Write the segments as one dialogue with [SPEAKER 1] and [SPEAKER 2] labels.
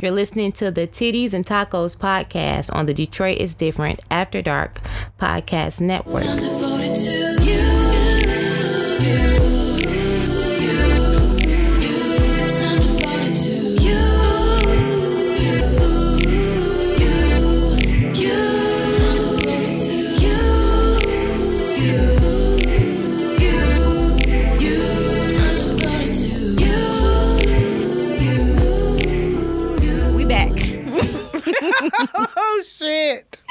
[SPEAKER 1] You're listening to the Titties and Tacos podcast on the Detroit is Different After Dark podcast network.
[SPEAKER 2] We back.
[SPEAKER 3] oh shit.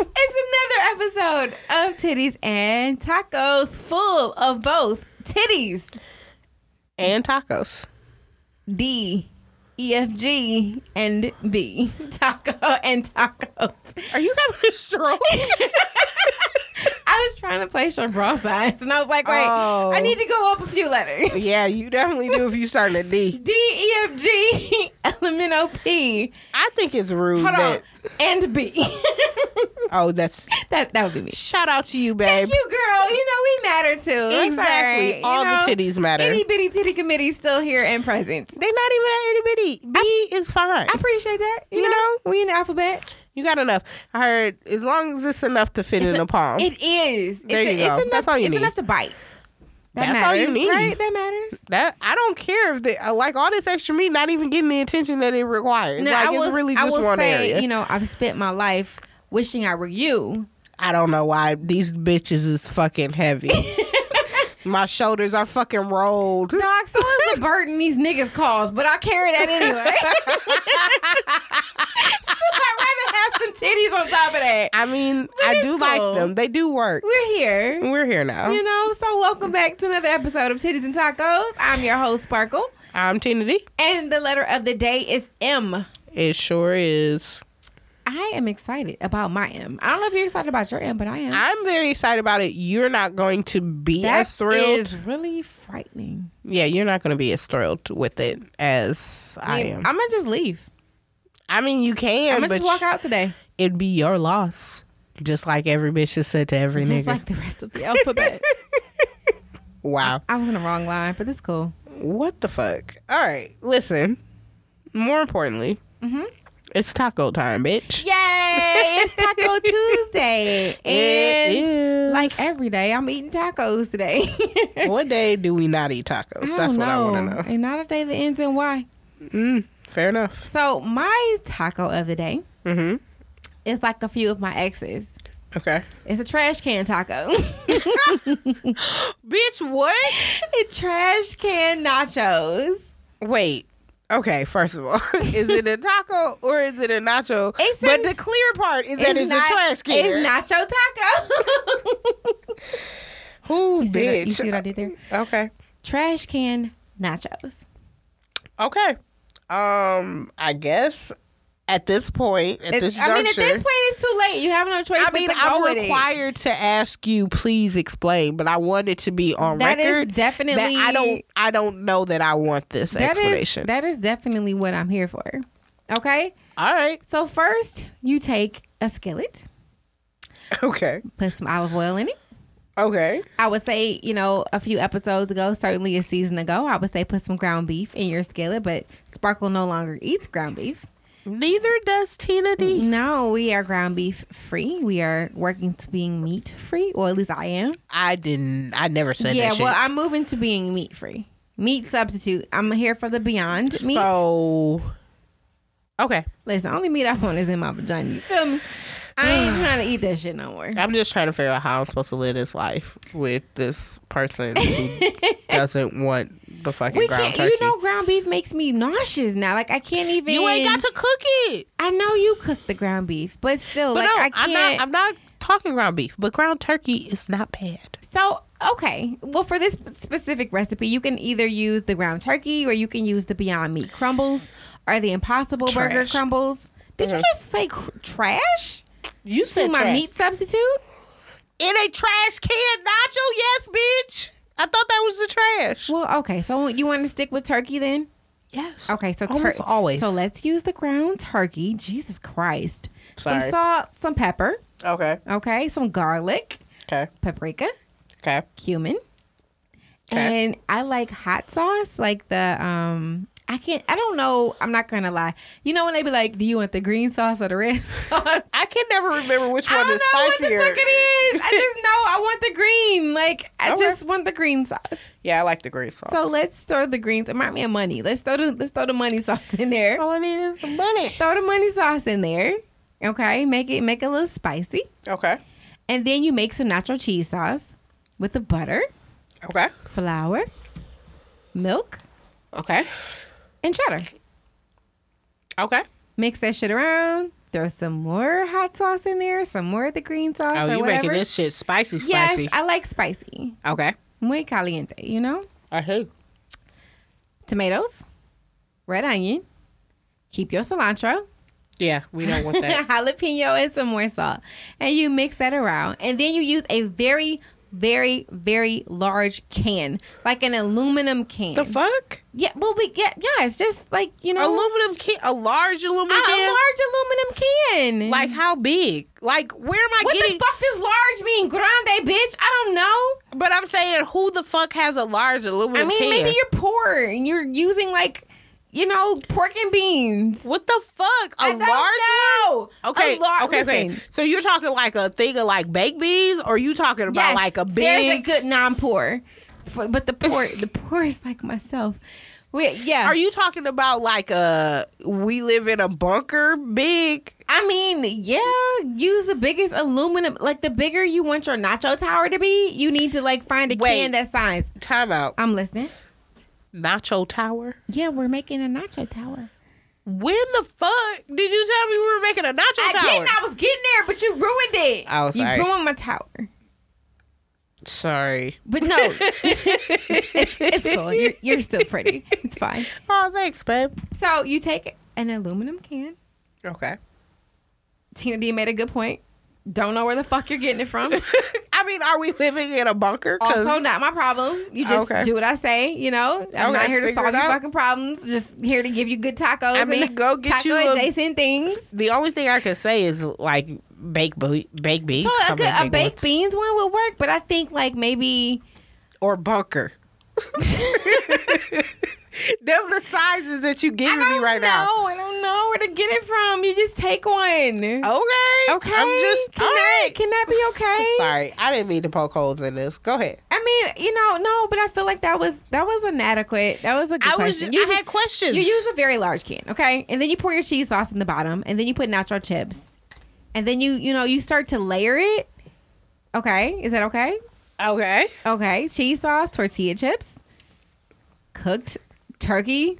[SPEAKER 2] It's another episode of Titties and Tacos, full of both titties,
[SPEAKER 3] And tacos.
[SPEAKER 2] D, E, F, G, and B. Taco and tacos.
[SPEAKER 3] Are you having a stroke?
[SPEAKER 2] I was trying to place your bra size, and I was like, wait,
[SPEAKER 3] Oh.
[SPEAKER 2] I need to go up a few letters.
[SPEAKER 3] yeah, you definitely do if you starting at D.
[SPEAKER 2] D, E, F, G, L, M, N, O, P.
[SPEAKER 3] I think it's rude.
[SPEAKER 2] Hold on.
[SPEAKER 3] that-
[SPEAKER 2] And B.
[SPEAKER 3] Oh, that's
[SPEAKER 2] that, that would be me.
[SPEAKER 3] shout out to you,
[SPEAKER 2] Thank
[SPEAKER 3] babe.
[SPEAKER 2] you, girl. You know, we matter too. It's all
[SPEAKER 3] Exactly.
[SPEAKER 2] right, you
[SPEAKER 3] All
[SPEAKER 2] know?
[SPEAKER 3] the titties matter.
[SPEAKER 2] Itty bitty titty committee still here and present.
[SPEAKER 3] They're not even at itty bitty. B is fine.
[SPEAKER 2] I appreciate that. You, know,
[SPEAKER 3] You know?
[SPEAKER 2] we in the alphabet.
[SPEAKER 3] you got enough. I heard as long as it's enough to fit in the palm.
[SPEAKER 2] It is.
[SPEAKER 3] There
[SPEAKER 2] it's,
[SPEAKER 3] you go.
[SPEAKER 2] It's enough,
[SPEAKER 3] That's all you
[SPEAKER 2] it's
[SPEAKER 3] need.
[SPEAKER 2] enough to bite. That
[SPEAKER 3] That's all
[SPEAKER 2] matters,
[SPEAKER 3] you need.
[SPEAKER 2] Right? That matters.
[SPEAKER 3] that I don't care if they I like all this extra meat not even getting the attention that it requires.
[SPEAKER 2] No,
[SPEAKER 3] like
[SPEAKER 2] I
[SPEAKER 3] it's
[SPEAKER 2] will,
[SPEAKER 3] really
[SPEAKER 2] I
[SPEAKER 3] just
[SPEAKER 2] will
[SPEAKER 3] one
[SPEAKER 2] say,
[SPEAKER 3] area.
[SPEAKER 2] you know, I've spent my life wishing I were you.
[SPEAKER 3] I don't know why these bitches is fucking heavy. My shoulders are fucking rolled.
[SPEAKER 2] Dog, so is the burden these niggas cause, but I carry that anyway. so I'd rather have some titties on top of that.
[SPEAKER 3] I mean,
[SPEAKER 2] But
[SPEAKER 3] I
[SPEAKER 2] it's
[SPEAKER 3] do like
[SPEAKER 2] cool.
[SPEAKER 3] them. They do work.
[SPEAKER 2] We're here.
[SPEAKER 3] We're here now.
[SPEAKER 2] You know, so welcome back to another episode of Titties and Tacos. I'm your host, Sparkle.
[SPEAKER 3] I'm Tina D.
[SPEAKER 2] And the letter of the day is M.
[SPEAKER 3] It sure is.
[SPEAKER 2] I am excited about my M. I don't know if you're excited about your M, but I am.
[SPEAKER 3] I'm very excited about it. You're not going to be
[SPEAKER 2] That
[SPEAKER 3] as thrilled.
[SPEAKER 2] is really frightening.
[SPEAKER 3] Yeah, you're not going to be as thrilled with it as I am.
[SPEAKER 2] I'm gonna just leave.
[SPEAKER 3] I mean, you
[SPEAKER 2] I'm
[SPEAKER 3] can,
[SPEAKER 2] gonna
[SPEAKER 3] but
[SPEAKER 2] just walk out today,
[SPEAKER 3] it'd be your loss. Just like every bitch has said to every
[SPEAKER 2] just
[SPEAKER 3] nigga.
[SPEAKER 2] like the rest of the alphabet.
[SPEAKER 3] wow.
[SPEAKER 2] I was in the wrong line, but it's cool.
[SPEAKER 3] What the fuck? All right, listen. More importantly,
[SPEAKER 2] Mhm.
[SPEAKER 3] it's taco time, bitch.
[SPEAKER 2] Yay! It's Taco Tuesday, and
[SPEAKER 3] is.
[SPEAKER 2] like every day, I'm eating tacos today.
[SPEAKER 3] what day do we not eat tacos?
[SPEAKER 2] I
[SPEAKER 3] That's
[SPEAKER 2] don't
[SPEAKER 3] what I
[SPEAKER 2] know.
[SPEAKER 3] want to
[SPEAKER 2] And not a day that ends in Y.
[SPEAKER 3] know. Mm, fair enough.
[SPEAKER 2] So my taco of the day
[SPEAKER 3] hmm
[SPEAKER 2] is like a few of my exes.
[SPEAKER 3] Okay.
[SPEAKER 2] It's a trash can taco.
[SPEAKER 3] Bitch, what?
[SPEAKER 2] It's trash can nachos.
[SPEAKER 3] Wait. Okay, first of all, is it a taco or is it a nacho?
[SPEAKER 2] It's
[SPEAKER 3] but
[SPEAKER 2] a-
[SPEAKER 3] the clear part is that it's
[SPEAKER 2] not,
[SPEAKER 3] a trash can.
[SPEAKER 2] It's nacho taco.
[SPEAKER 3] Ooh,
[SPEAKER 2] you, see what, I-
[SPEAKER 3] bitch.
[SPEAKER 2] you see what I did there?
[SPEAKER 3] Okay.
[SPEAKER 2] Trash can nachos.
[SPEAKER 3] Okay. Um, I guess at this point, at this
[SPEAKER 2] It's-
[SPEAKER 3] juncture,
[SPEAKER 2] I mean, at this point, it's too late. You have no choice
[SPEAKER 3] I
[SPEAKER 2] but
[SPEAKER 3] mean,
[SPEAKER 2] to go
[SPEAKER 3] I'm
[SPEAKER 2] with it.
[SPEAKER 3] required to ask you, please explain, but I want it to be on
[SPEAKER 2] That is
[SPEAKER 3] record
[SPEAKER 2] definitely
[SPEAKER 3] that I don't, I don't know that I want this
[SPEAKER 2] that is-
[SPEAKER 3] explanation.
[SPEAKER 2] that is definitely what I'm here for. Okay,
[SPEAKER 3] All right,
[SPEAKER 2] so first you take a skillet,
[SPEAKER 3] okay,
[SPEAKER 2] put some olive oil in it.
[SPEAKER 3] okay,
[SPEAKER 2] I would say, you know, a few episodes ago, certainly a season ago, I would say put some ground beef in your skillet, but Sparkle no longer eats ground beef.
[SPEAKER 3] neither does Tina D.
[SPEAKER 2] No, we are ground beef free. We are working to being meat free, or at least I am.
[SPEAKER 3] I didn't, I never said
[SPEAKER 2] yeah,
[SPEAKER 3] that shit.
[SPEAKER 2] well, I'm moving to being meat free. Meat substitute. I'm here for the beyond meat.
[SPEAKER 3] so okay,
[SPEAKER 2] Listen, only meat I want is in my vagina. You feel me? I ain't trying to eat that shit no more.
[SPEAKER 3] I'm just trying to figure out how I'm supposed to live this life with this person who doesn't want the fucking
[SPEAKER 2] We
[SPEAKER 3] ground
[SPEAKER 2] can't.
[SPEAKER 3] turkey.
[SPEAKER 2] You know, ground beef makes me nauseous now. Like I can't even.
[SPEAKER 3] You ain't got to cook it.
[SPEAKER 2] I know you cook the ground beef, but still,
[SPEAKER 3] But
[SPEAKER 2] like I
[SPEAKER 3] no, I'm
[SPEAKER 2] can't.
[SPEAKER 3] not. I'm not talking ground beef, but ground turkey is not bad.
[SPEAKER 2] So, okay. Well, for this specific recipe, you can either use the ground turkey or you can use the Beyond Meat crumbles or the Impossible Burger
[SPEAKER 3] Trash.
[SPEAKER 2] crumbles. Did you
[SPEAKER 3] Mhm.
[SPEAKER 2] just say cr- trash
[SPEAKER 3] You
[SPEAKER 2] to my meat substitute?
[SPEAKER 3] in a trash can nacho. Yes, bitch. I thought that was the trash.
[SPEAKER 2] Well, okay. So you want to stick with turkey then?
[SPEAKER 3] Yes.
[SPEAKER 2] Okay. So
[SPEAKER 3] almost
[SPEAKER 2] tur-
[SPEAKER 3] always.
[SPEAKER 2] So let's use the ground turkey. Jesus Christ. Some
[SPEAKER 3] Sorry.
[SPEAKER 2] salt, some pepper.
[SPEAKER 3] Okay.
[SPEAKER 2] Okay. Some garlic,
[SPEAKER 3] Okay.
[SPEAKER 2] paprika,
[SPEAKER 3] Okay.
[SPEAKER 2] cumin.
[SPEAKER 3] Okay.
[SPEAKER 2] And I like hot sauce, like the um. I can't. I don't know. I'm not gonna lie. You know when they be like, "Do you want the green sauce or the red sauce?"
[SPEAKER 3] I can never remember which
[SPEAKER 2] I
[SPEAKER 3] one
[SPEAKER 2] don't
[SPEAKER 3] is
[SPEAKER 2] know what the
[SPEAKER 3] spicier.
[SPEAKER 2] fuck it is. I just know I want the green. Like I
[SPEAKER 3] Okay.
[SPEAKER 2] just want the green sauce.
[SPEAKER 3] Yeah, I like the green sauce.
[SPEAKER 2] So let's throw the greens. Remind me of money. Let's throw the let's throw the money sauce in there.
[SPEAKER 3] all I need is some money.
[SPEAKER 2] Throw the money sauce in there. Okay, make it make it a little spicy,
[SPEAKER 3] Okay.
[SPEAKER 2] and then you make some nacho cheese sauce with the butter,
[SPEAKER 3] Okay.
[SPEAKER 2] flour, milk,
[SPEAKER 3] Okay.
[SPEAKER 2] and cheddar.
[SPEAKER 3] Okay.
[SPEAKER 2] Mix that shit around. Throw some more hot sauce in there, some more of the green sauce
[SPEAKER 3] Oh,
[SPEAKER 2] or
[SPEAKER 3] you
[SPEAKER 2] whatever.
[SPEAKER 3] making this shit spicy,
[SPEAKER 2] yes,
[SPEAKER 3] spicy.
[SPEAKER 2] I like spicy.
[SPEAKER 3] okay.
[SPEAKER 2] Muy caliente, you know?
[SPEAKER 3] I hate.
[SPEAKER 2] Tomatoes, red onion. Keep your cilantro,
[SPEAKER 3] Yeah, we don't want that.
[SPEAKER 2] jalapeno, and some more salt. And you mix that around. And then you use a very, very, very large can, like an aluminum can.
[SPEAKER 3] the fuck?
[SPEAKER 2] yeah, well, we get, yeah, it's just like, you know,
[SPEAKER 3] Aluminum can, a large
[SPEAKER 2] a,
[SPEAKER 3] aluminum
[SPEAKER 2] a
[SPEAKER 3] can.
[SPEAKER 2] large aluminum can.
[SPEAKER 3] like how big? Like where am I
[SPEAKER 2] what
[SPEAKER 3] getting?
[SPEAKER 2] the fuck does large mean? Grande, bitch? I don't know.
[SPEAKER 3] But I'm saying, who the fuck has a large
[SPEAKER 2] I
[SPEAKER 3] aluminum
[SPEAKER 2] mean,
[SPEAKER 3] can?
[SPEAKER 2] maybe you're poor and you're using like, you know, pork and beans.
[SPEAKER 3] what the fuck? A
[SPEAKER 2] I
[SPEAKER 3] large.
[SPEAKER 2] don't know.
[SPEAKER 3] Okay,
[SPEAKER 2] A lar-
[SPEAKER 3] okay, okay.
[SPEAKER 2] listen.
[SPEAKER 3] So you're talking like a thing of like baked beans, or you talking about
[SPEAKER 2] Yes,
[SPEAKER 3] like a
[SPEAKER 2] There's a
[SPEAKER 3] big?
[SPEAKER 2] good non-poor, For- but the poor, the poor is like myself. We, yeah.
[SPEAKER 3] Are you talking about like a we live in a bunker big?
[SPEAKER 2] I mean, yeah. Use the biggest aluminum. Like the bigger you want your nacho tower to be, you need to like find a
[SPEAKER 3] Wait.
[SPEAKER 2] can that size.
[SPEAKER 3] Time out.
[SPEAKER 2] I'm listening.
[SPEAKER 3] Nacho Tower.
[SPEAKER 2] Yeah, we're making a nacho tower.
[SPEAKER 3] When the fuck did you tell me we were making a nacho
[SPEAKER 2] I
[SPEAKER 3] tower?
[SPEAKER 2] didn't. I was getting there, but you ruined it.
[SPEAKER 3] Oh, sorry.
[SPEAKER 2] You ruined my tower.
[SPEAKER 3] Sorry.
[SPEAKER 2] But no, it's, it's cool. You're, you're still pretty. It's fine.
[SPEAKER 3] Oh, thanks, babe.
[SPEAKER 2] So you take an aluminum can.
[SPEAKER 3] Okay.
[SPEAKER 2] Tina D made a good point. Don't know where the fuck you're getting it from.
[SPEAKER 3] I mean, are we living in a bunker? 'Cause-
[SPEAKER 2] also, not my problem. You just
[SPEAKER 3] Okay.
[SPEAKER 2] do what I say. You know, I'm
[SPEAKER 3] Okay,
[SPEAKER 2] not here to
[SPEAKER 3] figure
[SPEAKER 2] solve
[SPEAKER 3] it
[SPEAKER 2] your
[SPEAKER 3] out.
[SPEAKER 2] fucking problems. Just here to give you good tacos.
[SPEAKER 3] I mean,
[SPEAKER 2] and
[SPEAKER 3] go get
[SPEAKER 2] taco
[SPEAKER 3] you a-
[SPEAKER 2] adjacent things.
[SPEAKER 3] the only thing I can say is like baked bo- baked beans.
[SPEAKER 2] So a,
[SPEAKER 3] come in
[SPEAKER 2] good, a
[SPEAKER 3] big
[SPEAKER 2] baked
[SPEAKER 3] ones.
[SPEAKER 2] beans one would work, but I think like maybe
[SPEAKER 3] or bunker. Them the sizes that you
[SPEAKER 2] I
[SPEAKER 3] giving me
[SPEAKER 2] don't
[SPEAKER 3] right
[SPEAKER 2] know. I don't know where to get it from. You just take one.
[SPEAKER 3] now. Okay.
[SPEAKER 2] Okay.
[SPEAKER 3] I'm just
[SPEAKER 2] can
[SPEAKER 3] all
[SPEAKER 2] that
[SPEAKER 3] right.
[SPEAKER 2] can that be okay?
[SPEAKER 3] Sorry, I didn't mean to poke holes in this. Go ahead.
[SPEAKER 2] I mean, you know, no, but I feel like that was that was inadequate. That was a good
[SPEAKER 3] I was.
[SPEAKER 2] question.
[SPEAKER 3] Just,
[SPEAKER 2] You
[SPEAKER 3] I had questions.
[SPEAKER 2] You use a very large can, okay? And then you pour your cheese sauce in the bottom, and then you put nacho chips. And then you, you know, you start to layer it. Okay, is that okay?
[SPEAKER 3] okay.
[SPEAKER 2] Okay, cheese sauce, tortilla chips, cooked turkey,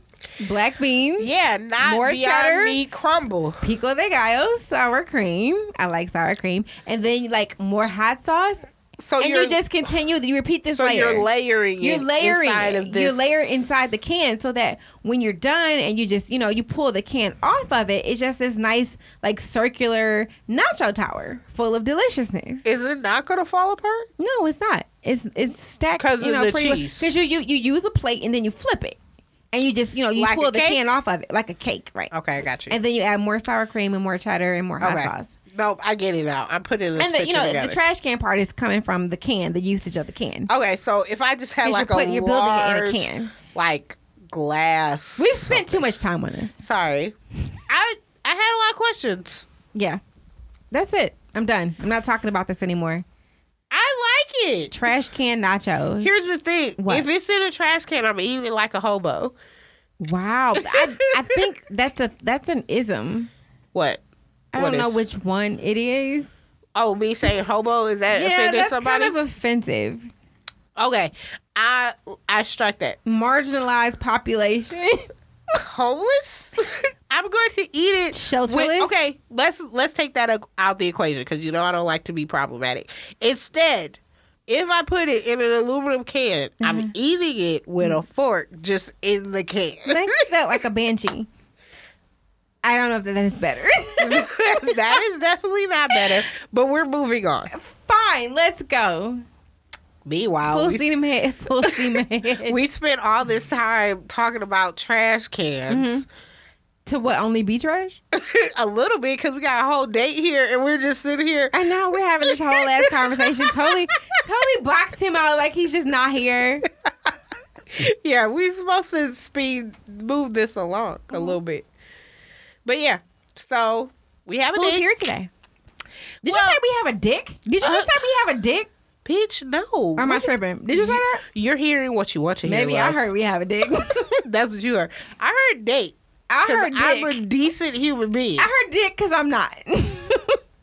[SPEAKER 2] black beans,
[SPEAKER 3] Yeah, not
[SPEAKER 2] More
[SPEAKER 3] more
[SPEAKER 2] cheddar?
[SPEAKER 3] beyond me crumble.
[SPEAKER 2] pico de gallo, sour cream. I like sour cream. And then like more hot sauce.
[SPEAKER 3] So
[SPEAKER 2] and
[SPEAKER 3] you're
[SPEAKER 2] you just continue. You repeat this
[SPEAKER 3] so
[SPEAKER 2] layer.
[SPEAKER 3] you're layering.
[SPEAKER 2] you're
[SPEAKER 3] it
[SPEAKER 2] layering
[SPEAKER 3] inside
[SPEAKER 2] it.
[SPEAKER 3] of this.
[SPEAKER 2] You layer inside the can so that when you're done and you just you know you pull the can off of it, it's just this nice like circular nacho tower full of deliciousness.
[SPEAKER 3] Is it not gonna fall apart?
[SPEAKER 2] no, it's not. It's it's stacked
[SPEAKER 3] 'Cause
[SPEAKER 2] you
[SPEAKER 3] of
[SPEAKER 2] know,
[SPEAKER 3] the cheese.
[SPEAKER 2] because you, you you use a plate and then you flip it and you just you know you
[SPEAKER 3] Like a
[SPEAKER 2] pull the
[SPEAKER 3] cake?
[SPEAKER 2] can off of it like a cake, right?
[SPEAKER 3] Okay, I got you.
[SPEAKER 2] And then you add more sour cream and more cheddar and more hot
[SPEAKER 3] okay.
[SPEAKER 2] sauce.
[SPEAKER 3] No, I get it now. I'm putting this
[SPEAKER 2] And the, you
[SPEAKER 3] picture
[SPEAKER 2] know
[SPEAKER 3] together. Oh,
[SPEAKER 2] the trash can part is coming from the can, the usage of the can.
[SPEAKER 3] okay, so if I just had
[SPEAKER 2] 'Cause
[SPEAKER 3] like
[SPEAKER 2] you're
[SPEAKER 3] a
[SPEAKER 2] putting- you're building it in a
[SPEAKER 3] large,
[SPEAKER 2] can.
[SPEAKER 3] like glass.
[SPEAKER 2] We've spent too much time on this.
[SPEAKER 3] Sorry, I I had a lot of questions.
[SPEAKER 2] Yeah. That's it. I'm done. I'm not talking about this anymore.
[SPEAKER 3] I like it.
[SPEAKER 2] Trash can nachos.
[SPEAKER 3] Here's the thing:
[SPEAKER 2] What?
[SPEAKER 3] if it's in a trash can, I'm eating it like a hobo.
[SPEAKER 2] Wow. I, I think that's a that's an ism.
[SPEAKER 3] What?
[SPEAKER 2] I
[SPEAKER 3] What
[SPEAKER 2] don't know
[SPEAKER 3] is-
[SPEAKER 2] which one it is.
[SPEAKER 3] Oh, me saying hobo is that
[SPEAKER 2] Yeah,
[SPEAKER 3] offending
[SPEAKER 2] that's
[SPEAKER 3] somebody?
[SPEAKER 2] kind of offensive.
[SPEAKER 3] okay, I I struck that
[SPEAKER 2] Marginalized population.
[SPEAKER 3] homeless. I'm going to eat it.
[SPEAKER 2] Shelterless?
[SPEAKER 3] with- okay, let's let's take that ac- out the equation because you know I don't like to be problematic. Instead, if I put it in an aluminum can,
[SPEAKER 2] Mm-hmm.
[SPEAKER 3] I'm eating it with a fork just in the can.
[SPEAKER 2] Think that like a banshee. I don't know if that is better.
[SPEAKER 3] that is definitely not better. But we're moving on.
[SPEAKER 2] Fine, let's go.
[SPEAKER 3] Meanwhile,
[SPEAKER 2] Full
[SPEAKER 3] we,
[SPEAKER 2] steam ahead. Full steam ahead.
[SPEAKER 3] we spent all this time talking about trash
[SPEAKER 2] Mm-hmm.
[SPEAKER 3] cans
[SPEAKER 2] to what only be trash?
[SPEAKER 3] a little bit because we got a whole date here and we're just sitting here.
[SPEAKER 2] I know we're having this whole ass conversation. Totally, totally boxed him out like he's just not here.
[SPEAKER 3] yeah, we're supposed to speed move this along a
[SPEAKER 2] Uh-huh.
[SPEAKER 3] little bit. But yeah, so we have a
[SPEAKER 2] Who's
[SPEAKER 3] dick.
[SPEAKER 2] here today? Did
[SPEAKER 3] Well-
[SPEAKER 2] you say we have a dick? Did you
[SPEAKER 3] Uh,
[SPEAKER 2] just say we have a dick?
[SPEAKER 3] Bitch, no.
[SPEAKER 2] Or am I tripping? Did you say that?
[SPEAKER 3] You're hearing what you want to hear.
[SPEAKER 2] Maybe I
[SPEAKER 3] love.
[SPEAKER 2] heard we have a dick.
[SPEAKER 3] That's what you heard. I heard date.
[SPEAKER 2] I
[SPEAKER 3] 'cause
[SPEAKER 2] heard dick.
[SPEAKER 3] I'm a decent human being.
[SPEAKER 2] I heard dick because I'm not.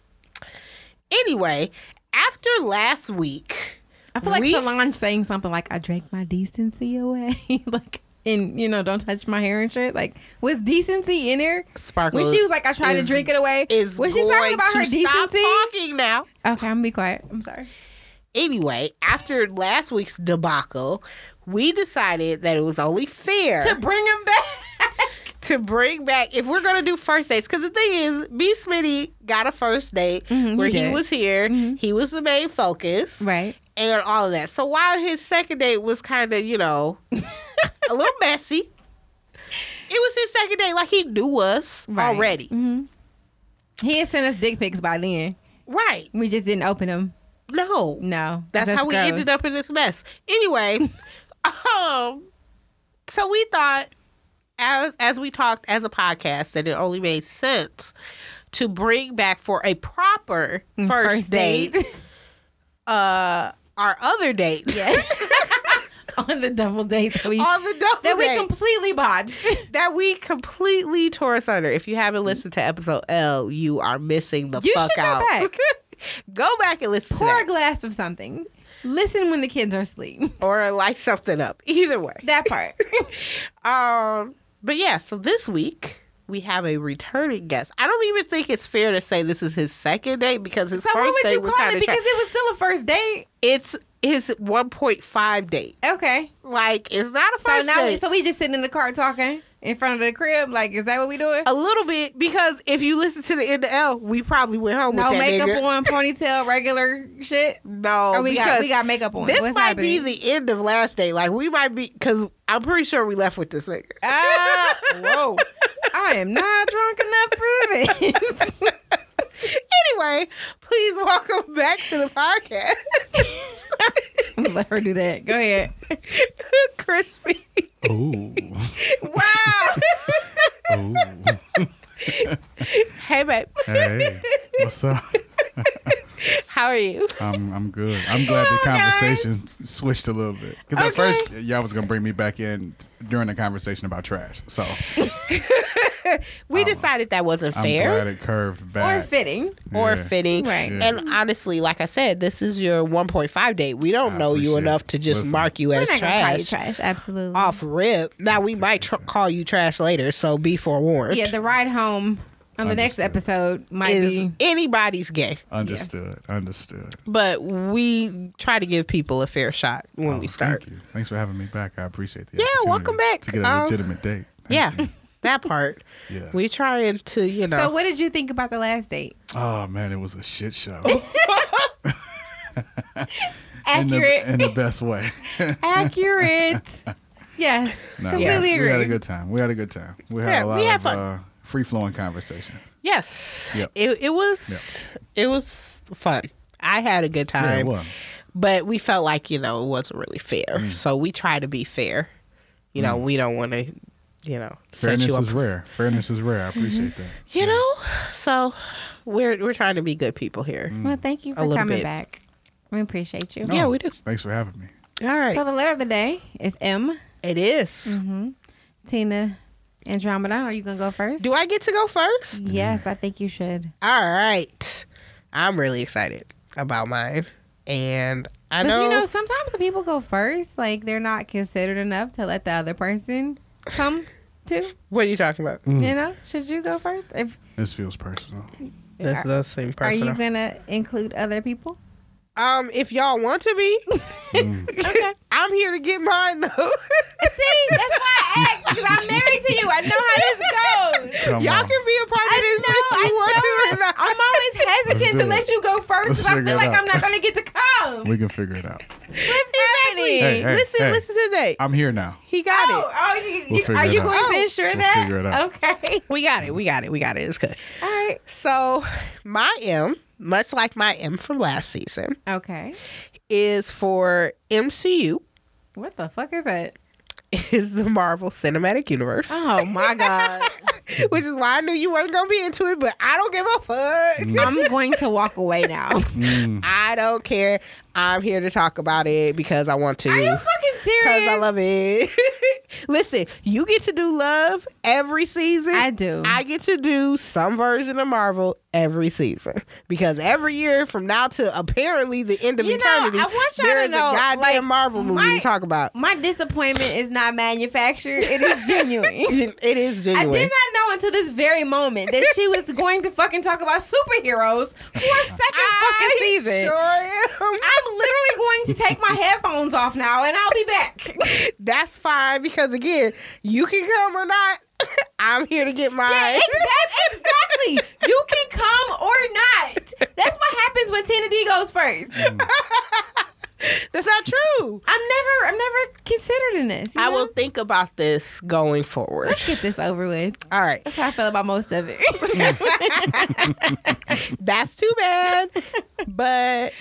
[SPEAKER 3] Anyway, after last week,
[SPEAKER 2] I feel like
[SPEAKER 3] We-
[SPEAKER 2] Solange saying something like, I drank my decency away. like, and, you know, don't touch my hair and shit. Like, was decency in there?
[SPEAKER 3] Sparkle
[SPEAKER 2] When she was like, I tried
[SPEAKER 3] is-
[SPEAKER 2] to drink it away.
[SPEAKER 3] is
[SPEAKER 2] was she talking
[SPEAKER 3] going
[SPEAKER 2] about
[SPEAKER 3] to
[SPEAKER 2] her decency?
[SPEAKER 3] stop talking now.
[SPEAKER 2] Okay, I'm gonna be quiet. I'm sorry.
[SPEAKER 3] Anyway, after last week's debacle, we decided that it was only fair
[SPEAKER 2] To
[SPEAKER 3] to,
[SPEAKER 2] bring him back.
[SPEAKER 3] bring back if we're gonna do first dates. Because the thing is, B. Smitty got a first date
[SPEAKER 2] Mhm, he
[SPEAKER 3] where he
[SPEAKER 2] did. Mm-hmm.
[SPEAKER 3] was here. He was the main focus,
[SPEAKER 2] right.
[SPEAKER 3] and all of that. So while his second date was kind of, you know, a little messy, it was his second date. Like he knew us
[SPEAKER 2] Right.
[SPEAKER 3] already,
[SPEAKER 2] hmm He had sent us dick pics by then.
[SPEAKER 3] right?
[SPEAKER 2] We just didn't open them.
[SPEAKER 3] No,
[SPEAKER 2] No.
[SPEAKER 3] That's, how we ended up in this mess. Anyway, um, so we thought as as we talked as a podcast that it only made sense to bring back for a proper first, date, uh our other date
[SPEAKER 2] Yeah. On the double date that we,
[SPEAKER 3] on the double
[SPEAKER 2] that we
[SPEAKER 3] date
[SPEAKER 2] completely botched.
[SPEAKER 3] that we completely tore asunder. If you haven't listened to episode L, you are missing the
[SPEAKER 2] You
[SPEAKER 3] fuck
[SPEAKER 2] should go
[SPEAKER 3] out.
[SPEAKER 2] back.
[SPEAKER 3] go back and listen
[SPEAKER 2] Pour a
[SPEAKER 3] to
[SPEAKER 2] glass of something. Listen when the kids are asleep.
[SPEAKER 3] that. or light something up. Either way.
[SPEAKER 2] That part.
[SPEAKER 3] Um, but yeah, so this week we have a returning guest. I don't even think it's fair to say this is his second date because his
[SPEAKER 2] so what
[SPEAKER 3] first
[SPEAKER 2] would
[SPEAKER 3] date
[SPEAKER 2] you
[SPEAKER 3] was
[SPEAKER 2] call
[SPEAKER 3] kind
[SPEAKER 2] it?
[SPEAKER 3] of
[SPEAKER 2] Because it was still a first date.
[SPEAKER 3] it's his 1.5 date.
[SPEAKER 2] Okay.
[SPEAKER 3] Like it's not a
[SPEAKER 2] So
[SPEAKER 3] first
[SPEAKER 2] now,
[SPEAKER 3] date.
[SPEAKER 2] we, so we just sitting in the car talking in front of the crib. Like, is that what we doing?
[SPEAKER 3] a little bit because if you listen to the end of L, we probably went home
[SPEAKER 2] No
[SPEAKER 3] with that
[SPEAKER 2] makeup
[SPEAKER 3] nigga.
[SPEAKER 2] on, ponytail, regular shit.
[SPEAKER 3] No,
[SPEAKER 2] Or we got
[SPEAKER 3] because
[SPEAKER 2] we got makeup on.
[SPEAKER 3] This
[SPEAKER 2] What's
[SPEAKER 3] might
[SPEAKER 2] happening?
[SPEAKER 3] be the end of last day. Like we might be because I'm pretty sure we left with this nigga.
[SPEAKER 2] Ah, whoa.
[SPEAKER 3] Oh,
[SPEAKER 2] I am not drunk enough for this.
[SPEAKER 3] Anyway, please welcome back to the podcast,
[SPEAKER 2] Let her do that. Go ahead.
[SPEAKER 3] Crispy.
[SPEAKER 4] Ooh.
[SPEAKER 3] Wow.
[SPEAKER 4] Ooh.
[SPEAKER 3] hey, babe.
[SPEAKER 4] Hey. What's up?
[SPEAKER 3] How are you?
[SPEAKER 4] I'm I'm good. I'm glad the conversation switched a little bit. Because at
[SPEAKER 3] Okay.
[SPEAKER 4] first y'all was gonna bring me back in during the conversation about trash. So
[SPEAKER 3] We decided that wasn't
[SPEAKER 4] I'm
[SPEAKER 3] fair
[SPEAKER 4] glad it curved
[SPEAKER 2] Or
[SPEAKER 4] back.
[SPEAKER 2] fitting.
[SPEAKER 3] or
[SPEAKER 4] Yeah.
[SPEAKER 3] fitting.
[SPEAKER 2] Right.
[SPEAKER 4] Yeah.
[SPEAKER 3] And honestly, like I said, this is your 1.5 date. We don't
[SPEAKER 4] I
[SPEAKER 3] know you
[SPEAKER 4] appreciate
[SPEAKER 3] enough
[SPEAKER 4] it.
[SPEAKER 3] to just
[SPEAKER 4] Listen.
[SPEAKER 3] mark you
[SPEAKER 2] We're
[SPEAKER 3] as
[SPEAKER 2] not gonna call you
[SPEAKER 3] trash,
[SPEAKER 2] trash. Absolutely.
[SPEAKER 3] off rip. Now, we might tr- call you trash later, so be forewarned.
[SPEAKER 2] Yeah, the ride home on the next
[SPEAKER 4] Understood.
[SPEAKER 2] episode might
[SPEAKER 3] is
[SPEAKER 2] be.
[SPEAKER 3] anybody's gay,
[SPEAKER 4] Understood. Understood.
[SPEAKER 3] but we try to give people a fair shot when
[SPEAKER 4] Oh,
[SPEAKER 3] we start.
[SPEAKER 4] Thank you. Thanks for having me back. I appreciate the
[SPEAKER 3] Yeah,
[SPEAKER 4] opportunity
[SPEAKER 3] welcome back.
[SPEAKER 4] To get a
[SPEAKER 3] Um,
[SPEAKER 4] legitimate date. Thank
[SPEAKER 3] Yeah,
[SPEAKER 4] you.
[SPEAKER 3] that part.
[SPEAKER 4] Yeah.
[SPEAKER 3] we trying to, you know.
[SPEAKER 2] So, what did you think about the last date?
[SPEAKER 4] Oh man, it was a shit show. in,
[SPEAKER 2] Accurate.
[SPEAKER 4] the, in the best way.
[SPEAKER 2] Accurate. yes.
[SPEAKER 4] No, we had-
[SPEAKER 2] completely
[SPEAKER 4] We had a
[SPEAKER 2] agree.
[SPEAKER 4] good time. We had a good time. We had
[SPEAKER 3] Yeah,
[SPEAKER 4] a
[SPEAKER 3] we
[SPEAKER 4] lot
[SPEAKER 3] had
[SPEAKER 4] of
[SPEAKER 3] fun.
[SPEAKER 4] uh, free flowing conversation.
[SPEAKER 3] Yes.
[SPEAKER 4] Yep.
[SPEAKER 3] It it was it was fun. I had a good
[SPEAKER 4] Yeah, it
[SPEAKER 3] time.
[SPEAKER 4] was. Mm.
[SPEAKER 3] but we felt like, you know, it wasn't really fair. So we try to be fair. You know, we don't want to, you know, set
[SPEAKER 4] Fairness
[SPEAKER 3] you up.
[SPEAKER 4] is rare. Fairness is rare. I appreciate that.
[SPEAKER 3] You know? So we're we're trying to be good people here.
[SPEAKER 2] well, thank you
[SPEAKER 3] A
[SPEAKER 2] for
[SPEAKER 3] little
[SPEAKER 2] coming
[SPEAKER 3] bit.
[SPEAKER 2] back. We appreciate you.
[SPEAKER 4] Mm. No,
[SPEAKER 3] Yeah, we do.
[SPEAKER 4] Thanks for having me.
[SPEAKER 3] All right.
[SPEAKER 2] So, Mm-hmm. the letter of the day is M.
[SPEAKER 3] it is.
[SPEAKER 2] Tina Andromeda. Are you going to go first?
[SPEAKER 3] Do I get to go first?
[SPEAKER 2] yes, I think you should.
[SPEAKER 3] All right. I'm really excited about mine. And I
[SPEAKER 2] But
[SPEAKER 3] know,
[SPEAKER 2] you know, sometimes the people go first. Like they're not considered enough to let the other person come to.
[SPEAKER 3] what are you talking about?
[SPEAKER 4] Mm. Hmm.
[SPEAKER 2] You know, should you go first? If
[SPEAKER 4] This feels personal.
[SPEAKER 3] That's the same person.
[SPEAKER 2] are you gonna include other people?
[SPEAKER 3] um, if y'all want to be,
[SPEAKER 2] Okay.
[SPEAKER 3] I'm here to get mine though.
[SPEAKER 2] See, that's why I asked because I'm married to you. I know how this goes.
[SPEAKER 4] Come
[SPEAKER 3] Y'all
[SPEAKER 4] on.
[SPEAKER 3] can be a part of
[SPEAKER 2] I
[SPEAKER 3] this
[SPEAKER 2] know.
[SPEAKER 3] if
[SPEAKER 2] I
[SPEAKER 3] you want
[SPEAKER 2] know.
[SPEAKER 3] to or
[SPEAKER 2] I'm
[SPEAKER 3] not.
[SPEAKER 2] always hesitant
[SPEAKER 4] do
[SPEAKER 2] to
[SPEAKER 4] it.
[SPEAKER 2] let you go first
[SPEAKER 4] Let's
[SPEAKER 2] because I
[SPEAKER 4] figure
[SPEAKER 2] feel
[SPEAKER 4] it
[SPEAKER 2] like
[SPEAKER 4] out.
[SPEAKER 2] I'm not gonna get to come.
[SPEAKER 4] We can figure it out.
[SPEAKER 2] What's
[SPEAKER 3] Exactly.
[SPEAKER 2] happening?
[SPEAKER 4] Hey, hey,
[SPEAKER 3] listen,
[SPEAKER 4] hey.
[SPEAKER 3] listen to that.
[SPEAKER 4] I'm here now.
[SPEAKER 3] He got
[SPEAKER 2] Oh,
[SPEAKER 3] it.
[SPEAKER 2] oh, you,
[SPEAKER 4] We'll
[SPEAKER 2] you-
[SPEAKER 4] figure
[SPEAKER 2] are
[SPEAKER 4] it
[SPEAKER 2] you
[SPEAKER 4] out.
[SPEAKER 2] going
[SPEAKER 3] Oh,
[SPEAKER 2] to ensure
[SPEAKER 4] we'll
[SPEAKER 2] that?
[SPEAKER 4] figure it out.
[SPEAKER 2] Okay.
[SPEAKER 3] We got it. We got it. We got it. It's good.
[SPEAKER 2] All right.
[SPEAKER 3] So my M, much like my M from last season,
[SPEAKER 2] Okay.
[SPEAKER 3] is for MCU.
[SPEAKER 2] What the fuck is that?
[SPEAKER 3] is the Marvel Cinematic Universe.
[SPEAKER 2] Oh my god.
[SPEAKER 3] Which is why I knew you weren't gonna be into it, but I don't give a fuck.
[SPEAKER 2] I'm going to walk away now.
[SPEAKER 4] Mm.
[SPEAKER 3] I don't care. I'm here to talk about it because I want to.
[SPEAKER 2] Are you fucking serious?
[SPEAKER 3] Because I love it. Listen, you get to do love every season.
[SPEAKER 2] I do.
[SPEAKER 3] I get to do some version of Marvel every season because every year from now to apparently the end of
[SPEAKER 2] You know,
[SPEAKER 3] eternity,
[SPEAKER 2] I want y'all
[SPEAKER 3] there
[SPEAKER 2] to
[SPEAKER 3] is
[SPEAKER 2] know,
[SPEAKER 3] a goddamn
[SPEAKER 2] like,
[SPEAKER 3] Marvel movie
[SPEAKER 2] my-
[SPEAKER 3] to talk about.
[SPEAKER 2] My disappointment is not manufactured. It is genuine.
[SPEAKER 3] It it is
[SPEAKER 2] I
[SPEAKER 3] genuine.
[SPEAKER 2] did not know until this very moment that she was going to fucking talk about superheroes for a second
[SPEAKER 3] I
[SPEAKER 2] fucking season.
[SPEAKER 3] sure am.
[SPEAKER 2] I'm literally going to take my headphones off now and I'll be back.
[SPEAKER 3] That's fine because again, you can come or not. I'm here to get mine.
[SPEAKER 2] Yeah, exact- exactly. You can come or not. That's what happens when Tina D goes first.
[SPEAKER 3] Mm. That's not true.
[SPEAKER 2] I'm never, I'm never considered in this. you
[SPEAKER 3] I
[SPEAKER 2] know?
[SPEAKER 3] will think about this going forward.
[SPEAKER 2] Let's get this over with.
[SPEAKER 3] All right.
[SPEAKER 2] That's how I feel about most of it.
[SPEAKER 3] That's too bad. but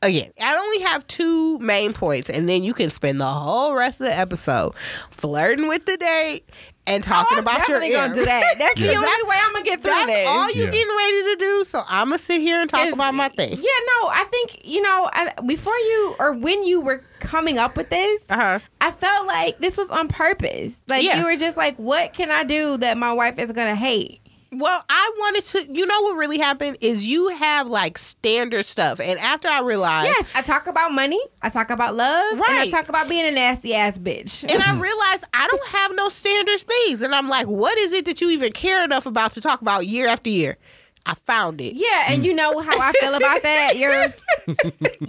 [SPEAKER 3] again, I only have two main points, and then you can spend the whole rest of the episode flirting with the date and talking
[SPEAKER 2] Oh, I'm
[SPEAKER 3] about your
[SPEAKER 2] definitely gonna
[SPEAKER 3] ear.
[SPEAKER 2] do that. That's the
[SPEAKER 4] Yeah.
[SPEAKER 2] only way I'm gonna get through
[SPEAKER 3] That's
[SPEAKER 2] this.
[SPEAKER 3] all you
[SPEAKER 4] Yeah.
[SPEAKER 3] getting ready to do. So I'm gonna sit here and talk
[SPEAKER 2] Is-
[SPEAKER 3] about my thing.
[SPEAKER 2] Yeah, no, I think you know I, before you or when you were coming up with this,
[SPEAKER 3] Uh huh.
[SPEAKER 2] I felt like this was on purpose. Like
[SPEAKER 3] Yeah.
[SPEAKER 2] you were just like, what can I do that my wife is gonna hate?
[SPEAKER 3] Well, I wanted to. You know what really happened is you have like standard stuff, and after I realized,
[SPEAKER 2] Yes, I talk about money, I talk about love, and I
[SPEAKER 3] Right.
[SPEAKER 2] talk about being a nasty ass bitch.
[SPEAKER 3] and I realized I don't have no standard things, and I'm like, what is it that you even care enough about to talk about year after year? I found it.
[SPEAKER 2] yeah, and you know how I feel about that. Your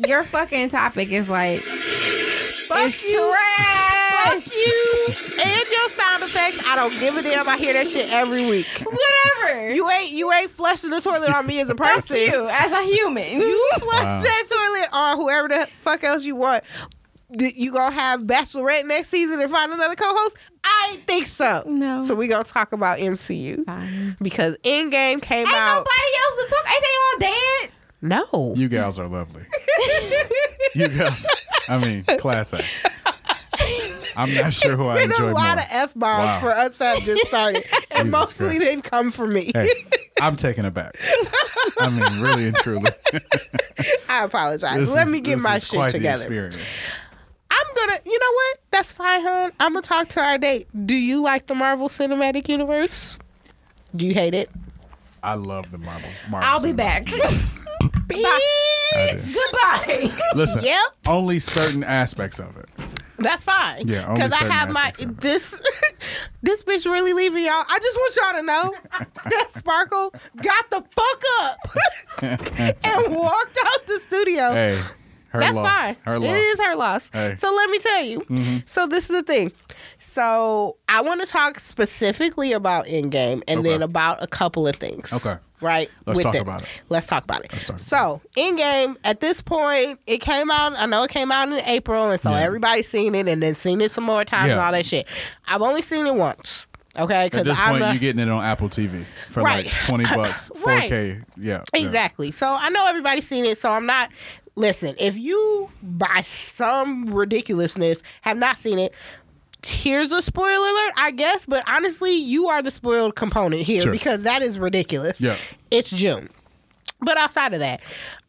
[SPEAKER 2] your fucking topic is like
[SPEAKER 3] Fuck
[SPEAKER 2] it's
[SPEAKER 3] you.
[SPEAKER 2] trash.
[SPEAKER 3] Fuck you and your sound effects. I don't give a damn. I hear that shit every week.
[SPEAKER 2] Whatever.
[SPEAKER 3] You ain't you ain't flushing the toilet on me as a
[SPEAKER 2] Fuck
[SPEAKER 3] person.
[SPEAKER 2] you as a human.
[SPEAKER 3] You flush
[SPEAKER 4] Wow.
[SPEAKER 3] that toilet on whoever the fuck else you want. Th- You gonna have Bachelorette next season and find another co-host? I ain't think so.
[SPEAKER 2] No.
[SPEAKER 3] So we gonna talk about MCU
[SPEAKER 2] Fine.
[SPEAKER 3] because Endgame came
[SPEAKER 2] Ain't
[SPEAKER 3] out.
[SPEAKER 2] nobody else to talk. Ain't they all dead?
[SPEAKER 3] no.
[SPEAKER 4] You gals are lovely. you gals, I mean, class act. I'm not sure who I
[SPEAKER 3] Been
[SPEAKER 4] enjoy
[SPEAKER 3] a lot
[SPEAKER 4] more.
[SPEAKER 3] of f bombs
[SPEAKER 4] Wow.
[SPEAKER 3] for us that have just started, and
[SPEAKER 4] Jesus
[SPEAKER 3] mostly
[SPEAKER 4] Christ.
[SPEAKER 3] they've come for me.
[SPEAKER 4] hey, I'm taken aback. I mean, really and truly.
[SPEAKER 3] I apologize.
[SPEAKER 4] This
[SPEAKER 3] Let
[SPEAKER 4] is-
[SPEAKER 3] me get
[SPEAKER 4] this
[SPEAKER 3] my
[SPEAKER 4] is
[SPEAKER 3] shit
[SPEAKER 4] quite
[SPEAKER 3] together.
[SPEAKER 4] The experience.
[SPEAKER 3] I'm gonna, you know what? That's fine, hon. I'm gonna talk to our date. Do you like the Marvel Cinematic Universe? Do you hate it?
[SPEAKER 4] I love the Marvel. Marvel
[SPEAKER 2] I'll be
[SPEAKER 4] Cinematic
[SPEAKER 2] back.
[SPEAKER 4] I do.
[SPEAKER 2] Goodbye.
[SPEAKER 4] Listen,
[SPEAKER 3] Yep.
[SPEAKER 4] only certain aspects of it.
[SPEAKER 3] That's fine.
[SPEAKER 4] Yeah, only
[SPEAKER 3] because I
[SPEAKER 4] certain
[SPEAKER 3] have my
[SPEAKER 4] aspects of it.
[SPEAKER 3] this this bitch really leaving y'all. I just want y'all to know that Sparkle got the fuck up and walked out the studio.
[SPEAKER 4] Hey, her
[SPEAKER 3] That's
[SPEAKER 4] loss.
[SPEAKER 3] fine.
[SPEAKER 4] Her
[SPEAKER 3] It
[SPEAKER 4] loss.
[SPEAKER 3] is her loss.
[SPEAKER 4] Hey. Mm-hmm.
[SPEAKER 3] So let me tell you. So this is the thing. So I want to talk specifically about Endgame and
[SPEAKER 4] Okay.
[SPEAKER 3] then about a couple of things.
[SPEAKER 4] Okay.
[SPEAKER 3] Right.
[SPEAKER 4] Let's
[SPEAKER 3] with
[SPEAKER 4] talk about it.
[SPEAKER 3] Let's talk about it.
[SPEAKER 4] talk about
[SPEAKER 3] so Endgame at this point, it came out. I know it came out in April, and so
[SPEAKER 4] Yeah.
[SPEAKER 3] everybody's seen it and then seen it some more times and
[SPEAKER 4] Yeah.
[SPEAKER 3] all that shit. I've only seen it once. Okay.
[SPEAKER 4] At this
[SPEAKER 3] I'm
[SPEAKER 4] point,
[SPEAKER 3] a-
[SPEAKER 4] you're getting it on Apple TV for
[SPEAKER 3] Right.
[SPEAKER 4] like 20 bucks, 4K.
[SPEAKER 3] Right.
[SPEAKER 4] Yeah. yeah.
[SPEAKER 3] Exactly. So I know everybody's seen it, so I'm not. Listen, if you by some ridiculousness have not seen it, here's a spoiler alert, I guess, but honestly, you are the spoiled component here
[SPEAKER 4] Sure.
[SPEAKER 3] because that is ridiculous.
[SPEAKER 4] Yeah.
[SPEAKER 3] It's June. But outside of that,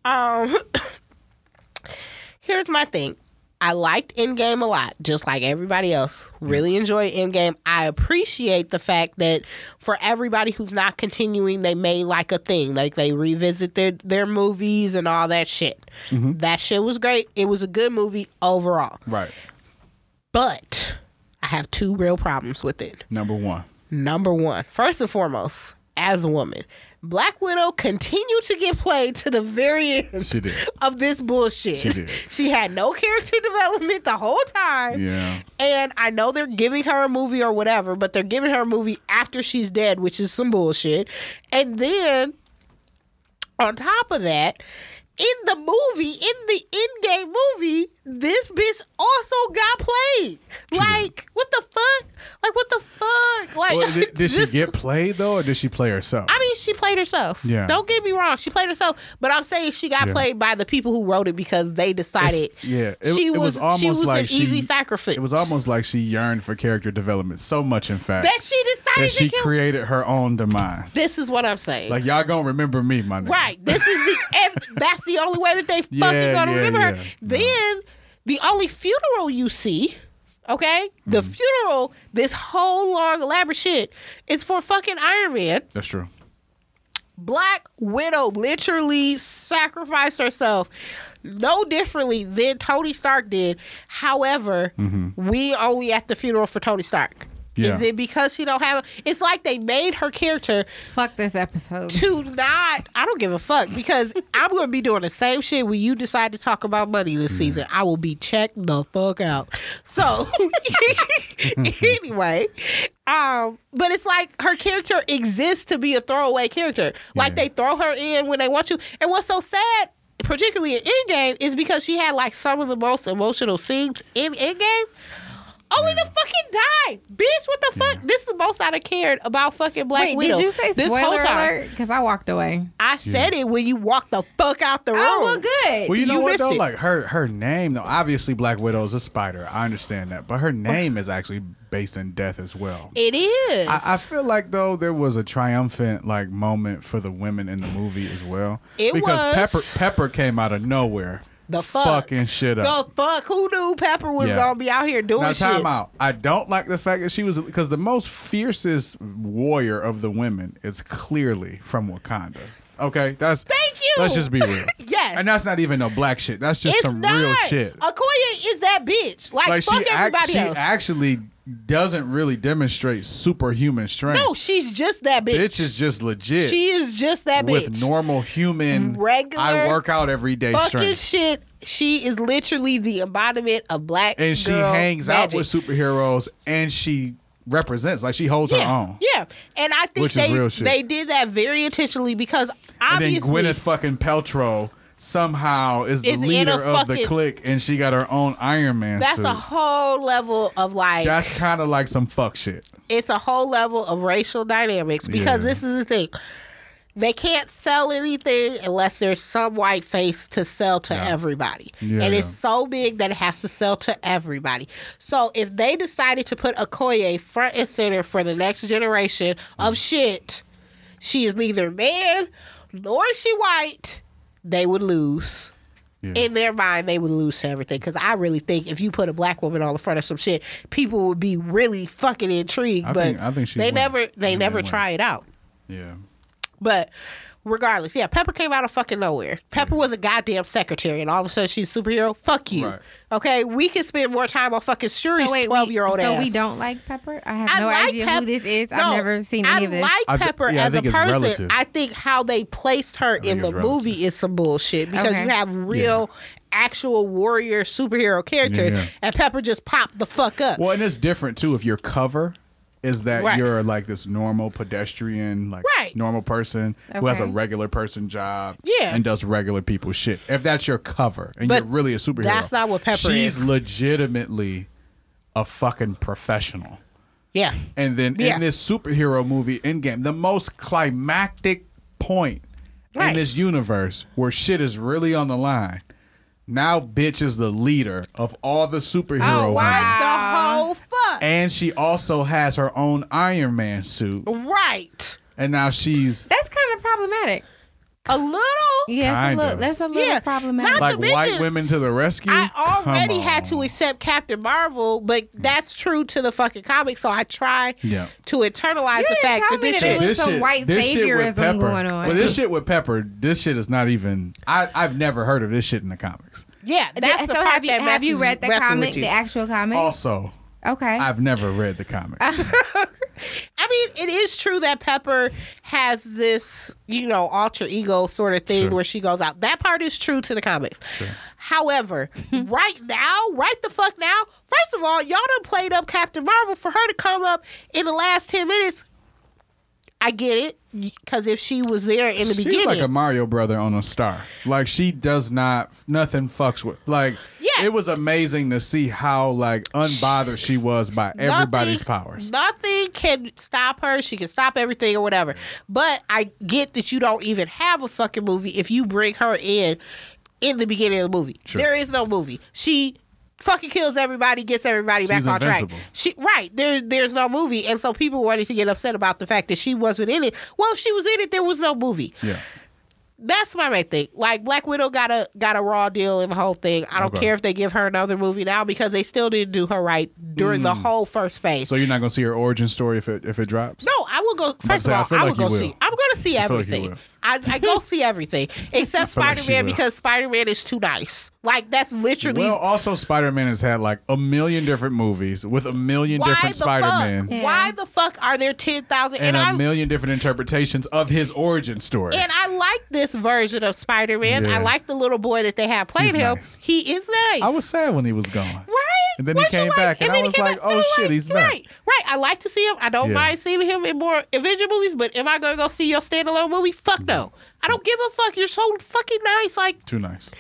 [SPEAKER 3] um here's my thing. I liked Endgame a lot, just like everybody else. Really enjoyed Endgame. I appreciate the fact that for everybody who's not continuing, they made like a thing. Like they revisit their, their movies and all that shit. That shit was great. It was a good movie overall.
[SPEAKER 4] Right.
[SPEAKER 3] But I have two real problems with it.
[SPEAKER 4] Number one.
[SPEAKER 3] Number one, first and foremost, as a woman, Black Widow continued to get played to the very end
[SPEAKER 4] She did.
[SPEAKER 3] of this bullshit.
[SPEAKER 4] She did.
[SPEAKER 3] She had no character development the whole time.
[SPEAKER 4] Yeah.
[SPEAKER 3] And I know they're giving her a movie or whatever, but they're giving her a movie after she's dead, which is some bullshit. And then on top of that, in the movie, in the in-game movie, this bitch also got played. Like, what the fuck? Like, what the fuck? Like,
[SPEAKER 4] Well, did, did she
[SPEAKER 3] this-
[SPEAKER 4] get played though, or did she play herself?
[SPEAKER 3] I mean, she played herself.
[SPEAKER 4] Yeah.
[SPEAKER 3] Don't get me wrong, she played herself. But I'm saying she got
[SPEAKER 4] Yeah.
[SPEAKER 3] played by the people who wrote it because they decided.
[SPEAKER 4] It's- yeah, it-
[SPEAKER 3] she
[SPEAKER 4] it
[SPEAKER 3] was,
[SPEAKER 4] was
[SPEAKER 3] she
[SPEAKER 4] almost
[SPEAKER 3] was an
[SPEAKER 4] like she-
[SPEAKER 3] easy sacrifice.
[SPEAKER 4] it was almost like she yearned for character development so much, in fact,
[SPEAKER 3] that she decided
[SPEAKER 4] that she
[SPEAKER 3] to kill.
[SPEAKER 4] created her own demise.
[SPEAKER 3] this is what I'm saying.
[SPEAKER 4] Like y'all gonna remember me, my nigga.
[SPEAKER 3] Right. This is the ev- that's the only way that they fucking
[SPEAKER 4] Yeah,
[SPEAKER 3] gonna
[SPEAKER 4] yeah,
[SPEAKER 3] remember
[SPEAKER 4] yeah.
[SPEAKER 3] her. Then the only funeral you see, okay, the
[SPEAKER 4] Mm-hmm.
[SPEAKER 3] funeral, this whole long elaborate shit is for fucking Iron Man.
[SPEAKER 4] That's true.
[SPEAKER 3] Black Widow literally sacrificed herself no differently than Tony Stark did. However, we only at the funeral for Tony Stark.
[SPEAKER 4] Yeah.
[SPEAKER 3] Is it because she don't have? It's like they made her character
[SPEAKER 2] Fuck this episode.
[SPEAKER 3] to not I don't give a fuck because I'm gonna be doing the same shit when you decide to talk about money this season. I will be checked the fuck out. So anyway, um, but it's like her character exists to be a throwaway character. Like
[SPEAKER 4] Yeah.
[SPEAKER 3] they throw her in when they want to. And what's so sad, particularly in Endgame, is because she had like some of the most emotional scenes in Endgame. Only the fucking died, bitch. What the fuck? This is the most I done cared about fucking Black
[SPEAKER 2] Wait,
[SPEAKER 3] Widow.
[SPEAKER 2] did you say
[SPEAKER 3] this
[SPEAKER 2] spoiler
[SPEAKER 3] whole time.
[SPEAKER 2] alert? Because I walked away.
[SPEAKER 3] I said it when you walked the fuck out the room.
[SPEAKER 2] Oh, well, good.
[SPEAKER 4] Well, you know
[SPEAKER 3] You
[SPEAKER 4] what
[SPEAKER 3] missed
[SPEAKER 4] though?
[SPEAKER 3] it.
[SPEAKER 4] Like her her name though. Obviously, Black Widow is a spider. I understand that, but her name is actually based in death as well.
[SPEAKER 3] It is.
[SPEAKER 4] I, I feel like though there was a triumphant like moment for the women in the movie as well.
[SPEAKER 3] It
[SPEAKER 4] because
[SPEAKER 3] was.
[SPEAKER 4] Pepper Pepper came out of nowhere.
[SPEAKER 3] the fuck.
[SPEAKER 4] Fucking shit up.
[SPEAKER 3] The fuck. Who knew Pepper was
[SPEAKER 4] Yeah.
[SPEAKER 3] gonna be out here doing
[SPEAKER 4] Now time
[SPEAKER 3] shit?
[SPEAKER 4] out. I don't like the fact that she was because the most fiercest warrior of the women is clearly from Wakanda. Okay, that's
[SPEAKER 3] Thank you.
[SPEAKER 4] Let's just be real.
[SPEAKER 3] Yes.
[SPEAKER 4] and that's not even no black shit. That's just
[SPEAKER 3] It's
[SPEAKER 4] some
[SPEAKER 3] not.
[SPEAKER 4] real shit.
[SPEAKER 3] Okoye is that bitch. Like,
[SPEAKER 4] like
[SPEAKER 3] fuck
[SPEAKER 4] she, act-
[SPEAKER 3] everybody
[SPEAKER 4] she
[SPEAKER 3] else.
[SPEAKER 4] actually doesn't really demonstrate superhuman strength.
[SPEAKER 3] no, she's just that bitch.
[SPEAKER 4] bitch is just legit.
[SPEAKER 3] she is just that
[SPEAKER 4] with
[SPEAKER 3] bitch.
[SPEAKER 4] normal human
[SPEAKER 3] Regular
[SPEAKER 4] I work out every day
[SPEAKER 3] fucking
[SPEAKER 4] strength.
[SPEAKER 3] shit. She is literally the embodiment of black.
[SPEAKER 4] and she
[SPEAKER 3] girl
[SPEAKER 4] hangs out
[SPEAKER 3] magic.
[SPEAKER 4] with superheroes and she represents like she holds
[SPEAKER 3] yeah,
[SPEAKER 4] her own.
[SPEAKER 3] yeah. And I think
[SPEAKER 4] Which is
[SPEAKER 3] they
[SPEAKER 4] real shit.
[SPEAKER 3] they did that very intentionally because
[SPEAKER 4] And then
[SPEAKER 3] obviously
[SPEAKER 4] Gwyneth fucking Peltro somehow is the
[SPEAKER 3] Is in a
[SPEAKER 4] leader of the
[SPEAKER 3] fucking-
[SPEAKER 4] clique and she got her own Iron Man
[SPEAKER 3] that's
[SPEAKER 4] suit.
[SPEAKER 3] a whole level of like
[SPEAKER 4] that's kind of like some fuck shit.
[SPEAKER 3] it's a whole level of racial dynamics because
[SPEAKER 4] Yeah.
[SPEAKER 3] this is the thing. They can't sell anything unless there's some white face to sell to everybody.
[SPEAKER 4] Yeah,
[SPEAKER 3] and
[SPEAKER 4] yeah.
[SPEAKER 3] it's so big that it has to sell to everybody. So if they decided to put Okoye front and center for the next generation
[SPEAKER 4] Mm.
[SPEAKER 3] of shit, she is neither man nor is she white, they would lose
[SPEAKER 4] Yeah.
[SPEAKER 3] in their mind they would lose to everything because i really think if you put a black woman on the front of some shit people would be really fucking intrigued
[SPEAKER 4] I
[SPEAKER 3] but
[SPEAKER 4] think- I think she'd
[SPEAKER 3] they
[SPEAKER 4] win.
[SPEAKER 3] never
[SPEAKER 4] I
[SPEAKER 3] they
[SPEAKER 4] think
[SPEAKER 3] never
[SPEAKER 4] they'd win.
[SPEAKER 3] try it out
[SPEAKER 4] yeah.
[SPEAKER 3] but regardless yeah pepper came out of fucking nowhere pepper was a goddamn secretary and all of a sudden she's a superhero fuck you
[SPEAKER 4] Right.
[SPEAKER 3] okay we can spend more time on fucking shuri's
[SPEAKER 2] So wait,
[SPEAKER 3] 12 year old
[SPEAKER 2] we,
[SPEAKER 3] ass
[SPEAKER 2] So we don't like Pepper. I have
[SPEAKER 3] I
[SPEAKER 2] no
[SPEAKER 3] like
[SPEAKER 2] idea
[SPEAKER 3] Pep-
[SPEAKER 2] who this is.
[SPEAKER 3] No,
[SPEAKER 2] I've never seen
[SPEAKER 3] I
[SPEAKER 2] any of this.
[SPEAKER 4] I
[SPEAKER 3] like
[SPEAKER 4] thi-
[SPEAKER 3] Pepper
[SPEAKER 4] yeah, I
[SPEAKER 3] as a
[SPEAKER 4] think it's
[SPEAKER 3] person.
[SPEAKER 4] relative.
[SPEAKER 3] I think how they placed her in
[SPEAKER 4] think
[SPEAKER 3] the
[SPEAKER 4] it's relative.
[SPEAKER 3] movie is some bullshit because
[SPEAKER 2] Okay.
[SPEAKER 3] you have real, actual warrior superhero characters,
[SPEAKER 4] Yeah.
[SPEAKER 3] and Pepper just popped the fuck up.
[SPEAKER 4] Well, and it's different too if your cover is that
[SPEAKER 3] Right.
[SPEAKER 4] you're like this normal pedestrian, like
[SPEAKER 3] Right.
[SPEAKER 4] normal person who has a
[SPEAKER 2] Okay.
[SPEAKER 4] regular person job
[SPEAKER 3] Yeah.
[SPEAKER 4] and does regular people shit. If that's your cover and
[SPEAKER 3] But
[SPEAKER 4] you're really a superhero,
[SPEAKER 3] that's not what Pepper
[SPEAKER 4] She's
[SPEAKER 3] is.
[SPEAKER 4] legitimately a fucking professional.
[SPEAKER 3] yeah,
[SPEAKER 4] And then
[SPEAKER 3] Yeah.
[SPEAKER 4] in this superhero movie Endgame, the most climactic point
[SPEAKER 3] Right.
[SPEAKER 4] in this universe where shit is really on the line. Now, bitch is the leader of all the superhero.
[SPEAKER 2] Oh,
[SPEAKER 3] what
[SPEAKER 4] women.
[SPEAKER 3] the whole fuck?
[SPEAKER 4] And she also has her own Iron Man suit.
[SPEAKER 3] right,
[SPEAKER 4] And now she's
[SPEAKER 2] That's kind of problematic.
[SPEAKER 3] a little.
[SPEAKER 2] Yeah,
[SPEAKER 4] Kinda.
[SPEAKER 2] that's a little, that's a little
[SPEAKER 3] Yeah.
[SPEAKER 2] problematic.
[SPEAKER 3] Not-
[SPEAKER 4] like
[SPEAKER 3] to mention-
[SPEAKER 4] white women to the rescue.
[SPEAKER 3] I
[SPEAKER 4] Come
[SPEAKER 3] already had
[SPEAKER 4] on.
[SPEAKER 3] to accept Captain Marvel, but that's true to the fucking comic. So I try
[SPEAKER 4] Yeah.
[SPEAKER 3] to internalize the
[SPEAKER 2] didn't
[SPEAKER 3] fact
[SPEAKER 2] tell
[SPEAKER 3] that
[SPEAKER 2] me
[SPEAKER 3] this
[SPEAKER 2] that
[SPEAKER 3] shit
[SPEAKER 2] it was some white
[SPEAKER 4] this shit with
[SPEAKER 2] saviorism
[SPEAKER 4] Pepper.
[SPEAKER 2] going on.
[SPEAKER 4] Well, this shit with Pepper, this shit is not even. I, I've never heard of this shit in the comics.
[SPEAKER 3] Yeah, that's
[SPEAKER 2] so
[SPEAKER 3] the part
[SPEAKER 2] have you
[SPEAKER 3] that
[SPEAKER 2] have you
[SPEAKER 3] messes-
[SPEAKER 2] read the
[SPEAKER 3] messes
[SPEAKER 2] comic,
[SPEAKER 3] with you.
[SPEAKER 2] the actual comic?
[SPEAKER 4] Also,
[SPEAKER 2] okay.
[SPEAKER 4] I've never read the comics.
[SPEAKER 3] I mean, it is true that Pepper has this, you know, alter ego sort of thing
[SPEAKER 4] Sure.
[SPEAKER 3] where she goes out. That part is true to the comics. However, right now, right the fuck now, first of all, y'all done played up Captain Marvel for her to come up in the last 10 minutes. I get it because if she was there in the
[SPEAKER 4] She's
[SPEAKER 3] beginning,
[SPEAKER 4] like a Mario brother on a star. Like she does not nothing fucks with. Like
[SPEAKER 3] Yeah.
[SPEAKER 4] it was amazing to see how like unbothered she was by everybody's
[SPEAKER 3] nothing-
[SPEAKER 4] powers.
[SPEAKER 3] Nothing can stop her. She can stop everything or whatever. But I get that you don't even have a fucking movie if you bring her in in the beginning of the movie.
[SPEAKER 4] True.
[SPEAKER 3] There is no movie. She fucking kills everybody, gets everybody
[SPEAKER 4] She's
[SPEAKER 3] back on
[SPEAKER 4] invincible.
[SPEAKER 3] track. She right. There's there's no movie. And so people wanted to get upset about the fact that she wasn't in it. Well, if she was in it, there was no movie.
[SPEAKER 4] Yeah.
[SPEAKER 3] That's my main thing. Like Black Widow got a got a raw deal in the whole thing. I don't
[SPEAKER 4] Okay.
[SPEAKER 3] care if they give her another movie now because they still didn't do her right during
[SPEAKER 4] Mm.
[SPEAKER 3] the whole first phase.
[SPEAKER 4] So you're not gonna see her origin story if it if it drops.
[SPEAKER 3] No, I will go.
[SPEAKER 4] about to
[SPEAKER 3] First
[SPEAKER 4] say, I
[SPEAKER 3] of all,
[SPEAKER 4] feel
[SPEAKER 3] I,
[SPEAKER 4] like
[SPEAKER 3] will go
[SPEAKER 4] you
[SPEAKER 3] see.
[SPEAKER 4] will.
[SPEAKER 3] I'm going to see
[SPEAKER 4] feel like you
[SPEAKER 3] everything.
[SPEAKER 4] will.
[SPEAKER 3] I, I go see everything except
[SPEAKER 4] feel like
[SPEAKER 3] Spider
[SPEAKER 4] she
[SPEAKER 3] Man
[SPEAKER 4] will.
[SPEAKER 3] because Spider Man is too nice. Like that's literally
[SPEAKER 4] Well, also Spider Man has had like a million different movies with a million
[SPEAKER 3] why
[SPEAKER 4] different
[SPEAKER 3] the
[SPEAKER 4] Spider
[SPEAKER 3] fuck.
[SPEAKER 4] Man
[SPEAKER 2] Yeah.
[SPEAKER 3] Why the fuck are there ten thousand? And,
[SPEAKER 4] and a
[SPEAKER 3] I
[SPEAKER 4] million different interpretations of his origin story.
[SPEAKER 3] and I like this version of Spider Man.
[SPEAKER 4] Yeah.
[SPEAKER 3] I like the little boy that they have playing
[SPEAKER 4] He's
[SPEAKER 3] him.
[SPEAKER 4] nice.
[SPEAKER 3] He is nice.
[SPEAKER 4] I was sad when he was gone.
[SPEAKER 3] Right,
[SPEAKER 4] And then
[SPEAKER 3] Weren't
[SPEAKER 4] he
[SPEAKER 3] you
[SPEAKER 4] came
[SPEAKER 3] like-
[SPEAKER 4] back, and,
[SPEAKER 3] then
[SPEAKER 4] I
[SPEAKER 3] he
[SPEAKER 4] was
[SPEAKER 3] came
[SPEAKER 4] like,
[SPEAKER 3] back,
[SPEAKER 4] "Oh
[SPEAKER 3] and I'm
[SPEAKER 4] shit,
[SPEAKER 3] like,
[SPEAKER 4] he's back."
[SPEAKER 3] Right, right. I like to see him. I don't
[SPEAKER 4] Yeah.
[SPEAKER 3] mind seeing him in more Avenger movies, but am I gonna go see your standalone movie? Fuck no. I don't give a fuck. You're so fucking nice. Like
[SPEAKER 4] Too nice.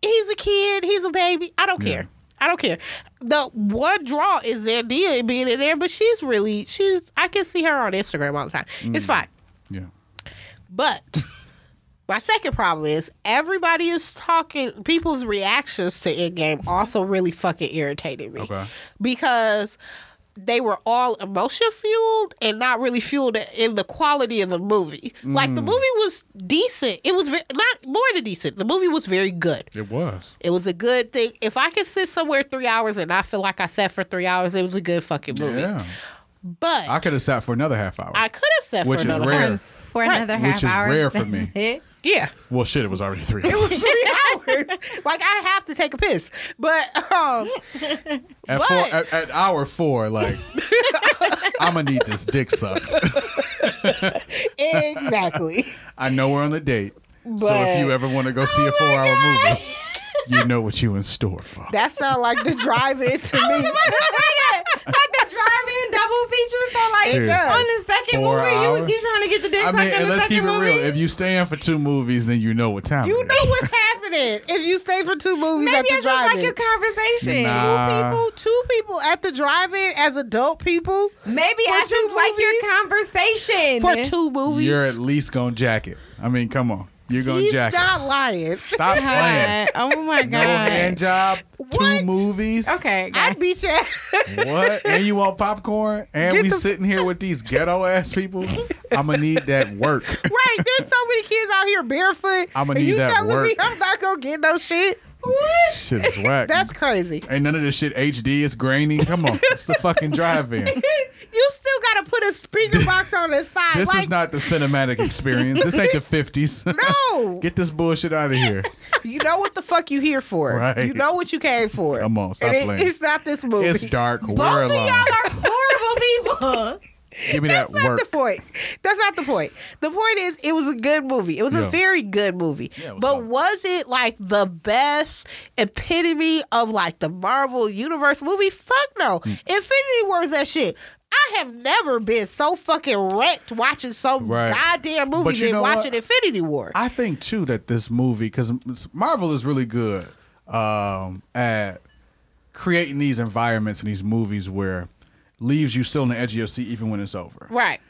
[SPEAKER 3] he's a kid, he's a baby. I don't
[SPEAKER 4] Yeah.
[SPEAKER 3] care. I don't care. The one draw is Zandia being in there, but she's really she's I can see her on Instagram all the time. It's
[SPEAKER 4] Mm.
[SPEAKER 3] fine.
[SPEAKER 4] Yeah.
[SPEAKER 3] But my second problem is everybody is talking people's reactions to Endgame also really fucking irritated me.
[SPEAKER 4] Okay.
[SPEAKER 3] Because they were all emotion fueled and not really fueled in the quality of the movie. Like
[SPEAKER 4] Mm.
[SPEAKER 3] the movie was decent. It was ve- not more than decent. The movie was very good.
[SPEAKER 4] It was.
[SPEAKER 3] It was a good thing. If I could sit somewhere three hours and I feel like I sat for three hours, it was a good fucking movie.
[SPEAKER 4] Yeah.
[SPEAKER 3] But
[SPEAKER 4] I
[SPEAKER 3] I,
[SPEAKER 4] could have sat for another half hour.
[SPEAKER 3] could have sat
[SPEAKER 4] Which
[SPEAKER 3] for
[SPEAKER 4] is
[SPEAKER 3] another
[SPEAKER 4] rare.
[SPEAKER 3] hour.
[SPEAKER 2] for
[SPEAKER 3] Right.
[SPEAKER 2] another half
[SPEAKER 4] Which is
[SPEAKER 2] hour.
[SPEAKER 4] rare for
[SPEAKER 2] That's
[SPEAKER 4] me.
[SPEAKER 2] it.
[SPEAKER 3] Yeah.
[SPEAKER 4] well, shit, it was already three. hours.
[SPEAKER 3] Three hours. Like I have to take a piss. But um
[SPEAKER 4] At,
[SPEAKER 3] But-
[SPEAKER 4] four, at, at hour four, like I'm gonna need this dick sucked.
[SPEAKER 3] exactly.
[SPEAKER 4] I know we're on a date, so
[SPEAKER 3] But-
[SPEAKER 4] if you ever want to go see a four-hour movie, you know what you in store for.
[SPEAKER 3] That sound like the drive in to
[SPEAKER 2] I was
[SPEAKER 3] me.
[SPEAKER 2] about to say that. Like the drive-in double feature. So like
[SPEAKER 4] Seriously.
[SPEAKER 2] on the second
[SPEAKER 4] Four
[SPEAKER 2] movie,
[SPEAKER 4] hours?
[SPEAKER 2] you you trying to get your dick
[SPEAKER 4] I
[SPEAKER 2] sucked
[SPEAKER 4] mean,
[SPEAKER 2] on
[SPEAKER 4] and
[SPEAKER 2] the
[SPEAKER 4] let's
[SPEAKER 2] second
[SPEAKER 4] keep it
[SPEAKER 2] movie.
[SPEAKER 4] real. If you stay in for two movies, then you know what time.
[SPEAKER 3] You
[SPEAKER 4] it
[SPEAKER 3] know
[SPEAKER 4] is.
[SPEAKER 3] what's happening if you stay for two movies
[SPEAKER 2] Maybe
[SPEAKER 3] at
[SPEAKER 2] I
[SPEAKER 3] the
[SPEAKER 2] just like
[SPEAKER 3] drive
[SPEAKER 2] your
[SPEAKER 3] in.
[SPEAKER 2] conversation.
[SPEAKER 4] Nah. Uh,
[SPEAKER 3] people, two people at the drive in as adult people
[SPEAKER 2] Maybe I
[SPEAKER 3] For two
[SPEAKER 2] just like your
[SPEAKER 3] movies?
[SPEAKER 2] conversation.
[SPEAKER 3] for two movies.
[SPEAKER 4] You're at least gonna jack it. I mean, come on, you're gonna
[SPEAKER 3] He's
[SPEAKER 4] jack it.
[SPEAKER 3] not lying.
[SPEAKER 4] Stop playing.
[SPEAKER 2] God. Oh my
[SPEAKER 4] No
[SPEAKER 2] god.
[SPEAKER 4] hand job.
[SPEAKER 3] What?
[SPEAKER 4] Two movies.
[SPEAKER 2] Okay. guys.
[SPEAKER 3] I'd beat your ass.
[SPEAKER 4] What? And you want popcorn? And
[SPEAKER 3] Get
[SPEAKER 4] we
[SPEAKER 3] the-
[SPEAKER 4] sitting here with these ghetto ass people? I'm gonna need that work.
[SPEAKER 3] Right, there's so many kids out here barefoot.
[SPEAKER 4] I'ma
[SPEAKER 3] and
[SPEAKER 4] need
[SPEAKER 3] you
[SPEAKER 4] that
[SPEAKER 3] telling me
[SPEAKER 4] work.
[SPEAKER 3] I'm not gonna get no shit.
[SPEAKER 4] Shit is whack.
[SPEAKER 3] That's crazy.
[SPEAKER 4] Ain't none of this shit HD. It's grainy. Come on, it's the fucking drive-in.
[SPEAKER 3] you still gotta put a speaker box on the side.
[SPEAKER 4] This
[SPEAKER 3] like,
[SPEAKER 4] is not the cinematic experience. This ain't the fifties.
[SPEAKER 3] No.
[SPEAKER 4] Get this bullshit out of here.
[SPEAKER 3] you know what the fuck you here for.
[SPEAKER 4] Right.
[SPEAKER 3] You know what you came for.
[SPEAKER 4] Come on, stop
[SPEAKER 3] and it-
[SPEAKER 4] playing.
[SPEAKER 3] It's not this movie.
[SPEAKER 4] It's dark. We're
[SPEAKER 2] Both of y'all
[SPEAKER 4] alone.
[SPEAKER 2] are horrible people.
[SPEAKER 4] Give me that
[SPEAKER 3] That's not
[SPEAKER 4] work.
[SPEAKER 3] the point. That's not the point. The point is, it was a good movie. It was
[SPEAKER 4] Yeah.
[SPEAKER 3] a very good movie.
[SPEAKER 4] Yeah, it was
[SPEAKER 3] but
[SPEAKER 4] fun.
[SPEAKER 3] was it like the best epitome of like the Marvel Universe movie? Fuck no.
[SPEAKER 4] Mm.
[SPEAKER 3] Infinity War is that shit. I have never been so fucking wrecked watching some
[SPEAKER 4] Right.
[SPEAKER 3] goddamn movie
[SPEAKER 4] But you
[SPEAKER 3] than
[SPEAKER 4] know what?
[SPEAKER 3] watching Infinity War.
[SPEAKER 4] I think too that this movie because Marvel is really good um, at creating these environments and these movies where leaves you still on the edge of your seat even when it's over.
[SPEAKER 3] right.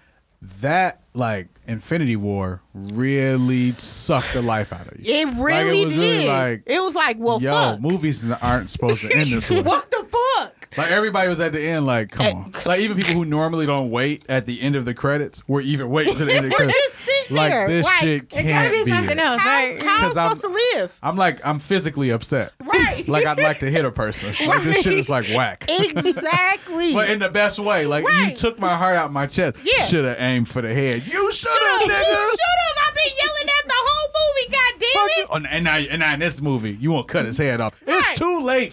[SPEAKER 4] That like Infinity War really sucked the life out of you.
[SPEAKER 3] It
[SPEAKER 4] Like,
[SPEAKER 3] really
[SPEAKER 4] was
[SPEAKER 3] did.
[SPEAKER 4] like
[SPEAKER 3] it was like, well,
[SPEAKER 4] yo,
[SPEAKER 3] fuck.
[SPEAKER 4] movies aren't supposed to end this way.
[SPEAKER 3] What the fuck?
[SPEAKER 4] Like everybody was at the end, like come on, like even people who normally don't wait at the end of the credits were even waiting to the end of the
[SPEAKER 3] We're
[SPEAKER 4] credits.
[SPEAKER 3] just sitting
[SPEAKER 4] like
[SPEAKER 3] there,
[SPEAKER 4] this
[SPEAKER 3] like,
[SPEAKER 4] shit
[SPEAKER 2] It gotta
[SPEAKER 4] can't
[SPEAKER 2] be
[SPEAKER 4] it.
[SPEAKER 2] something else,
[SPEAKER 3] How,
[SPEAKER 2] right?
[SPEAKER 3] how am I
[SPEAKER 4] 'Cause I'm-
[SPEAKER 3] supposed to live?
[SPEAKER 4] I'm like, I'm physically upset.
[SPEAKER 3] Right.
[SPEAKER 4] Like I'd like to hit a person. Like this shit is like whack.
[SPEAKER 3] Exactly.
[SPEAKER 4] But in the best way, like you
[SPEAKER 3] Right.
[SPEAKER 4] took my heart out my chest.
[SPEAKER 3] Yeah.
[SPEAKER 4] Should have aimed for the head. You should have,
[SPEAKER 3] You
[SPEAKER 4] nigga.
[SPEAKER 3] should have. I've been yelling at the whole movie. God damn
[SPEAKER 4] Fuck you.
[SPEAKER 3] it!
[SPEAKER 4] Oh, And now, and now in this movie, you won't cut his head off.
[SPEAKER 3] Right.
[SPEAKER 4] It's too late,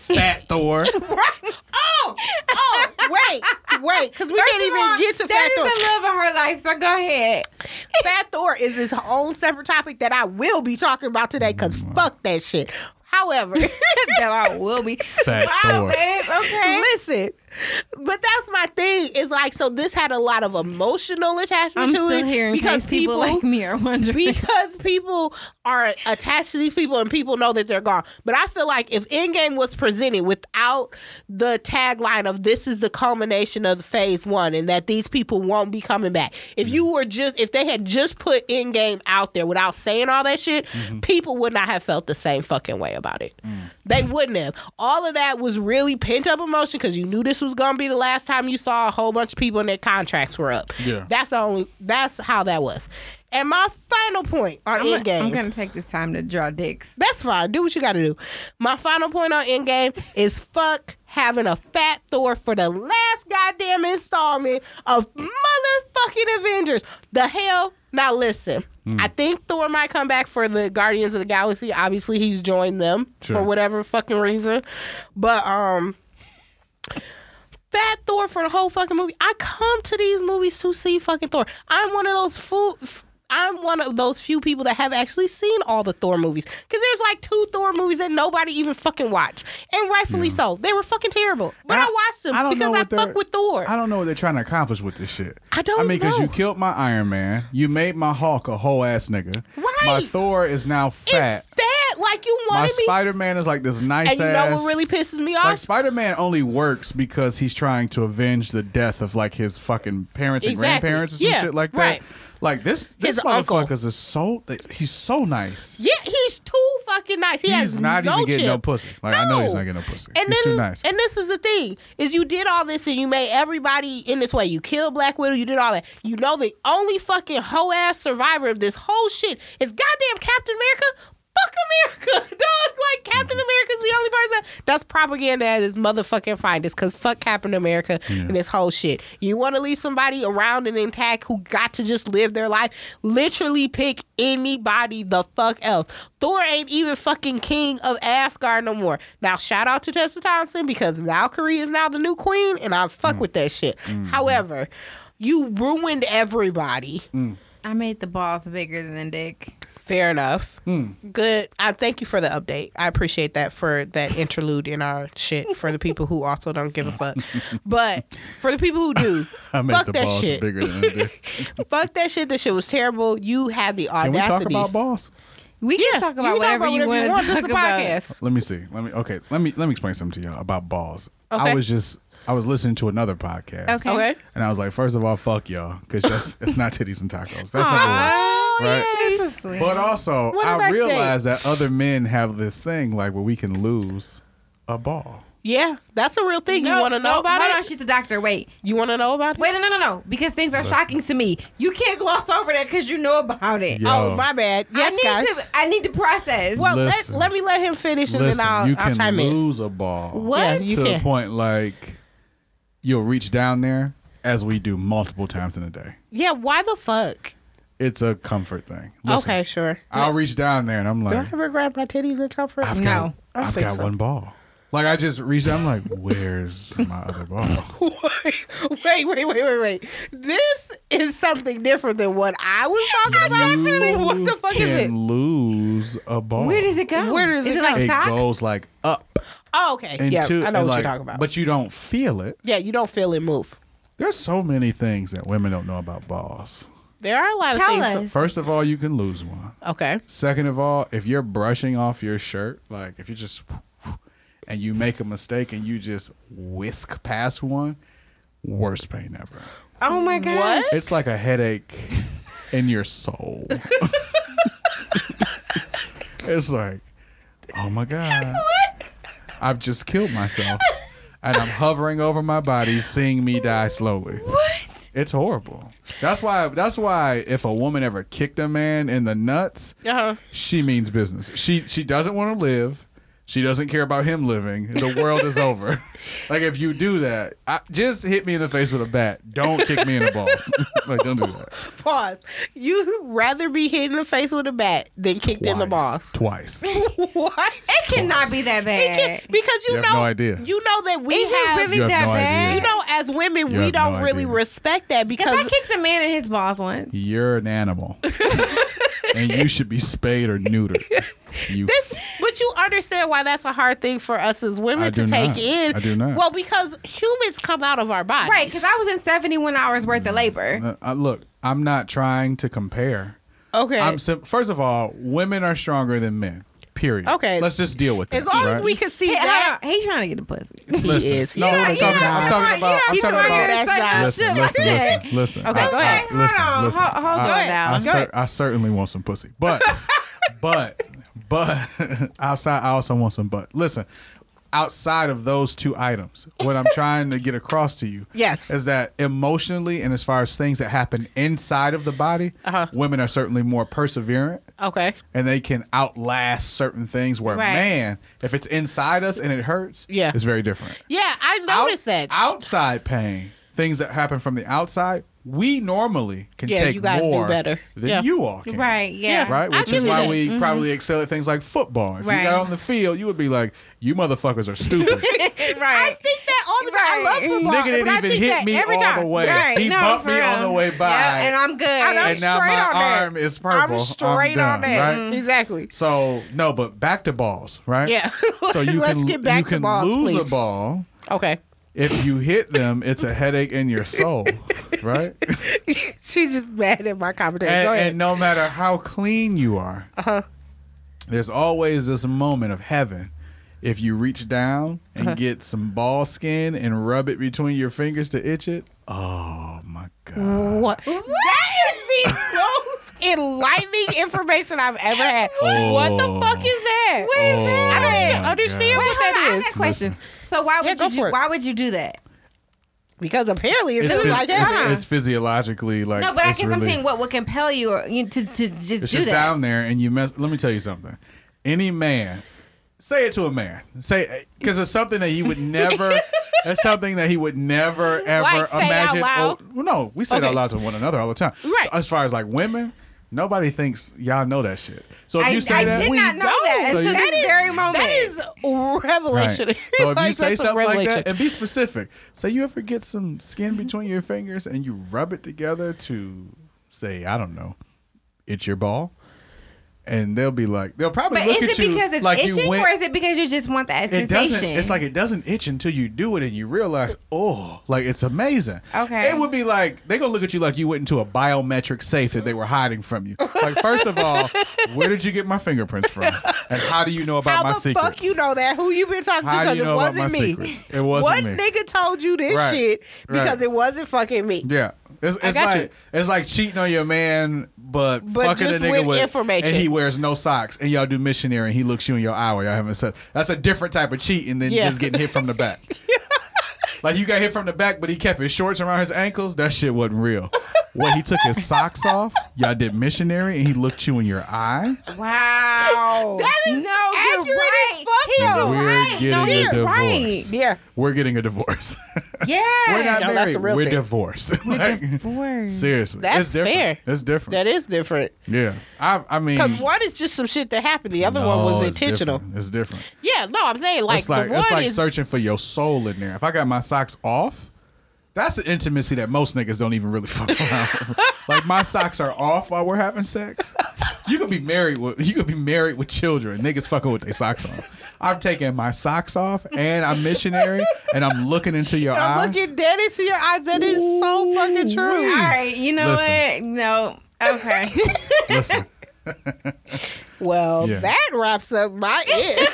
[SPEAKER 4] Fat Thor.
[SPEAKER 3] Right. Oh, oh, wait, wait, because we can't even get to Fat
[SPEAKER 2] That is
[SPEAKER 3] Thor.
[SPEAKER 2] the love of her life, so go ahead.
[SPEAKER 4] Mm-hmm.
[SPEAKER 3] Fat Thor is his own separate topic that I will be talking about today. Because fuck that shit. However,
[SPEAKER 2] that I will be.
[SPEAKER 4] Fat Thor.
[SPEAKER 2] okay.
[SPEAKER 3] listen, but that's my thing. It's like so this had a lot of emotional attachment
[SPEAKER 2] I'm
[SPEAKER 3] to
[SPEAKER 2] still
[SPEAKER 3] it
[SPEAKER 2] here in case people, like me are wondering.
[SPEAKER 3] because people are attached to these people and people know that they're gone. But I feel like if Endgame was presented without the tagline of this is the culmination of phase one and that these people won't be coming back, if you were just, if they had just put Endgame out there without saying all that shit, people would not have felt the same fucking way about it. They wouldn't have. All of that was really pent up emotion because you knew this was going to be the last time you saw a whole bunch of people and their contracts were up.
[SPEAKER 4] Yeah.
[SPEAKER 3] That's the only, that's how that was. And my final point on
[SPEAKER 2] I'm, gonna-
[SPEAKER 3] Endgame.
[SPEAKER 2] I'm gonna take this time to draw dicks.
[SPEAKER 3] That's fine. Do what you got to do. My final point on Endgame is fuck having a fat Thor for the last goddamn installment of motherfucking Avengers. The hell? Now listen. I think Thor might come back for the Guardians of the Galaxy. Obviously, he's joined them
[SPEAKER 4] Sure.
[SPEAKER 3] for whatever fucking reason. But um fat Thor for the whole fucking movie. I come to these movies to see fucking Thor. I'm one of those fool. f- I'm one of those few people that have actually seen all the Thor movies because there's like two Thor movies that nobody even fucking watched, and rightfully so. They were fucking terrible, but I, watched them because I
[SPEAKER 4] they're-
[SPEAKER 3] fuck with Thor.
[SPEAKER 4] I don't know what they're trying to accomplish with this shit.
[SPEAKER 3] I don't
[SPEAKER 4] I mean, because you
[SPEAKER 3] know.
[SPEAKER 4] killed my Iron Man, you made my Hulk a whole ass nigga. My
[SPEAKER 3] Right.
[SPEAKER 4] Thor is now
[SPEAKER 3] it's
[SPEAKER 4] fat.
[SPEAKER 3] fat, like you
[SPEAKER 4] my
[SPEAKER 3] wanted me.
[SPEAKER 4] Spider Man is like this nice
[SPEAKER 3] and you
[SPEAKER 4] ass.
[SPEAKER 3] know what really pisses me
[SPEAKER 4] like
[SPEAKER 3] off?
[SPEAKER 4] Spider Man only works because he's trying to avenge the death of like his fucking parents and
[SPEAKER 3] Exactly.
[SPEAKER 4] grandparents and some
[SPEAKER 3] Yeah,
[SPEAKER 4] shit like that.
[SPEAKER 3] right.
[SPEAKER 4] Like this, this
[SPEAKER 3] His uncle.
[SPEAKER 4] motherfucker's is so he's so nice.
[SPEAKER 3] yeah, he's too fucking nice. He
[SPEAKER 4] he's
[SPEAKER 3] has
[SPEAKER 4] not even getting no
[SPEAKER 3] chip.
[SPEAKER 4] pussy. Like I know he's not getting no pussy. he's
[SPEAKER 3] this
[SPEAKER 4] too
[SPEAKER 3] is-
[SPEAKER 4] nice.
[SPEAKER 3] And this is the thing: is you did all this and you made everybody in this way. You killed Black Widow. You did all that. You know the only fucking hoe ass survivor of this whole shit is goddamn Captain America. Fuck America, dog. Like Captain
[SPEAKER 4] Mm-hmm.
[SPEAKER 3] America's the only person that's propaganda at his motherfucking finest. Cause fuck Captain America and this whole shit. You want to leave somebody around and intact who got to just live their life? Literally pick anybody the fuck else. Thor ain't even fucking king of Asgard no more. Now shout out to Tessa Thompson because Valkyrie is now the new queen, and I
[SPEAKER 4] Mm.
[SPEAKER 3] fuck with that shit. However, you ruined everybody.
[SPEAKER 4] Mm.
[SPEAKER 2] I made the balls bigger than dick.
[SPEAKER 3] Fair enough.
[SPEAKER 4] Mm.
[SPEAKER 3] Good. I thank you for the update. I appreciate that for that interlude in our shit for the people who also don't give a fuck. But for the people who do,
[SPEAKER 4] I made
[SPEAKER 3] fuck
[SPEAKER 4] the
[SPEAKER 3] that
[SPEAKER 4] balls
[SPEAKER 3] shit.
[SPEAKER 4] bigger than this.
[SPEAKER 3] Fuck that shit. That shit was terrible. You had the
[SPEAKER 4] Can we
[SPEAKER 3] audacity.
[SPEAKER 4] talk about balls?
[SPEAKER 2] We can
[SPEAKER 3] Yeah,
[SPEAKER 2] talk
[SPEAKER 3] you
[SPEAKER 2] about
[SPEAKER 3] can
[SPEAKER 2] whatever you want to
[SPEAKER 3] This
[SPEAKER 2] talk
[SPEAKER 3] is a
[SPEAKER 2] about.
[SPEAKER 3] podcast.
[SPEAKER 4] Let me see. Let me okay. Let me let me explain something to y'all about balls.
[SPEAKER 3] Okay.
[SPEAKER 4] I was just I was listening to another podcast.
[SPEAKER 2] Okay.
[SPEAKER 3] Okay.
[SPEAKER 4] And I was like, first of all, fuck y'all, because it's not titties and tacos. That's
[SPEAKER 3] Oh,
[SPEAKER 4] number one, right?
[SPEAKER 2] This is sweet.
[SPEAKER 4] But also,
[SPEAKER 3] What did I
[SPEAKER 4] I
[SPEAKER 3] say?
[SPEAKER 4] realized that other men have this thing like where we can lose a ball.
[SPEAKER 3] Yeah, that's a real thing. you want to know
[SPEAKER 2] no,
[SPEAKER 3] about
[SPEAKER 2] hold
[SPEAKER 3] it?
[SPEAKER 2] on, shit, the doctor. Wait,
[SPEAKER 3] You want to know about it?
[SPEAKER 2] wait, no, no, no, no, because things are shocking to me. You can't gloss over that because you know about it.
[SPEAKER 4] Yo,
[SPEAKER 3] oh, my bad. Yes,
[SPEAKER 2] I need
[SPEAKER 3] guys.
[SPEAKER 2] to. I need to process.
[SPEAKER 3] well, let,
[SPEAKER 4] Listen.
[SPEAKER 3] let me let him finish and
[SPEAKER 4] listen,
[SPEAKER 3] then I'll,
[SPEAKER 4] you
[SPEAKER 3] I'll
[SPEAKER 4] can
[SPEAKER 3] chime in.
[SPEAKER 4] lose a ball.
[SPEAKER 3] What? Yeah, you
[SPEAKER 4] to the
[SPEAKER 3] can.
[SPEAKER 4] point like you'll reach down there as we do multiple times in a day.
[SPEAKER 3] Yeah, why the fuck?
[SPEAKER 4] It's a comfort thing. Listen,
[SPEAKER 3] okay, sure.
[SPEAKER 4] I'll reach down there and I'm
[SPEAKER 3] Do I
[SPEAKER 4] like,
[SPEAKER 3] ever grab my titties and comfort?
[SPEAKER 4] I've
[SPEAKER 2] No,
[SPEAKER 4] got,
[SPEAKER 3] I don't
[SPEAKER 4] I've
[SPEAKER 3] think
[SPEAKER 4] got
[SPEAKER 3] so.
[SPEAKER 4] one ball. Like I just reached. I'm like, where's my other ball?
[SPEAKER 3] wait, wait, wait, wait, wait. This is something different than what I was talking about. What the fuck
[SPEAKER 4] can
[SPEAKER 3] is it?
[SPEAKER 4] lose a ball.
[SPEAKER 2] Where does it go?
[SPEAKER 3] Where does
[SPEAKER 2] is
[SPEAKER 3] it
[SPEAKER 2] it like
[SPEAKER 3] go?
[SPEAKER 4] It
[SPEAKER 2] socks?
[SPEAKER 4] goes like up
[SPEAKER 3] Oh, okay.
[SPEAKER 4] and
[SPEAKER 3] yeah, I know what
[SPEAKER 4] to, and,
[SPEAKER 3] you're
[SPEAKER 4] like-
[SPEAKER 3] talking about.
[SPEAKER 4] but you don't feel it.
[SPEAKER 3] yeah, you don't feel it move.
[SPEAKER 4] There's so many things that women don't know about balls.
[SPEAKER 3] There are a lot
[SPEAKER 2] Tell
[SPEAKER 3] of things.
[SPEAKER 2] us.
[SPEAKER 4] First of all, you can lose one.
[SPEAKER 3] Okay.
[SPEAKER 4] Second of all, if you're brushing off your shirt, like if you just and you make a mistake and you just whisk past one, worst pain ever.
[SPEAKER 2] Oh my gosh.
[SPEAKER 4] It's like a headache in your soul. it's like, oh my God. I've just killed myself. And I'm hovering over my body, seeing me die slowly.
[SPEAKER 2] What?
[SPEAKER 4] It's horrible. That's why that's why if a woman ever kicked a man in the nuts,
[SPEAKER 3] Uh-huh.
[SPEAKER 4] she means business. She she doesn't want to live. She doesn't care about him living. The world is over. Like if you do that, I, just hit me in the face with a bat. Don't kick me in the balls. like don't do that.
[SPEAKER 3] Pause. You rather be hit in the face with a bat than kicked in the balls.
[SPEAKER 4] Twice. twice.
[SPEAKER 3] what?
[SPEAKER 2] It cannot be that
[SPEAKER 3] It
[SPEAKER 2] bad.
[SPEAKER 3] can- because you,
[SPEAKER 4] You have
[SPEAKER 3] know,
[SPEAKER 4] no idea.
[SPEAKER 3] you know that we
[SPEAKER 2] Is it
[SPEAKER 3] have.
[SPEAKER 2] really
[SPEAKER 4] You have
[SPEAKER 2] that
[SPEAKER 4] no idea.
[SPEAKER 2] bad?
[SPEAKER 3] you know, as women,
[SPEAKER 4] You
[SPEAKER 3] we
[SPEAKER 4] have
[SPEAKER 3] don't
[SPEAKER 4] no
[SPEAKER 3] really
[SPEAKER 4] idea.
[SPEAKER 3] respect that
[SPEAKER 2] Because
[SPEAKER 3] because
[SPEAKER 2] I kicked a man in his balls once.
[SPEAKER 4] You're an animal, and you should be spayed or neutered. You
[SPEAKER 3] this, but But you understand why that's a hard thing for us as women
[SPEAKER 4] I
[SPEAKER 3] to
[SPEAKER 4] do
[SPEAKER 3] take
[SPEAKER 4] not.
[SPEAKER 3] in.
[SPEAKER 4] I do not.
[SPEAKER 3] Well, because humans come out of our bodies.
[SPEAKER 2] Right, because I was in 71 hours worth of labor.
[SPEAKER 4] Uh, uh, look, I'm not trying to compare.
[SPEAKER 3] Okay.
[SPEAKER 4] I'm sim- first of all, women are stronger than men. Period.
[SPEAKER 3] Okay.
[SPEAKER 4] Let's just deal with it.
[SPEAKER 3] as long as
[SPEAKER 4] right?
[SPEAKER 3] we can see
[SPEAKER 2] Hey, hold
[SPEAKER 3] that.
[SPEAKER 2] on. He's trying to get a pussy.
[SPEAKER 4] listen.
[SPEAKER 3] is.
[SPEAKER 4] No,
[SPEAKER 3] You're
[SPEAKER 4] what I'm
[SPEAKER 3] not-
[SPEAKER 4] talking
[SPEAKER 3] you're
[SPEAKER 4] about.
[SPEAKER 3] not-
[SPEAKER 4] I'm talking about. I'm
[SPEAKER 3] you're
[SPEAKER 4] talking
[SPEAKER 3] not
[SPEAKER 4] about.
[SPEAKER 3] gonna say that
[SPEAKER 4] Listen, listen, listen, listen.
[SPEAKER 3] Okay,
[SPEAKER 4] I-
[SPEAKER 3] go
[SPEAKER 4] I-
[SPEAKER 3] ahead.
[SPEAKER 2] Hold on,
[SPEAKER 4] Listen,
[SPEAKER 2] hold-
[SPEAKER 4] listen.
[SPEAKER 2] hold
[SPEAKER 4] I-
[SPEAKER 2] on now.
[SPEAKER 4] I
[SPEAKER 3] Go ahead.
[SPEAKER 4] cer- I certainly want some pussy, but, but, but outside, I also want some butt. Listen, outside of those two items, what I'm trying to get across to you,
[SPEAKER 3] Yes.
[SPEAKER 4] is that emotionally and as far as things that happen inside of the body,
[SPEAKER 3] Uh-huh.
[SPEAKER 4] women are certainly more perseverant
[SPEAKER 3] Okay.
[SPEAKER 4] and they can outlast certain things. Where
[SPEAKER 2] Right.
[SPEAKER 4] man, if it's inside us and it hurts,
[SPEAKER 3] Yeah.
[SPEAKER 4] it's very different.
[SPEAKER 3] Yeah, I
[SPEAKER 4] Out-
[SPEAKER 3] noticed that.
[SPEAKER 4] outside pain, things that happen from the outside, we normally can
[SPEAKER 3] Yeah,
[SPEAKER 4] take
[SPEAKER 3] you guys do
[SPEAKER 4] more
[SPEAKER 3] better.
[SPEAKER 4] than
[SPEAKER 3] Yeah.
[SPEAKER 4] you all can.
[SPEAKER 2] Right, yeah.
[SPEAKER 4] Right,
[SPEAKER 3] I
[SPEAKER 4] which
[SPEAKER 3] give
[SPEAKER 4] is
[SPEAKER 3] you
[SPEAKER 4] why
[SPEAKER 3] that. Mm-hmm.
[SPEAKER 4] we probably excel at things like football. If
[SPEAKER 2] Right.
[SPEAKER 4] you got on the field, you would be like, "You motherfuckers are stupid."
[SPEAKER 2] right.
[SPEAKER 3] I think that all the time. I
[SPEAKER 2] Right.
[SPEAKER 3] love football.
[SPEAKER 4] Nigga didn't
[SPEAKER 3] but I
[SPEAKER 4] even
[SPEAKER 3] think
[SPEAKER 4] hit
[SPEAKER 3] that
[SPEAKER 4] me
[SPEAKER 3] every
[SPEAKER 4] all
[SPEAKER 3] time.
[SPEAKER 4] the way. He bumped
[SPEAKER 2] for
[SPEAKER 4] me on
[SPEAKER 2] real.
[SPEAKER 4] the way by.
[SPEAKER 2] Yeah, and I'm good.
[SPEAKER 3] And I'm
[SPEAKER 4] And now
[SPEAKER 3] straight
[SPEAKER 4] my
[SPEAKER 3] on that.
[SPEAKER 4] arm is purple.
[SPEAKER 3] I'm straight
[SPEAKER 4] I'm done,
[SPEAKER 3] on that.
[SPEAKER 4] right?
[SPEAKER 3] Mm. Exactly.
[SPEAKER 4] So no, but back to balls, right?
[SPEAKER 3] Yeah.
[SPEAKER 4] So you
[SPEAKER 3] Let's
[SPEAKER 4] can
[SPEAKER 3] get back
[SPEAKER 4] you
[SPEAKER 3] to
[SPEAKER 4] can
[SPEAKER 3] balls,
[SPEAKER 4] lose
[SPEAKER 3] please.
[SPEAKER 4] a ball.
[SPEAKER 3] Okay.
[SPEAKER 4] If you hit them, it's a headache in your soul, right? And,
[SPEAKER 3] She's just mad at my commentary. Go ahead.
[SPEAKER 4] and no matter how clean you are,
[SPEAKER 3] Uh-huh.
[SPEAKER 4] there's always this moment of heaven. If you reach down and
[SPEAKER 3] Uh-huh.
[SPEAKER 4] get some ball skin and rub it between your fingers to itch it, oh my god!
[SPEAKER 3] What? That is the most enlightening information I've ever had.
[SPEAKER 4] What?
[SPEAKER 3] What the fuck is that?
[SPEAKER 2] What is that?
[SPEAKER 3] I don't even
[SPEAKER 4] Oh. my
[SPEAKER 3] understand
[SPEAKER 4] God.
[SPEAKER 3] what that
[SPEAKER 2] I got
[SPEAKER 3] is.
[SPEAKER 2] questions. So why would
[SPEAKER 3] go
[SPEAKER 2] you
[SPEAKER 3] for
[SPEAKER 2] do,
[SPEAKER 3] it.
[SPEAKER 2] why would you do that?
[SPEAKER 3] Because apparently it
[SPEAKER 4] It's,
[SPEAKER 3] feels
[SPEAKER 4] phys-
[SPEAKER 3] like
[SPEAKER 4] it's-
[SPEAKER 3] that.
[SPEAKER 4] it's physiologically like
[SPEAKER 2] No, but I
[SPEAKER 4] it's
[SPEAKER 2] guess I'm
[SPEAKER 4] really-
[SPEAKER 2] saying what would compel you or you to, to just
[SPEAKER 4] It's
[SPEAKER 2] do
[SPEAKER 4] just
[SPEAKER 2] that.
[SPEAKER 4] down there, and you mess. Let me tell you something. Any man, say it to a man. Say because it's something that he would never. That's something that he would never ever
[SPEAKER 3] Like, say it out
[SPEAKER 4] imagine.
[SPEAKER 3] loud?
[SPEAKER 4] Oh, well, no, we say it
[SPEAKER 3] Okay.
[SPEAKER 4] out loud to one another all the time.
[SPEAKER 3] Right.
[SPEAKER 4] As far as like women, nobody thinks y'all know that shit. So if
[SPEAKER 2] I,
[SPEAKER 4] you say
[SPEAKER 2] I
[SPEAKER 4] that,
[SPEAKER 2] did not know
[SPEAKER 3] don't.
[SPEAKER 2] that
[SPEAKER 4] So
[SPEAKER 2] until
[SPEAKER 4] you-
[SPEAKER 2] this
[SPEAKER 4] That is-
[SPEAKER 2] very moment.
[SPEAKER 3] That is
[SPEAKER 4] Right.
[SPEAKER 3] revelation.
[SPEAKER 4] So if you
[SPEAKER 3] Like,
[SPEAKER 4] say
[SPEAKER 3] that's a
[SPEAKER 4] something like
[SPEAKER 3] revelation.
[SPEAKER 4] that, and be specific. Say you ever get some skin between your fingers and you rub it together to say, I don't know, it's your ball. And they'll be like, they'll probably
[SPEAKER 2] but
[SPEAKER 4] look
[SPEAKER 2] is
[SPEAKER 4] at
[SPEAKER 2] it
[SPEAKER 4] you
[SPEAKER 2] because it's
[SPEAKER 4] like
[SPEAKER 2] itching
[SPEAKER 4] you went.
[SPEAKER 2] or is it because you just want that
[SPEAKER 4] it
[SPEAKER 2] sensation?
[SPEAKER 4] doesn't. It's like it doesn't itch until you do it and you realize, oh, like it's amazing.
[SPEAKER 2] Okay.
[SPEAKER 4] It would be like they gonna look at you like you went into a biometric safe that they were hiding from you. Like first of all, where did you get my fingerprints from? And how do you know about
[SPEAKER 3] How
[SPEAKER 4] my
[SPEAKER 3] the
[SPEAKER 4] secrets?
[SPEAKER 3] fuck you know that? Who you been talking to?
[SPEAKER 4] How do
[SPEAKER 3] Because
[SPEAKER 4] you know
[SPEAKER 3] it
[SPEAKER 4] about
[SPEAKER 3] wasn't
[SPEAKER 4] my
[SPEAKER 3] me.
[SPEAKER 4] secrets? It wasn't
[SPEAKER 3] what
[SPEAKER 4] me.
[SPEAKER 3] nigga told you this
[SPEAKER 4] Right.
[SPEAKER 3] shit
[SPEAKER 4] Right.
[SPEAKER 3] because it wasn't fucking me.
[SPEAKER 4] Yeah. It's, it's
[SPEAKER 3] got
[SPEAKER 4] like
[SPEAKER 3] you.
[SPEAKER 4] it's like cheating on your man, but,
[SPEAKER 3] But
[SPEAKER 4] fucking
[SPEAKER 3] just
[SPEAKER 4] a nigga
[SPEAKER 3] with
[SPEAKER 4] with,
[SPEAKER 3] information.
[SPEAKER 4] and he wears no socks, and y'all do missionary, and he looks you in your eye while y'all having sex. That's a different type of cheating than
[SPEAKER 3] Yeah.
[SPEAKER 4] just getting hit from the back. like you got hit from the back, but he kept his shorts around his ankles. That shit wasn't real. What he took his socks off, y'all did missionary, and he looked you in your eye.
[SPEAKER 2] wow.
[SPEAKER 3] That is
[SPEAKER 2] no, you're
[SPEAKER 3] accurate
[SPEAKER 2] right.
[SPEAKER 3] as fuck,
[SPEAKER 2] He's
[SPEAKER 3] though.
[SPEAKER 4] We're
[SPEAKER 2] right. no,
[SPEAKER 4] getting a
[SPEAKER 2] he's Right.
[SPEAKER 4] divorce.
[SPEAKER 3] Yeah.
[SPEAKER 4] We're getting a divorce.
[SPEAKER 2] Yeah.
[SPEAKER 4] We're not
[SPEAKER 3] No, that's
[SPEAKER 4] married.
[SPEAKER 3] the real
[SPEAKER 4] We're
[SPEAKER 3] thing.
[SPEAKER 4] divorced. Like,
[SPEAKER 2] divorced.
[SPEAKER 4] seriously,
[SPEAKER 3] That's
[SPEAKER 4] it's different.
[SPEAKER 3] fair.
[SPEAKER 4] It's different.
[SPEAKER 3] That is different.
[SPEAKER 4] yeah, I, I mean,
[SPEAKER 3] Because one is just some shit that happened. The other one was
[SPEAKER 4] No, it's
[SPEAKER 3] intentional.
[SPEAKER 4] different. It's different.
[SPEAKER 3] Yeah, no, I'm saying like,
[SPEAKER 4] it's like
[SPEAKER 3] the one
[SPEAKER 4] it's like
[SPEAKER 3] is
[SPEAKER 4] searching for your soul in there. If I got my socks off, that's an intimacy that most niggas don't even really fuck around. with. like my socks are off while we're having sex. You could be married with you could be married with children. Niggas fucking with their socks on. I'm taking my socks off and I'm missionary and I'm looking into your
[SPEAKER 3] I'm
[SPEAKER 4] eyes.
[SPEAKER 3] looking dead into your eyes. That is so fucking true.
[SPEAKER 2] All right, you know
[SPEAKER 4] Listen.
[SPEAKER 2] what? No. Okay.
[SPEAKER 4] Listen,
[SPEAKER 3] Well,
[SPEAKER 4] Yeah.
[SPEAKER 3] that wraps up my end.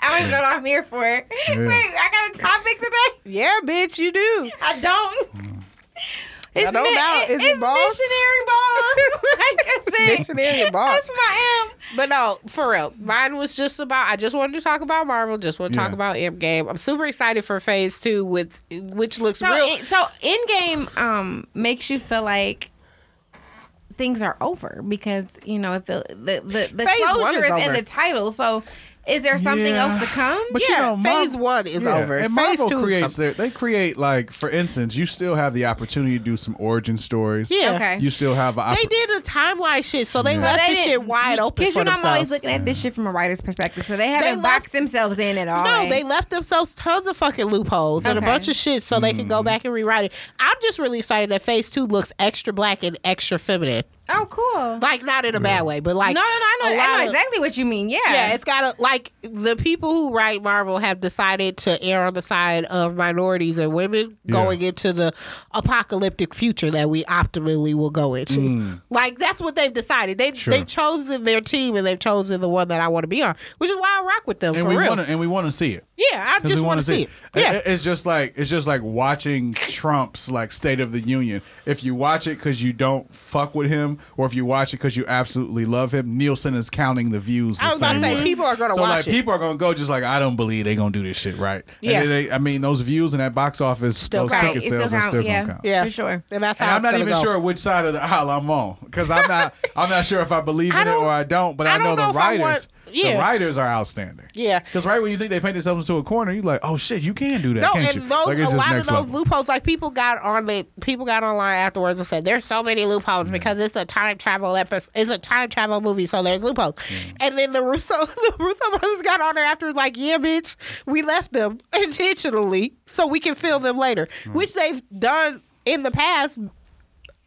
[SPEAKER 2] I don't know what I'm here for. Wait, I got a topic today?
[SPEAKER 3] yeah, bitch, you do.
[SPEAKER 2] I don't. It's
[SPEAKER 3] I don't know. Is it
[SPEAKER 2] it's
[SPEAKER 3] balls?
[SPEAKER 2] missionary balls. like I said,
[SPEAKER 3] Missionary balls.
[SPEAKER 2] That's my M.
[SPEAKER 3] But no, for real. Mine was just about I just wanted to talk about Marvel, just want to talk
[SPEAKER 4] Yeah.
[SPEAKER 3] about M game. I'm super excited for phase two with which looks
[SPEAKER 2] So,
[SPEAKER 3] real
[SPEAKER 2] in, so Endgame um makes you feel like things are over because you know if it, the the, the
[SPEAKER 3] Phase one
[SPEAKER 2] closure
[SPEAKER 3] is
[SPEAKER 2] is, in
[SPEAKER 3] over.
[SPEAKER 2] the title. So, is there something
[SPEAKER 4] Yeah.
[SPEAKER 2] else to come?
[SPEAKER 4] But
[SPEAKER 3] Yeah,
[SPEAKER 4] you know, Mar-
[SPEAKER 3] phase one is over.
[SPEAKER 4] And
[SPEAKER 3] Phase
[SPEAKER 4] Marvel
[SPEAKER 3] two is
[SPEAKER 4] creates their, they create like, for instance, you still have the opportunity to do some origin stories.
[SPEAKER 3] Yeah.
[SPEAKER 2] Okay.
[SPEAKER 4] You still have an
[SPEAKER 3] They
[SPEAKER 4] opportunity.
[SPEAKER 3] did a timeline shit, so they
[SPEAKER 2] So
[SPEAKER 3] left
[SPEAKER 2] they
[SPEAKER 3] this shit
[SPEAKER 2] didn't-
[SPEAKER 3] wide open
[SPEAKER 2] Because
[SPEAKER 3] for
[SPEAKER 2] you know, I'm always
[SPEAKER 3] themselves.
[SPEAKER 2] looking at this shit from a writer's perspective, so they haven't
[SPEAKER 3] left-
[SPEAKER 2] boxed themselves in at all.
[SPEAKER 3] no,
[SPEAKER 2] right?
[SPEAKER 3] they left themselves tons of fucking loopholes and a
[SPEAKER 2] Okay.
[SPEAKER 3] bunch of shit
[SPEAKER 4] Hmm.
[SPEAKER 3] so they can go back and rewrite it. I'm just really excited that phase two looks extra black and extra feminine.
[SPEAKER 2] Oh, cool.
[SPEAKER 3] Like not in a bad way, but like
[SPEAKER 2] no, no, no. I know,
[SPEAKER 3] a
[SPEAKER 2] I
[SPEAKER 3] lot
[SPEAKER 2] know
[SPEAKER 3] of-
[SPEAKER 2] exactly what you mean. Yeah.
[SPEAKER 3] Yeah, it's got to like the people who write Marvel have decided to err on the side of minorities and women
[SPEAKER 4] Yeah.
[SPEAKER 3] going into the apocalyptic future that we optimally will go into. Like that's what they've decided. They
[SPEAKER 4] Mm. Sure.
[SPEAKER 3] they've chosen their team and they've chosen the one that I want to be on, which is why I rock with them
[SPEAKER 4] and
[SPEAKER 3] for
[SPEAKER 4] we
[SPEAKER 3] real.
[SPEAKER 4] want to and we want to see it.
[SPEAKER 3] yeah, I
[SPEAKER 4] Because
[SPEAKER 3] just
[SPEAKER 4] we
[SPEAKER 3] want
[SPEAKER 4] wanna
[SPEAKER 3] to see it.
[SPEAKER 4] I-
[SPEAKER 3] Yeah,
[SPEAKER 4] I- it's just like it's just like watching Trump's like State of the Union. If you watch it because you don't fuck with him, or if you watch it because you absolutely love him, Nielsen is counting the views. The
[SPEAKER 3] I was about to
[SPEAKER 4] same
[SPEAKER 3] say
[SPEAKER 4] way.
[SPEAKER 3] people are going to
[SPEAKER 4] so
[SPEAKER 3] watch
[SPEAKER 4] like
[SPEAKER 3] it.
[SPEAKER 4] people are gonna go just like I don't believe they gonna do this shit right.
[SPEAKER 3] Yeah.
[SPEAKER 4] And they, I mean those views in that box office,
[SPEAKER 3] Still
[SPEAKER 4] those
[SPEAKER 3] count.
[SPEAKER 4] ticket
[SPEAKER 2] It still
[SPEAKER 4] sales are
[SPEAKER 2] count,
[SPEAKER 4] still
[SPEAKER 2] yeah.
[SPEAKER 4] gonna count.
[SPEAKER 3] yeah,
[SPEAKER 2] for sure.
[SPEAKER 3] And that's how
[SPEAKER 4] And I'm
[SPEAKER 3] it's
[SPEAKER 4] not
[SPEAKER 3] gonna
[SPEAKER 4] even
[SPEAKER 3] go.
[SPEAKER 4] sure which side of the aisle I'm on because I'm not I'm not sure if I believe
[SPEAKER 3] I
[SPEAKER 4] in it or
[SPEAKER 3] don't-
[SPEAKER 4] I don't. But I,
[SPEAKER 3] I don't
[SPEAKER 4] know,
[SPEAKER 3] know
[SPEAKER 4] the
[SPEAKER 3] if I
[SPEAKER 4] writers,
[SPEAKER 3] want-
[SPEAKER 4] the
[SPEAKER 3] yeah.
[SPEAKER 4] writers are outstanding.
[SPEAKER 3] Yeah.
[SPEAKER 4] because right when you think they paint themselves into a corner, you're like, oh shit, you can do that.
[SPEAKER 3] No,
[SPEAKER 4] can't
[SPEAKER 3] and
[SPEAKER 4] you?
[SPEAKER 3] those
[SPEAKER 4] like, it's
[SPEAKER 3] a
[SPEAKER 4] just
[SPEAKER 3] lot of
[SPEAKER 4] next
[SPEAKER 3] those
[SPEAKER 4] level.
[SPEAKER 3] loopholes, like people got on the people got online afterwards and said, "There's so many loopholes because it's a time travel episode. It's a time travel movie, so there's loopholes." And then the Russo the Russo brothers got on there after, like, "Yeah, bitch, we left them intentionally so we can fill them later," which they've done in the past.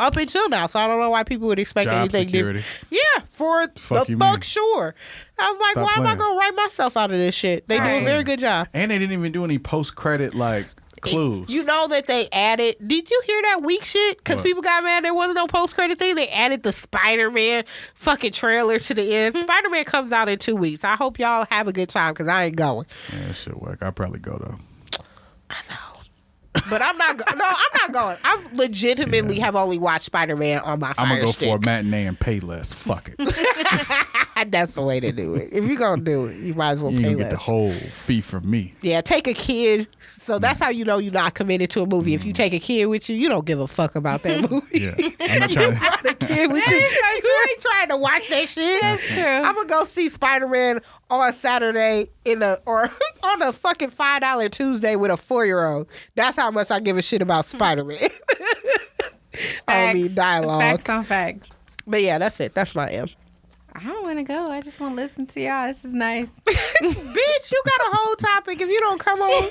[SPEAKER 3] Up until now, so I don't know why people would expect
[SPEAKER 4] Job
[SPEAKER 3] anything.
[SPEAKER 4] security.
[SPEAKER 3] Different. Yeah, for
[SPEAKER 4] Fuck
[SPEAKER 3] the
[SPEAKER 4] you mean.
[SPEAKER 3] fuck sure. I was like,
[SPEAKER 4] Stop
[SPEAKER 3] why am
[SPEAKER 4] playing.
[SPEAKER 3] I gonna write myself out of this shit? They do
[SPEAKER 2] Right.
[SPEAKER 3] a very good job.
[SPEAKER 4] And they didn't even do any post credit like clues.
[SPEAKER 3] You know that they added. Did you hear that weak shit? Because
[SPEAKER 4] What?
[SPEAKER 3] people got mad there wasn't no post credit thing. They added the Spider Man fucking trailer to the end.
[SPEAKER 4] Hmm.
[SPEAKER 3] Spider Man comes out in two weeks. I hope y'all have a good time because I ain't going.
[SPEAKER 4] yeah, that shit work. I probably go though.
[SPEAKER 3] But I'm not. Go- no, I'm not going. I legitimately have only watched Spider Man on my fire
[SPEAKER 4] I'm gonna go for a
[SPEAKER 3] stick.
[SPEAKER 4] matinee and pay less. Fuck it.
[SPEAKER 3] That's the way to do it. If you're gonna do it, you might as well
[SPEAKER 4] you ain't
[SPEAKER 3] pay
[SPEAKER 4] gonna get the
[SPEAKER 3] less.
[SPEAKER 4] whole Mm. fee from me.
[SPEAKER 3] yeah, take a kid. So that's how you know you're not committed to a movie.
[SPEAKER 4] Mm.
[SPEAKER 3] If you take a kid with you, you don't give a fuck about that movie.
[SPEAKER 4] Yeah, I'm not trying. To,
[SPEAKER 3] the kid with you. You ain't trying to watch that shit.
[SPEAKER 2] true.
[SPEAKER 3] I'm gonna go see Spider Man on Saturday in a or on a fucking five dollar Tuesday with a four year old. That's how much I give a shit about Spider Man. I
[SPEAKER 2] Facts.
[SPEAKER 3] mean dialogue.
[SPEAKER 2] Facts on facts.
[SPEAKER 3] But yeah, that's it. That's my M.
[SPEAKER 2] I don't want to go. I just want to listen to y'all. This is nice.
[SPEAKER 3] Bitch, you got a whole topic. If you don't come on,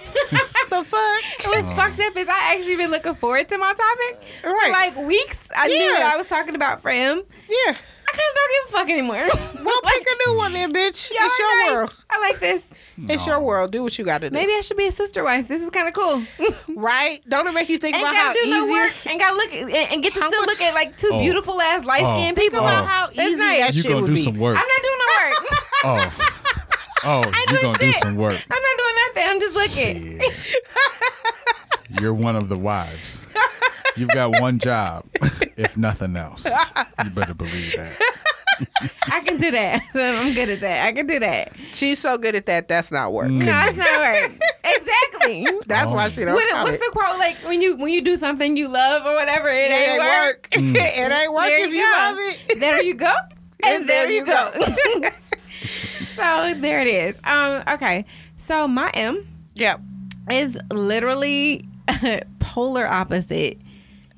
[SPEAKER 3] the fuck.
[SPEAKER 2] What's fucked up is I actually been looking forward to my topic for
[SPEAKER 3] Right.
[SPEAKER 2] like weeks. I knew
[SPEAKER 3] Yeah.
[SPEAKER 2] what I was talking about for him.
[SPEAKER 3] Yeah.
[SPEAKER 2] I kind of don't give a fuck anymore.
[SPEAKER 3] Well, pick a new one then, bitch.
[SPEAKER 2] Y'all
[SPEAKER 3] It's
[SPEAKER 2] are
[SPEAKER 3] your
[SPEAKER 2] nice.
[SPEAKER 3] world.
[SPEAKER 2] I like this.
[SPEAKER 3] It's your world. Do what you got to do.
[SPEAKER 2] Maybe I should be a sister wife. This is kind of cool. ain't
[SPEAKER 3] Right? Don't it make you think about how
[SPEAKER 2] gotta do
[SPEAKER 3] easier?
[SPEAKER 2] no work. Ain't gotta look and, and get to
[SPEAKER 3] How
[SPEAKER 2] still
[SPEAKER 3] much-
[SPEAKER 2] look at like two
[SPEAKER 4] Oh.
[SPEAKER 2] beautiful ass light skinned
[SPEAKER 4] Oh.
[SPEAKER 3] Think
[SPEAKER 2] people.
[SPEAKER 3] about
[SPEAKER 4] Oh.
[SPEAKER 3] how easy
[SPEAKER 2] That's nice.
[SPEAKER 3] that
[SPEAKER 4] you
[SPEAKER 3] shit
[SPEAKER 4] gonna
[SPEAKER 3] would
[SPEAKER 4] do
[SPEAKER 3] be.
[SPEAKER 4] some work?
[SPEAKER 2] I'm not doing no work.
[SPEAKER 4] oh, oh, you
[SPEAKER 2] doing
[SPEAKER 4] gonna do
[SPEAKER 2] shit.
[SPEAKER 4] some work?
[SPEAKER 2] I'm not doing nothing. I'm just looking.
[SPEAKER 4] Shit. You're one of the wives. You've got one job, if nothing else. You better believe that.
[SPEAKER 2] I can do that. I'm good at that. I can do that.
[SPEAKER 3] She's so good at that. That's not work.
[SPEAKER 2] No, it's not work. exactly.
[SPEAKER 3] That's why
[SPEAKER 4] Oh.
[SPEAKER 3] she don't.
[SPEAKER 2] What,
[SPEAKER 3] count
[SPEAKER 2] what's
[SPEAKER 3] it.
[SPEAKER 2] the quote like when you when you do something you love or whatever? It,
[SPEAKER 3] It
[SPEAKER 2] ain't work.
[SPEAKER 4] Mm.
[SPEAKER 3] it ain't work
[SPEAKER 2] There
[SPEAKER 3] if you
[SPEAKER 2] go.
[SPEAKER 3] love it.
[SPEAKER 2] There you go. And, there, you go.
[SPEAKER 3] go.
[SPEAKER 2] so there it is. Um. Okay. So my M
[SPEAKER 3] Yep.
[SPEAKER 2] is literally polar opposite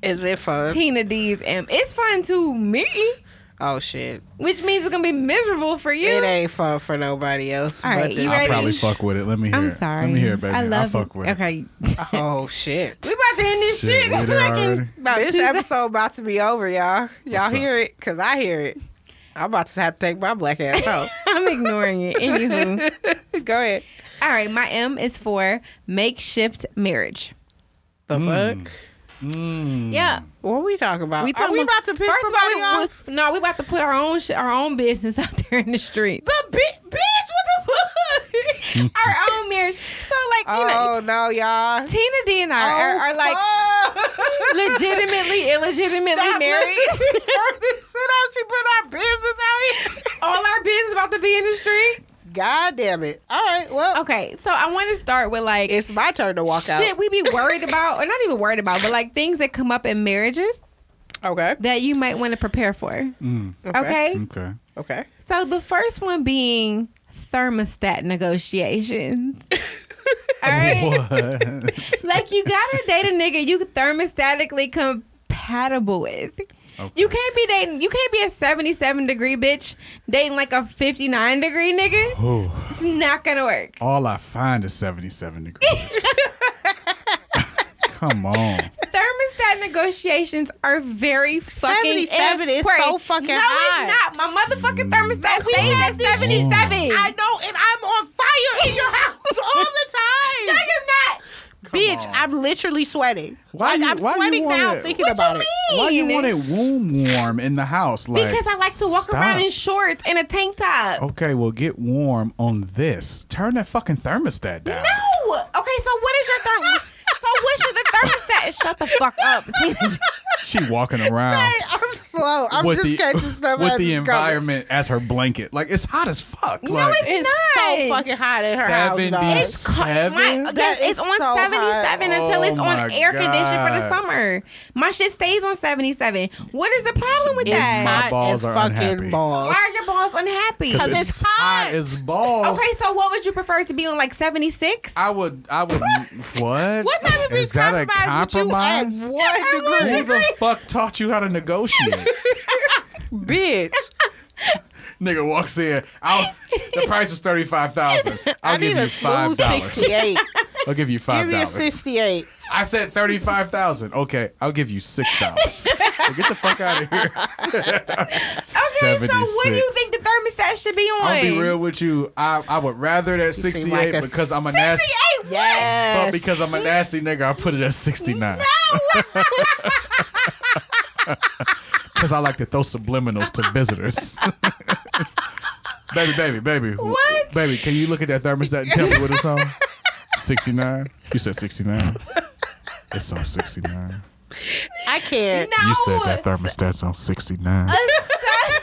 [SPEAKER 3] Is it fun?
[SPEAKER 2] Tina D's M. It's fun to me,
[SPEAKER 3] oh shit!
[SPEAKER 2] which means it's gonna be miserable for you.
[SPEAKER 3] It ain't fun for nobody else.
[SPEAKER 2] All
[SPEAKER 3] but
[SPEAKER 2] right,
[SPEAKER 3] this-
[SPEAKER 2] you
[SPEAKER 4] I'll
[SPEAKER 2] ready?
[SPEAKER 4] probably fuck with it. Let me hear.
[SPEAKER 2] I'm
[SPEAKER 4] it.
[SPEAKER 2] sorry.
[SPEAKER 4] Let me hear it, baby.
[SPEAKER 2] I love
[SPEAKER 4] fuck with it.
[SPEAKER 2] Okay.
[SPEAKER 3] Oh shit!
[SPEAKER 2] We about to end this
[SPEAKER 4] Shit,
[SPEAKER 2] shit.
[SPEAKER 4] we there
[SPEAKER 2] Like in
[SPEAKER 4] already?
[SPEAKER 2] about
[SPEAKER 3] this
[SPEAKER 2] two sec-
[SPEAKER 3] episode about to be over, y'all. Y'all
[SPEAKER 4] What's up?
[SPEAKER 3] hear it? Cause I hear it. I'm about to have to take my black ass out.
[SPEAKER 2] I'm ignoring it. Anywho.
[SPEAKER 3] Go ahead.
[SPEAKER 2] All right, my M is for makeshift marriage.
[SPEAKER 3] The
[SPEAKER 4] Mm.
[SPEAKER 3] fuck?
[SPEAKER 4] Mm.
[SPEAKER 2] Yeah.
[SPEAKER 3] What we talking about?
[SPEAKER 2] We
[SPEAKER 3] Are
[SPEAKER 2] talking
[SPEAKER 3] we about to piss
[SPEAKER 2] First of all,
[SPEAKER 3] somebody
[SPEAKER 2] we-
[SPEAKER 3] off?
[SPEAKER 2] we- no, we about to put our own sh- our own business out there in the street.
[SPEAKER 3] the bi- bitch. What the fuck?
[SPEAKER 2] our own marriage. So like, you know,
[SPEAKER 3] oh no, y'all. Oh,
[SPEAKER 2] Tina D and I are, are like legitimately, illegitimately married.
[SPEAKER 3] Sit down. She put our business out here.
[SPEAKER 2] All our business about to be in the street.
[SPEAKER 3] God damn it. All right. Well,
[SPEAKER 2] Okay, so I want to start with like
[SPEAKER 3] it's my turn to walk
[SPEAKER 2] shit we be worried about, or not even worried about, but like things that come up in marriages
[SPEAKER 3] out. Okay.
[SPEAKER 2] that you might want to prepare for.
[SPEAKER 3] Mm-hmm. Okay.
[SPEAKER 4] Mm.
[SPEAKER 2] Okay?
[SPEAKER 4] Okay.
[SPEAKER 3] Okay.
[SPEAKER 2] so the first one being thermostat negotiations. All right,
[SPEAKER 4] What?
[SPEAKER 2] like you gotta date a nigga you thermostatically compatible with.
[SPEAKER 4] Okay.
[SPEAKER 2] You can't be dating. You can't be a seventy-seven degree bitch dating like a fifty-nine degree nigga.
[SPEAKER 4] Ooh,
[SPEAKER 2] It's not gonna work.
[SPEAKER 4] all I find is 77 degrees. Come on.
[SPEAKER 2] thermostat negotiations are very fucking
[SPEAKER 3] 77 is so
[SPEAKER 2] important.
[SPEAKER 3] fucking
[SPEAKER 2] no,
[SPEAKER 3] high.
[SPEAKER 2] it's not. My motherfucking thermostat
[SPEAKER 3] We
[SPEAKER 2] stays
[SPEAKER 3] had
[SPEAKER 2] at
[SPEAKER 3] this
[SPEAKER 2] 77.
[SPEAKER 3] shit. I know, and I'm on fire in your house all the
[SPEAKER 2] no,
[SPEAKER 3] time.
[SPEAKER 2] you're not.
[SPEAKER 3] Bitch,
[SPEAKER 4] on.
[SPEAKER 3] I'm literally sweating.
[SPEAKER 4] Why
[SPEAKER 3] Like,
[SPEAKER 4] you-
[SPEAKER 3] I'm
[SPEAKER 4] why you
[SPEAKER 3] sweating
[SPEAKER 4] wanna-
[SPEAKER 3] now thinking
[SPEAKER 2] What you
[SPEAKER 3] about it.
[SPEAKER 2] mean?
[SPEAKER 4] Why you want it womb warm in the house? Like
[SPEAKER 2] Because I like to walk
[SPEAKER 4] stop.
[SPEAKER 2] around in shorts and a tank top.
[SPEAKER 4] Okay, well get warm on this. Turn that fucking thermostat down.
[SPEAKER 2] No. Okay, so what is your thermostat? so what's your the thermostat? Shut the fuck up.
[SPEAKER 4] She walking around
[SPEAKER 3] Hey, I'm slow. I'm
[SPEAKER 4] with
[SPEAKER 3] just
[SPEAKER 4] the
[SPEAKER 3] catching stuff
[SPEAKER 4] with
[SPEAKER 3] as
[SPEAKER 4] the
[SPEAKER 3] it's
[SPEAKER 4] environment as her blanket. Like it's hot as fuck.
[SPEAKER 2] No,
[SPEAKER 4] like
[SPEAKER 3] coming. It's so
[SPEAKER 2] Nice.
[SPEAKER 3] fucking hot in her house. dog.
[SPEAKER 2] It's co- my,
[SPEAKER 4] seven.
[SPEAKER 2] yes,
[SPEAKER 3] That
[SPEAKER 2] it's
[SPEAKER 3] is
[SPEAKER 2] on
[SPEAKER 3] so
[SPEAKER 2] 77
[SPEAKER 4] high.
[SPEAKER 2] until
[SPEAKER 4] Oh
[SPEAKER 2] it's
[SPEAKER 4] my
[SPEAKER 2] on air condition for the
[SPEAKER 4] God.
[SPEAKER 2] summer. My shit stays on 77. What is the problem with
[SPEAKER 3] It's
[SPEAKER 2] that?
[SPEAKER 4] my
[SPEAKER 3] hot
[SPEAKER 4] balls
[SPEAKER 3] as
[SPEAKER 4] are
[SPEAKER 3] fucking
[SPEAKER 4] unhappy.
[SPEAKER 3] balls.
[SPEAKER 2] Why are your balls unhappy?
[SPEAKER 3] Cause
[SPEAKER 4] it's,
[SPEAKER 3] it's
[SPEAKER 4] hot.
[SPEAKER 3] hot.
[SPEAKER 4] as balls.
[SPEAKER 2] Okay, so what would you prefer to be on like 76?
[SPEAKER 4] I would. I would. what?
[SPEAKER 3] What type of
[SPEAKER 4] is that a
[SPEAKER 3] compromise would you at
[SPEAKER 4] compromise?
[SPEAKER 3] one
[SPEAKER 4] Who
[SPEAKER 3] degree?
[SPEAKER 4] the fuck taught you how to negotiate?
[SPEAKER 3] Bitch,
[SPEAKER 4] Nigga walks in. I'll, the price is thirty five thousand.
[SPEAKER 3] I
[SPEAKER 4] I'll
[SPEAKER 3] need
[SPEAKER 4] give
[SPEAKER 3] a
[SPEAKER 4] you five
[SPEAKER 3] smooth
[SPEAKER 4] dollars.
[SPEAKER 3] 68.
[SPEAKER 4] I'll give you
[SPEAKER 3] Give
[SPEAKER 4] five
[SPEAKER 3] me a
[SPEAKER 4] dollars.
[SPEAKER 3] 68.
[SPEAKER 4] I said thirty five thousand. Okay, I'll give you six dollars. get the fuck out of here.
[SPEAKER 2] Okay, so what do you think the thermostat should be on?
[SPEAKER 4] I'll be real with you. I, I would rather that
[SPEAKER 3] You seem
[SPEAKER 4] sixty
[SPEAKER 3] like
[SPEAKER 4] eight
[SPEAKER 3] a
[SPEAKER 4] because I'm a
[SPEAKER 2] 68
[SPEAKER 4] nasty.
[SPEAKER 2] what?
[SPEAKER 3] Yes.
[SPEAKER 4] But because I'm a nasty nigga, I put it at sixty nine. Because I like to throw subliminals to visitors. baby, baby, baby.
[SPEAKER 2] What?
[SPEAKER 4] Baby, can you look at that thermostat and tell me what it's on? 69? You said 69. It's on 69.
[SPEAKER 3] I can't.
[SPEAKER 2] No.
[SPEAKER 4] You said that thermostat's on 69.
[SPEAKER 2] Aside-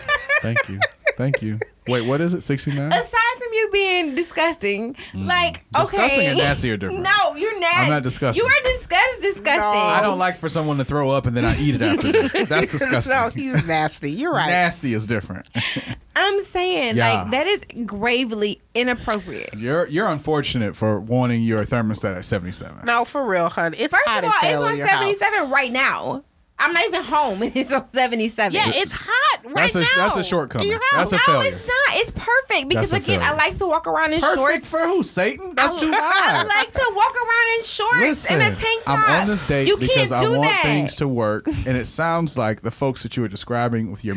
[SPEAKER 4] Thank you. Thank you. Wait, what is it? 69?
[SPEAKER 2] aside from you being disgusting, like okay,
[SPEAKER 4] Mm. Disgusting and nasty are different.
[SPEAKER 2] No, you're not.
[SPEAKER 4] I'm not disgusting.
[SPEAKER 2] You are disgust, disgusting.
[SPEAKER 4] I don't like for someone to throw up and then I eat it after that. That's disgusting.
[SPEAKER 3] No, he's nasty. You're right.
[SPEAKER 4] Nasty is different.
[SPEAKER 2] I'm saying
[SPEAKER 4] Yeah.
[SPEAKER 2] like that is gravely inappropriate.
[SPEAKER 4] You're you're unfortunate for wanting your thermostat at 77.
[SPEAKER 3] No, for real, honey. It's
[SPEAKER 2] First
[SPEAKER 3] hot
[SPEAKER 2] of all,
[SPEAKER 3] as
[SPEAKER 2] it's
[SPEAKER 3] hell
[SPEAKER 2] on
[SPEAKER 3] in your house.
[SPEAKER 2] 77 right now. I'm not even home, and it's on 77.
[SPEAKER 3] Yeah, it's hot right
[SPEAKER 4] That's a-
[SPEAKER 3] now.
[SPEAKER 4] that's a shortcoming.
[SPEAKER 3] In your house.
[SPEAKER 4] That's a
[SPEAKER 2] no,
[SPEAKER 4] failure.
[SPEAKER 2] it's not. It's perfect because
[SPEAKER 4] That's a
[SPEAKER 2] again, I
[SPEAKER 4] failure.
[SPEAKER 2] like to walk around in
[SPEAKER 4] Perfect
[SPEAKER 2] shorts.
[SPEAKER 4] for who? Satan? That's too
[SPEAKER 2] I
[SPEAKER 4] high.
[SPEAKER 2] like to walk around in shorts
[SPEAKER 4] Listen,
[SPEAKER 2] and a tank top.
[SPEAKER 4] I'm on this date
[SPEAKER 2] you
[SPEAKER 4] because
[SPEAKER 2] can't
[SPEAKER 4] I
[SPEAKER 2] do
[SPEAKER 4] want
[SPEAKER 2] that.
[SPEAKER 4] things to work, and it sounds like the folks that you were describing with your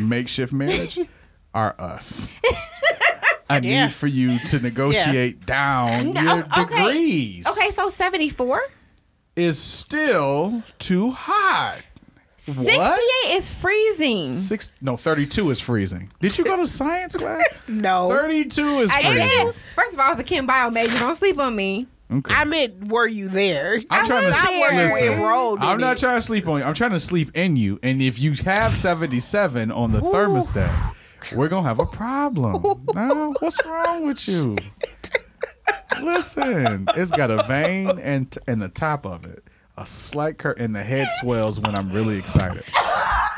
[SPEAKER 4] makeshift marriage are us. I
[SPEAKER 3] Yeah.
[SPEAKER 4] need for you to negotiate down
[SPEAKER 2] No,
[SPEAKER 4] your
[SPEAKER 2] okay.
[SPEAKER 4] degrees.
[SPEAKER 2] Okay, so 74.
[SPEAKER 4] is still too hot.
[SPEAKER 2] 68 is freezing.
[SPEAKER 4] Six? No, thirty-two is freezing. Did you go to science class?
[SPEAKER 3] No.
[SPEAKER 4] Thirty-two is
[SPEAKER 2] I
[SPEAKER 4] freezing.
[SPEAKER 2] did. First of all, I was a chem bio major. Don't sleep on me.
[SPEAKER 4] Okay.
[SPEAKER 3] I meant, were you there?
[SPEAKER 4] I'm
[SPEAKER 2] I
[SPEAKER 4] trying to
[SPEAKER 2] was
[SPEAKER 4] sleep.
[SPEAKER 2] there.
[SPEAKER 4] Listen,
[SPEAKER 2] Oh,
[SPEAKER 3] Enrolled in
[SPEAKER 4] I'm not
[SPEAKER 3] it.
[SPEAKER 4] trying to sleep on you. I'm trying to sleep in you. And if you have 77 on the thermostat, we're gonna have a problem. No, what's wrong with you? Listen, it's got a vein and t- and the top of it, a slight curve, and the head swells when I'm really excited.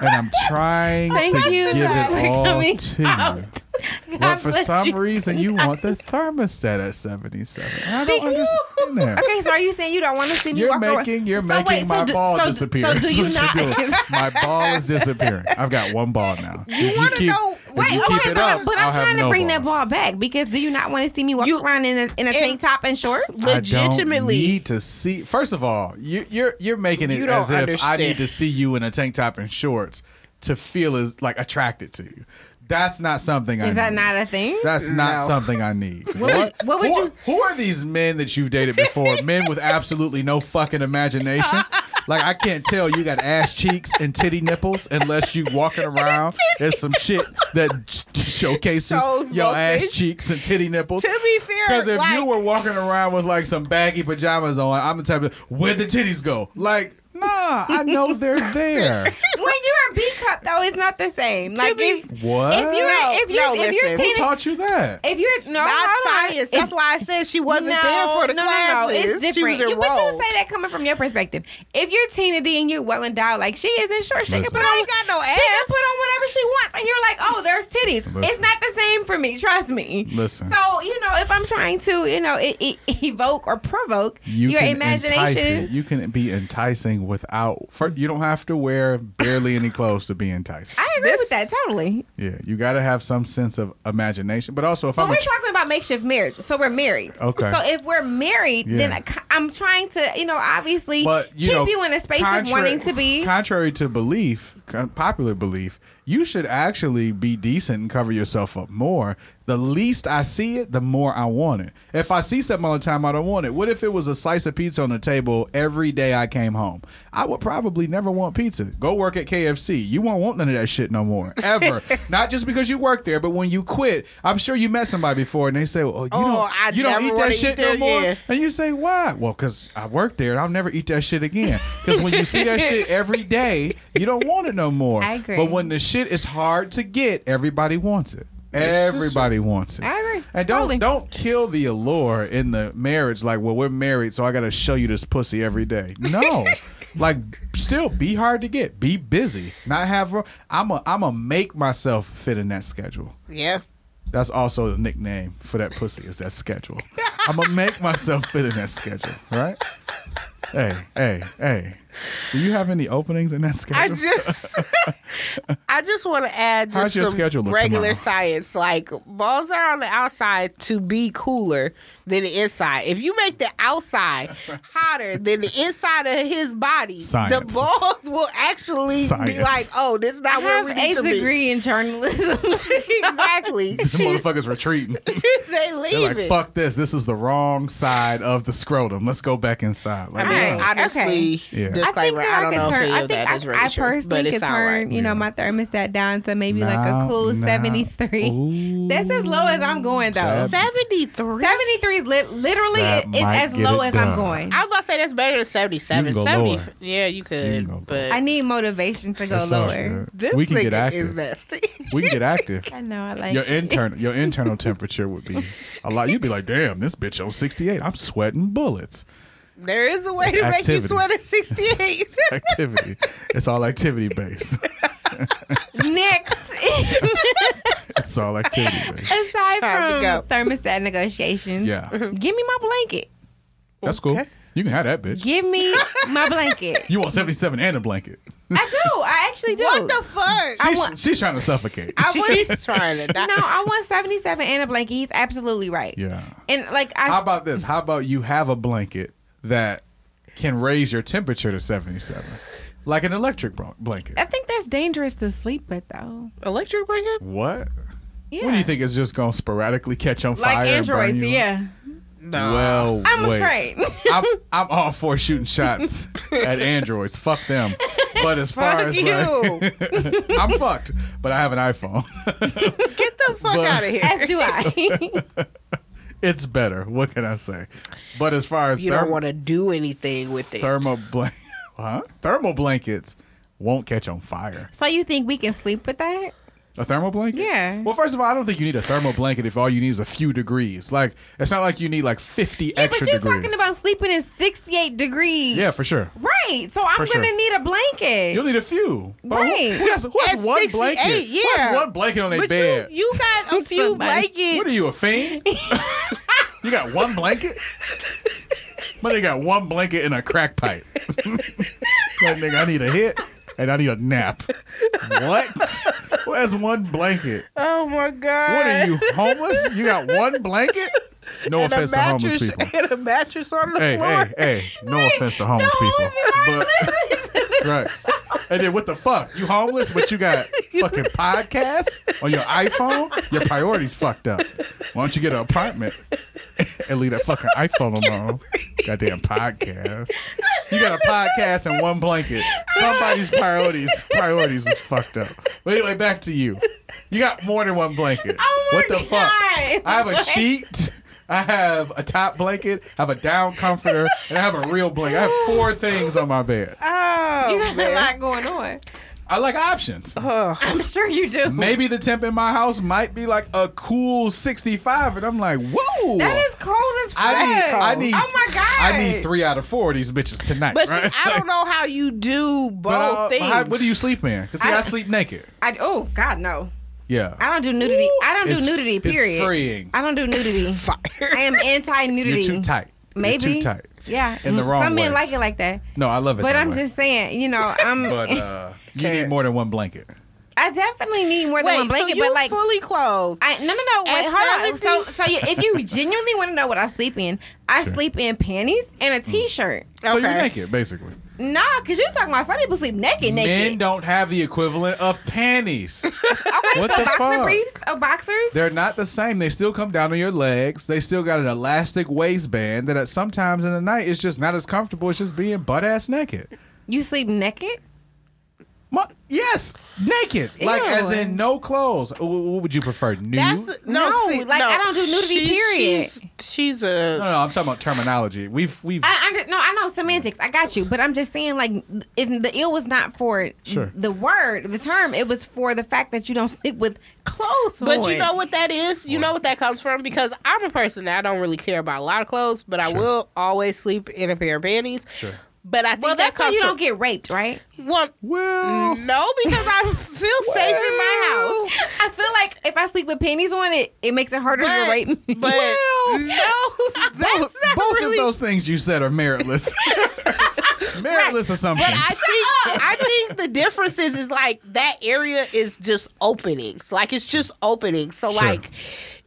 [SPEAKER 4] And I'm trying
[SPEAKER 2] Thank
[SPEAKER 4] to
[SPEAKER 2] you
[SPEAKER 4] give it
[SPEAKER 2] for
[SPEAKER 4] all
[SPEAKER 2] coming
[SPEAKER 4] to
[SPEAKER 2] out.
[SPEAKER 4] you. But for
[SPEAKER 2] bless
[SPEAKER 4] some
[SPEAKER 2] you.
[SPEAKER 4] reason, you want the thermostat at 77. I don't understand that.
[SPEAKER 2] Okay, so are you saying you don't want to see me
[SPEAKER 4] You're
[SPEAKER 2] walk around?
[SPEAKER 4] making you're
[SPEAKER 2] So
[SPEAKER 4] making
[SPEAKER 2] wait, so
[SPEAKER 4] my
[SPEAKER 2] do-
[SPEAKER 4] ball
[SPEAKER 2] so-
[SPEAKER 4] disappear.
[SPEAKER 2] So do
[SPEAKER 4] That's
[SPEAKER 2] you
[SPEAKER 4] what
[SPEAKER 2] not?
[SPEAKER 4] you're doing. my ball is disappearing. I've got one ball now. If You
[SPEAKER 3] wanna
[SPEAKER 4] keep-
[SPEAKER 3] know-
[SPEAKER 4] if
[SPEAKER 2] Wait,
[SPEAKER 4] you
[SPEAKER 2] okay,
[SPEAKER 4] keep it
[SPEAKER 2] but,
[SPEAKER 4] up,
[SPEAKER 2] I'm, but
[SPEAKER 4] I'll
[SPEAKER 2] I'm
[SPEAKER 4] have
[SPEAKER 2] trying to
[SPEAKER 4] no
[SPEAKER 2] bring that
[SPEAKER 4] balls.
[SPEAKER 2] ball back because do you not want to see me walk
[SPEAKER 3] You-
[SPEAKER 2] around in a, in a tank top and shorts?
[SPEAKER 3] Look, legitimately-
[SPEAKER 4] I don't need to see. First of all, you, you're you're making it
[SPEAKER 3] You don't
[SPEAKER 4] as if I
[SPEAKER 3] understand.
[SPEAKER 4] need to see you in a tank top and shorts to feel as like attracted to you. That's not something I.
[SPEAKER 2] Is that
[SPEAKER 4] need.
[SPEAKER 2] not a thing?
[SPEAKER 4] That's not
[SPEAKER 3] No.
[SPEAKER 4] something I need.
[SPEAKER 2] What would- what would
[SPEAKER 4] who,
[SPEAKER 2] you-
[SPEAKER 4] who are these men that you've dated before? men with absolutely no fucking imagination. Like I can't tell you got ass cheeks and titty nipples unless you walking around there's some shit that sh- showcases
[SPEAKER 3] Shows
[SPEAKER 4] your
[SPEAKER 3] both
[SPEAKER 4] ass
[SPEAKER 3] things.
[SPEAKER 4] cheeks and titty nipples.
[SPEAKER 3] To be fair,
[SPEAKER 4] Because if you
[SPEAKER 3] like-
[SPEAKER 4] were walking around with like some baggy pajamas on, I'm the type of where the titties go. Like, nah, I know they're there.
[SPEAKER 2] when you're a B cup though, it's not the same. Like
[SPEAKER 3] be-
[SPEAKER 2] if,
[SPEAKER 4] What?
[SPEAKER 2] if you're
[SPEAKER 3] No,
[SPEAKER 2] if you're
[SPEAKER 3] no,
[SPEAKER 2] if you're
[SPEAKER 3] listen.
[SPEAKER 2] teen-
[SPEAKER 4] Who taught you that?
[SPEAKER 2] if you're no
[SPEAKER 3] not
[SPEAKER 2] hold on.
[SPEAKER 3] science.
[SPEAKER 2] If-
[SPEAKER 3] That's why I said she wasn't
[SPEAKER 2] no,
[SPEAKER 3] there for the
[SPEAKER 2] no, no, no.
[SPEAKER 3] classes.
[SPEAKER 2] It's different.
[SPEAKER 3] She was
[SPEAKER 2] You- but you
[SPEAKER 3] enrolled.
[SPEAKER 2] say that coming from your perspective. If you're Tina D and you're well endowed, like she is in short, she can
[SPEAKER 4] Listen.
[SPEAKER 2] put on
[SPEAKER 3] I ain't got no
[SPEAKER 2] she can
[SPEAKER 3] ass.
[SPEAKER 2] put on whatever she wants, and you're like, oh, there's titties.
[SPEAKER 4] Listen.
[SPEAKER 2] It's not the same come for me. Trust me.
[SPEAKER 4] Listen.
[SPEAKER 2] So you know, if I'm trying to, you know, e- e- evoke or provoke
[SPEAKER 4] You
[SPEAKER 2] your
[SPEAKER 4] can entice it.
[SPEAKER 2] imagination.
[SPEAKER 4] You can be enticing without. fir- you don't have to wear barely any clothes to be enticing.
[SPEAKER 2] I agree
[SPEAKER 3] This-
[SPEAKER 2] with that totally.
[SPEAKER 4] yeah, you got to have some sense of imagination. But also, if
[SPEAKER 2] But
[SPEAKER 4] I'm a
[SPEAKER 2] we're
[SPEAKER 4] ch-
[SPEAKER 2] talking about makeshift marriage, so we're married.
[SPEAKER 4] Okay.
[SPEAKER 2] So if we're married, then
[SPEAKER 4] Yeah.
[SPEAKER 2] I c- I'm trying to, you know, obviously
[SPEAKER 4] but you
[SPEAKER 2] keep
[SPEAKER 4] know,
[SPEAKER 2] you in a space
[SPEAKER 4] contra-
[SPEAKER 2] of wanting to be.
[SPEAKER 4] Contrary to belief, con- popular belief, you should actually be decent and cover yourself up more. The least I see it, the more I want it. If I see something all the time, I don't want it. What if it was a slice of pizza on the table every day I came home? I would probably never want pizza. Go work at KFC. You won't want none of that shit no more, ever. Not just because you work there, but when you quit, I'm sure you met somebody before and they say, "Oh, you
[SPEAKER 3] Oh,
[SPEAKER 4] don't,
[SPEAKER 3] I
[SPEAKER 4] you don't
[SPEAKER 3] never
[SPEAKER 4] eat
[SPEAKER 3] wanna
[SPEAKER 4] that
[SPEAKER 3] eat
[SPEAKER 4] shit no
[SPEAKER 3] that,
[SPEAKER 4] more."
[SPEAKER 3] yeah.
[SPEAKER 4] And you say, why? Well, because I work there and I'll never eat that shit again. Because when you see that shit every day, you don't want it no more.
[SPEAKER 2] I agree.
[SPEAKER 4] But when the shit is hard to get, everybody wants it. Everybody wants it.
[SPEAKER 2] I agree.
[SPEAKER 4] And don't
[SPEAKER 2] Totally.
[SPEAKER 4] don't kill the allure in the marriage. Like, well, we're married, so I gotta show you this pussy every day. No, like, still be hard to get. Be busy. Not have. ro- I'm a I'm a make myself fit in that schedule.
[SPEAKER 3] Yeah.
[SPEAKER 4] That's also the nickname for that pussy is that schedule. I'm gonna make myself fit in that schedule, right? Hey, hey, hey. Do you have any openings in that
[SPEAKER 3] I
[SPEAKER 4] schedule?
[SPEAKER 3] just I just want to add
[SPEAKER 4] How's
[SPEAKER 3] just
[SPEAKER 4] your
[SPEAKER 3] some
[SPEAKER 4] schedule look
[SPEAKER 3] regular
[SPEAKER 4] tomorrow?
[SPEAKER 3] science. Like balls are on the outside to be cooler than the inside. If you make the outside hotter than the inside of his body, the
[SPEAKER 4] Science.
[SPEAKER 3] balls will actually be
[SPEAKER 4] Science.
[SPEAKER 3] like, "Oh, this is
[SPEAKER 2] I
[SPEAKER 3] not where
[SPEAKER 2] have
[SPEAKER 3] we need
[SPEAKER 2] a
[SPEAKER 3] to be."
[SPEAKER 2] degree in journalism.
[SPEAKER 3] exactly.
[SPEAKER 4] the motherfuckers retreating.
[SPEAKER 3] they leave
[SPEAKER 4] They're like,
[SPEAKER 3] it.
[SPEAKER 4] fuck this. This is the wrong side of the scrotum. Let's go back inside. Like,
[SPEAKER 3] I mean,
[SPEAKER 2] Alright,
[SPEAKER 4] no.
[SPEAKER 3] honestly,
[SPEAKER 4] okay. Yeah. I think
[SPEAKER 3] disclaimer. I, don't
[SPEAKER 2] could
[SPEAKER 3] know
[SPEAKER 2] turn-
[SPEAKER 3] if any of that
[SPEAKER 2] I,
[SPEAKER 3] is really
[SPEAKER 2] I
[SPEAKER 3] true,
[SPEAKER 2] personally
[SPEAKER 3] but it
[SPEAKER 2] could
[SPEAKER 3] sound
[SPEAKER 2] turn,
[SPEAKER 3] right.
[SPEAKER 2] you know, my thermostat down to maybe like
[SPEAKER 4] Now-
[SPEAKER 2] a cool
[SPEAKER 4] now-
[SPEAKER 2] 73.
[SPEAKER 4] Ooh.
[SPEAKER 2] That's as low as I'm going, though.
[SPEAKER 4] That-
[SPEAKER 3] Seventy three.
[SPEAKER 2] 73 is lit literally
[SPEAKER 4] That
[SPEAKER 2] is
[SPEAKER 4] might
[SPEAKER 2] as
[SPEAKER 4] get
[SPEAKER 2] low
[SPEAKER 4] it
[SPEAKER 2] as I'm
[SPEAKER 4] done.
[SPEAKER 2] going.
[SPEAKER 3] I was about to say that's better than seventy seven.
[SPEAKER 4] You can go
[SPEAKER 3] Seventy.
[SPEAKER 4] lower.
[SPEAKER 3] Yeah, you
[SPEAKER 4] You
[SPEAKER 3] could,
[SPEAKER 4] can go lower.
[SPEAKER 3] but
[SPEAKER 2] I need motivation to go
[SPEAKER 4] That's all
[SPEAKER 2] lower.
[SPEAKER 4] good. we can
[SPEAKER 3] nigga
[SPEAKER 4] get
[SPEAKER 3] is
[SPEAKER 4] active.
[SPEAKER 3] nasty.
[SPEAKER 4] We can get active.
[SPEAKER 2] I know, I like
[SPEAKER 4] Your
[SPEAKER 2] it.
[SPEAKER 4] internal your internal temperature would be a lot. You'd be like, damn, this bitch on 68. I'm sweating bullets.
[SPEAKER 3] There is a way
[SPEAKER 4] It's
[SPEAKER 3] to make you
[SPEAKER 4] activity.
[SPEAKER 3] sweat at 68.
[SPEAKER 4] Activity. it's all activity based.
[SPEAKER 2] Next,
[SPEAKER 4] It's all activity based.
[SPEAKER 2] aside
[SPEAKER 3] Time to
[SPEAKER 2] from thermostat negotiations,
[SPEAKER 4] Yeah,
[SPEAKER 2] give me my blanket.
[SPEAKER 4] that's cool.
[SPEAKER 3] Okay.
[SPEAKER 4] You can have that bitch.
[SPEAKER 2] Give me my blanket.
[SPEAKER 4] You want seventy seven and a blanket.
[SPEAKER 2] I do. I actually do.
[SPEAKER 3] what the fuck?
[SPEAKER 4] She's,
[SPEAKER 2] want-
[SPEAKER 4] she's trying to suffocate.
[SPEAKER 2] I want,
[SPEAKER 3] She's trying to die.
[SPEAKER 2] no, I want 77 and a blanket. He's absolutely right.
[SPEAKER 4] yeah.
[SPEAKER 2] And like I,
[SPEAKER 4] How about this? How about you have a blanket that can raise your temperature to seventy seven, like an electric bro- blanket?
[SPEAKER 2] I think that's dangerous to sleep with though.
[SPEAKER 3] Electric blanket?
[SPEAKER 4] What?
[SPEAKER 2] Yeah.
[SPEAKER 4] What do you think is just gonna sporadically catch on
[SPEAKER 2] Like
[SPEAKER 4] fire? and burn
[SPEAKER 2] androids,
[SPEAKER 4] you up?
[SPEAKER 2] yeah.
[SPEAKER 3] No.
[SPEAKER 4] Well,
[SPEAKER 2] I'm
[SPEAKER 4] wait.
[SPEAKER 2] afraid.
[SPEAKER 4] I'm, I'm all for shooting shots at androids. Fuck them. But as far
[SPEAKER 3] fuck
[SPEAKER 4] as
[SPEAKER 3] you.
[SPEAKER 4] like, I'm fucked, but I have an iPhone.
[SPEAKER 3] Get the fuck
[SPEAKER 4] But-
[SPEAKER 3] out of here.
[SPEAKER 2] As do I.
[SPEAKER 4] it's better. What can I say? But as far as
[SPEAKER 3] You
[SPEAKER 4] therm-
[SPEAKER 3] don't want to do anything with it.
[SPEAKER 4] thermal blan- huh? Thermal blankets won't catch on fire.
[SPEAKER 2] so you think we can sleep with that?
[SPEAKER 4] A thermal blanket?
[SPEAKER 2] Yeah.
[SPEAKER 4] Well, first of all, I don't think you need a thermal blanket if all you need is a few degrees. Like it's not like you need like 50
[SPEAKER 2] Yeah,
[SPEAKER 4] extra
[SPEAKER 2] but you're
[SPEAKER 4] degrees.
[SPEAKER 2] talking about sleeping in 68 degrees.
[SPEAKER 4] yeah, for sure.
[SPEAKER 2] Right. So I'm
[SPEAKER 4] For sure.
[SPEAKER 2] gonna need a blanket.
[SPEAKER 4] You'll need a few. But who-
[SPEAKER 2] Right.
[SPEAKER 4] Who, has, who has
[SPEAKER 3] At
[SPEAKER 4] one
[SPEAKER 3] 68,
[SPEAKER 4] blanket? Who has
[SPEAKER 3] yeah.
[SPEAKER 4] one blanket on their
[SPEAKER 3] But
[SPEAKER 4] bed?
[SPEAKER 3] you, you got a few
[SPEAKER 2] Somebody.
[SPEAKER 3] blankets.
[SPEAKER 4] What are you, a fiend? you got one blanket? My nigga got one blanket and a crack pipe. My nigga, I need a hit and I need a nap. What? Who has one blanket?
[SPEAKER 3] Oh my god.
[SPEAKER 4] What are you, homeless? You got one blanket? No
[SPEAKER 3] And a
[SPEAKER 4] offense to homeless
[SPEAKER 3] mattress
[SPEAKER 4] people.
[SPEAKER 3] and a mattress on the
[SPEAKER 4] Hey,
[SPEAKER 3] floor.
[SPEAKER 4] hey, hey. No offense to homeless people. But, right. And then what the fuck? You homeless, but you got fucking podcasts on your iPhone? Your priorities fucked up. Why don't you get an apartment and leave that fucking iPhone alone? Goddamn podcast. You got a podcast and one blanket. Somebody's priorities priorities is fucked up. But anyway, back to you. You got more than one blanket.
[SPEAKER 2] Oh my
[SPEAKER 4] what the
[SPEAKER 2] God.
[SPEAKER 4] fuck? I have a sheet. I have a top blanket. I have a down comforter, and I have a real blanket. I have four things on my bed.
[SPEAKER 3] Oh,
[SPEAKER 2] You got a
[SPEAKER 3] man.
[SPEAKER 2] lot going on.
[SPEAKER 4] I like options.
[SPEAKER 3] Ugh.
[SPEAKER 2] I'm sure you do.
[SPEAKER 4] Maybe the temp in my house might be like a cool 65, and I'm like, whoa.
[SPEAKER 2] That is cold as fuck.
[SPEAKER 4] I need, I need,
[SPEAKER 2] Oh my god.
[SPEAKER 4] I need three out of four of these bitches tonight.
[SPEAKER 3] But see,
[SPEAKER 4] right?
[SPEAKER 3] I don't know how you do both
[SPEAKER 4] But, uh,
[SPEAKER 3] things.
[SPEAKER 4] how- what do you sleep in? Because see, I,
[SPEAKER 2] I-
[SPEAKER 4] sleep naked.
[SPEAKER 2] I, oh God, no.
[SPEAKER 4] Yeah.
[SPEAKER 2] I don't do nudity. I don't
[SPEAKER 4] It's-
[SPEAKER 2] do nudity.
[SPEAKER 4] it's
[SPEAKER 2] Period.
[SPEAKER 4] freeing.
[SPEAKER 2] I don't do nudity. I am anti nudity.
[SPEAKER 4] You're too tight.
[SPEAKER 2] Maybe
[SPEAKER 4] You're too tight.
[SPEAKER 2] Yeah. Mm-hmm.
[SPEAKER 4] In the wrong
[SPEAKER 2] Some men
[SPEAKER 4] ways.
[SPEAKER 2] like it like that.
[SPEAKER 4] No, I love it.
[SPEAKER 2] But
[SPEAKER 4] that
[SPEAKER 2] I'm
[SPEAKER 4] way.
[SPEAKER 2] just saying, you know, I'm.
[SPEAKER 4] But uh, you need more than one blanket.
[SPEAKER 2] I definitely need more than
[SPEAKER 3] Wait,
[SPEAKER 2] one blanket.
[SPEAKER 3] so you
[SPEAKER 2] but like,
[SPEAKER 3] fully clothed.
[SPEAKER 2] I no no no. Wait,
[SPEAKER 3] At
[SPEAKER 2] hold on.
[SPEAKER 3] 70?
[SPEAKER 2] So so you, if you genuinely want to know what I sleep in, I sleep in panties and a
[SPEAKER 4] Hmm.
[SPEAKER 2] t-shirt.
[SPEAKER 4] So
[SPEAKER 3] Okay.
[SPEAKER 4] you're naked, basically.
[SPEAKER 2] Nah, cause you're talking about some people sleep naked,
[SPEAKER 4] Men
[SPEAKER 2] naked.
[SPEAKER 4] don't have the equivalent of panties.
[SPEAKER 2] Okay,
[SPEAKER 4] What
[SPEAKER 2] so
[SPEAKER 4] the
[SPEAKER 2] boxer
[SPEAKER 4] fuck?
[SPEAKER 2] briefs or boxers.
[SPEAKER 4] They're not the same. They still come down on your legs. They still got an elastic waistband that at sometimes in the night it's just not as comfortable. It's just being butt ass naked.
[SPEAKER 2] you sleep naked?
[SPEAKER 4] Mu- yes, naked. Like
[SPEAKER 2] Ew.
[SPEAKER 4] as in no clothes. Wh- What would you prefer? Nude?
[SPEAKER 3] That's
[SPEAKER 4] no,
[SPEAKER 3] no,
[SPEAKER 2] No,
[SPEAKER 3] see,
[SPEAKER 2] like,
[SPEAKER 3] no.
[SPEAKER 2] I don't do nudity, period.
[SPEAKER 3] She's, she's a
[SPEAKER 4] no, no. I'm talking about terminology. We've we've
[SPEAKER 2] I under no, I know semantics. I got you, but I'm just saying, like, if the ill was not for
[SPEAKER 4] Sure.
[SPEAKER 2] the word, the term. It was for the fact that you don't sleep with clothes.
[SPEAKER 3] But
[SPEAKER 2] on.
[SPEAKER 3] you know what that is? You know what that comes from? Because I'm a person that I don't really care about a lot of clothes, but I
[SPEAKER 4] Sure.
[SPEAKER 3] will always sleep in a pair of panties.
[SPEAKER 4] Sure.
[SPEAKER 3] But I think
[SPEAKER 2] Well,
[SPEAKER 3] that
[SPEAKER 2] that's how
[SPEAKER 3] comes
[SPEAKER 2] you don't
[SPEAKER 3] from
[SPEAKER 2] get raped, right?
[SPEAKER 3] well,
[SPEAKER 4] well.
[SPEAKER 3] no, because I feel safe in my house.
[SPEAKER 2] I feel like if I sleep with panties on, it it makes it harder
[SPEAKER 3] But,
[SPEAKER 2] to rape me.
[SPEAKER 3] but
[SPEAKER 4] Well,
[SPEAKER 3] no,
[SPEAKER 4] Both,
[SPEAKER 3] that's not
[SPEAKER 4] both
[SPEAKER 3] really.
[SPEAKER 4] of those things you said are meritless. meritless assumptions.
[SPEAKER 3] I think I think the difference is is like that area is just openings. Like it's just openings. So
[SPEAKER 4] Sure.
[SPEAKER 3] like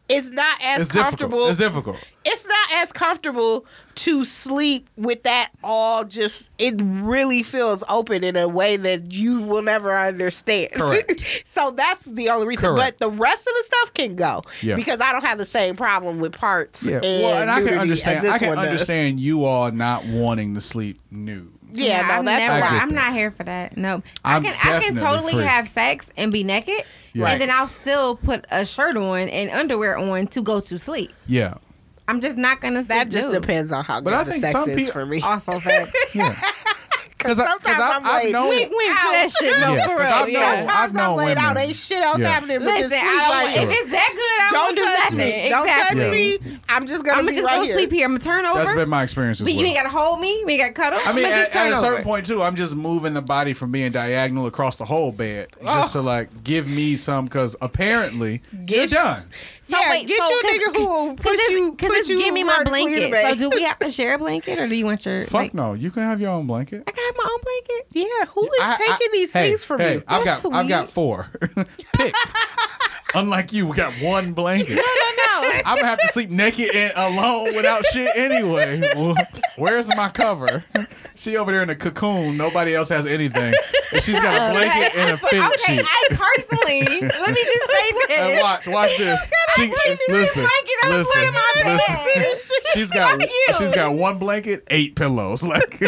[SPEAKER 3] it's not as
[SPEAKER 4] it's
[SPEAKER 3] comfortable.
[SPEAKER 4] difficult. It's difficult.
[SPEAKER 3] it's not as comfortable to sleep with that all just it really feels open in a way that you will never understand
[SPEAKER 4] Correct.
[SPEAKER 3] so that's the only reason
[SPEAKER 4] Correct.
[SPEAKER 3] but the rest of the stuff can go
[SPEAKER 4] Yeah.
[SPEAKER 3] because i don't have the same problem with parts
[SPEAKER 4] Yeah.
[SPEAKER 3] and,
[SPEAKER 4] well, and I can
[SPEAKER 3] nudity as
[SPEAKER 4] understand.
[SPEAKER 3] this
[SPEAKER 4] I can
[SPEAKER 3] one does.
[SPEAKER 4] understand you all not wanting to sleep nude.
[SPEAKER 3] yeah, no
[SPEAKER 2] I'm
[SPEAKER 3] that's
[SPEAKER 2] never,
[SPEAKER 4] I get
[SPEAKER 3] why
[SPEAKER 2] I'm
[SPEAKER 4] that.
[SPEAKER 2] not here for that. No, I
[SPEAKER 4] I'm
[SPEAKER 2] can I can
[SPEAKER 4] definitely
[SPEAKER 2] totally
[SPEAKER 4] free.
[SPEAKER 2] have sex and be naked,
[SPEAKER 4] Right.
[SPEAKER 2] and then I'll still put a shirt on and underwear on to go to sleep.
[SPEAKER 4] Yeah.
[SPEAKER 2] I'm just not gonna sleep.
[SPEAKER 3] that just
[SPEAKER 2] nude.
[SPEAKER 3] depends on how good
[SPEAKER 4] I
[SPEAKER 3] the
[SPEAKER 4] think
[SPEAKER 3] sex
[SPEAKER 4] some
[SPEAKER 3] is
[SPEAKER 4] peo-
[SPEAKER 3] for me
[SPEAKER 2] Also, fact.
[SPEAKER 4] Because
[SPEAKER 3] sometimes i'm
[SPEAKER 4] I've
[SPEAKER 3] like
[SPEAKER 4] known.
[SPEAKER 2] Wink, wink to that shit. No,
[SPEAKER 4] Yeah,
[SPEAKER 2] for
[SPEAKER 4] 'cause
[SPEAKER 2] real.
[SPEAKER 4] I've known-
[SPEAKER 2] yeah.
[SPEAKER 3] sometimes
[SPEAKER 4] I've known
[SPEAKER 3] i'm laid out
[SPEAKER 4] women.
[SPEAKER 3] ain't shit else
[SPEAKER 4] Yeah.
[SPEAKER 3] happening but
[SPEAKER 2] Listen,
[SPEAKER 3] just
[SPEAKER 2] I
[SPEAKER 3] sleep
[SPEAKER 2] don't,
[SPEAKER 3] like
[SPEAKER 2] if it's that good, I
[SPEAKER 3] don't
[SPEAKER 2] don't,
[SPEAKER 3] touch
[SPEAKER 2] do nothing.
[SPEAKER 3] me. Don't touch
[SPEAKER 2] Exactly.
[SPEAKER 3] me. I'm just gonna
[SPEAKER 2] I'm gonna
[SPEAKER 3] be
[SPEAKER 2] just
[SPEAKER 3] right
[SPEAKER 2] go
[SPEAKER 3] here.
[SPEAKER 2] sleep here. I'm gonna turn over.
[SPEAKER 4] That's been my experience as
[SPEAKER 2] but
[SPEAKER 4] well.
[SPEAKER 2] you ain't gotta hold me. We ain't gotta cuddle.
[SPEAKER 4] I mean,
[SPEAKER 2] I'ma
[SPEAKER 4] at,
[SPEAKER 2] just turn
[SPEAKER 4] at a
[SPEAKER 2] over.
[SPEAKER 4] certain point too, I'm just moving the body from being diagonal across the whole bed just to like give me some because apparently you're done.
[SPEAKER 2] So
[SPEAKER 3] Yeah,
[SPEAKER 2] wait,
[SPEAKER 3] get
[SPEAKER 2] so,
[SPEAKER 3] you a
[SPEAKER 2] cause-
[SPEAKER 3] nigga who will
[SPEAKER 2] cause
[SPEAKER 3] put
[SPEAKER 2] it's-
[SPEAKER 3] you-
[SPEAKER 2] cause
[SPEAKER 3] put
[SPEAKER 2] it's
[SPEAKER 3] you
[SPEAKER 2] give me my
[SPEAKER 3] vertically in
[SPEAKER 2] blanket.
[SPEAKER 3] the bed.
[SPEAKER 2] So do we have to share a blanket, or do you want your?
[SPEAKER 4] Fuck
[SPEAKER 2] like,
[SPEAKER 4] no, you can have your own blanket.
[SPEAKER 2] I can have my own blanket.
[SPEAKER 3] Yeah, who is
[SPEAKER 4] I- I-
[SPEAKER 3] taking these
[SPEAKER 4] hey,
[SPEAKER 3] things from
[SPEAKER 4] hey,
[SPEAKER 3] you?
[SPEAKER 4] I've got
[SPEAKER 2] That's
[SPEAKER 4] I've got
[SPEAKER 2] sweet.
[SPEAKER 4] four. Pick. Unlike you, we got one blanket.
[SPEAKER 2] No, no.
[SPEAKER 4] I'm gonna have to sleep naked and alone without shit anyway. Well, Where's my cover? She over there in a cocoon. Nobody else has anything, and she's got a blanket and a
[SPEAKER 2] okay,
[SPEAKER 4] fitted sheet.
[SPEAKER 2] I personally, let me just say
[SPEAKER 4] And
[SPEAKER 2] this.
[SPEAKER 4] watch, watch this. She
[SPEAKER 2] blanket and a
[SPEAKER 4] listen,
[SPEAKER 2] blanket. I was
[SPEAKER 4] listen,
[SPEAKER 2] laying on my
[SPEAKER 4] listen.
[SPEAKER 2] bed.
[SPEAKER 4] She's got
[SPEAKER 2] Fuck you.
[SPEAKER 4] she's got one blanket, eight pillows. Like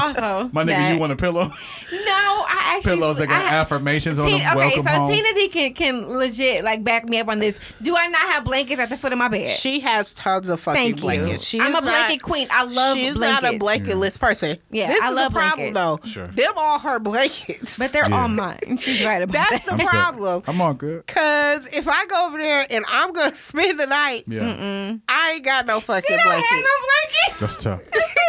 [SPEAKER 2] Also,
[SPEAKER 4] my nigga,
[SPEAKER 2] that-
[SPEAKER 4] you want a pillow?
[SPEAKER 2] No, I actually
[SPEAKER 4] Pillows that got
[SPEAKER 2] I-
[SPEAKER 4] affirmations on them.
[SPEAKER 2] Tina- okay,
[SPEAKER 4] Welcome
[SPEAKER 2] so
[SPEAKER 4] home.
[SPEAKER 2] Tina D can can legit like back me up on this. Do I not have blankets at the foot of my bed?
[SPEAKER 3] She has tons of fucking
[SPEAKER 2] Thank you.
[SPEAKER 3] blankets. She's
[SPEAKER 2] I'm a
[SPEAKER 3] not-
[SPEAKER 2] blanket queen. I love
[SPEAKER 3] she's
[SPEAKER 2] blankets.
[SPEAKER 3] not a blanketless person.
[SPEAKER 2] Yeah,
[SPEAKER 3] this
[SPEAKER 2] I
[SPEAKER 3] is
[SPEAKER 2] love
[SPEAKER 3] the problem
[SPEAKER 2] blankets.
[SPEAKER 3] though.
[SPEAKER 4] Sure.
[SPEAKER 3] Them all her blankets.
[SPEAKER 2] but they're
[SPEAKER 4] Yeah.
[SPEAKER 2] all mine. She's right about
[SPEAKER 3] that's
[SPEAKER 2] that.
[SPEAKER 3] the
[SPEAKER 4] I'm sorry.
[SPEAKER 3] problem.
[SPEAKER 4] I'm all good.
[SPEAKER 3] Cause if I go over there and I'm gonna spend the night,
[SPEAKER 4] Yeah,
[SPEAKER 3] I ain't got no fucking
[SPEAKER 2] You don't
[SPEAKER 3] blanket.
[SPEAKER 2] have no blanket.
[SPEAKER 4] that's tough.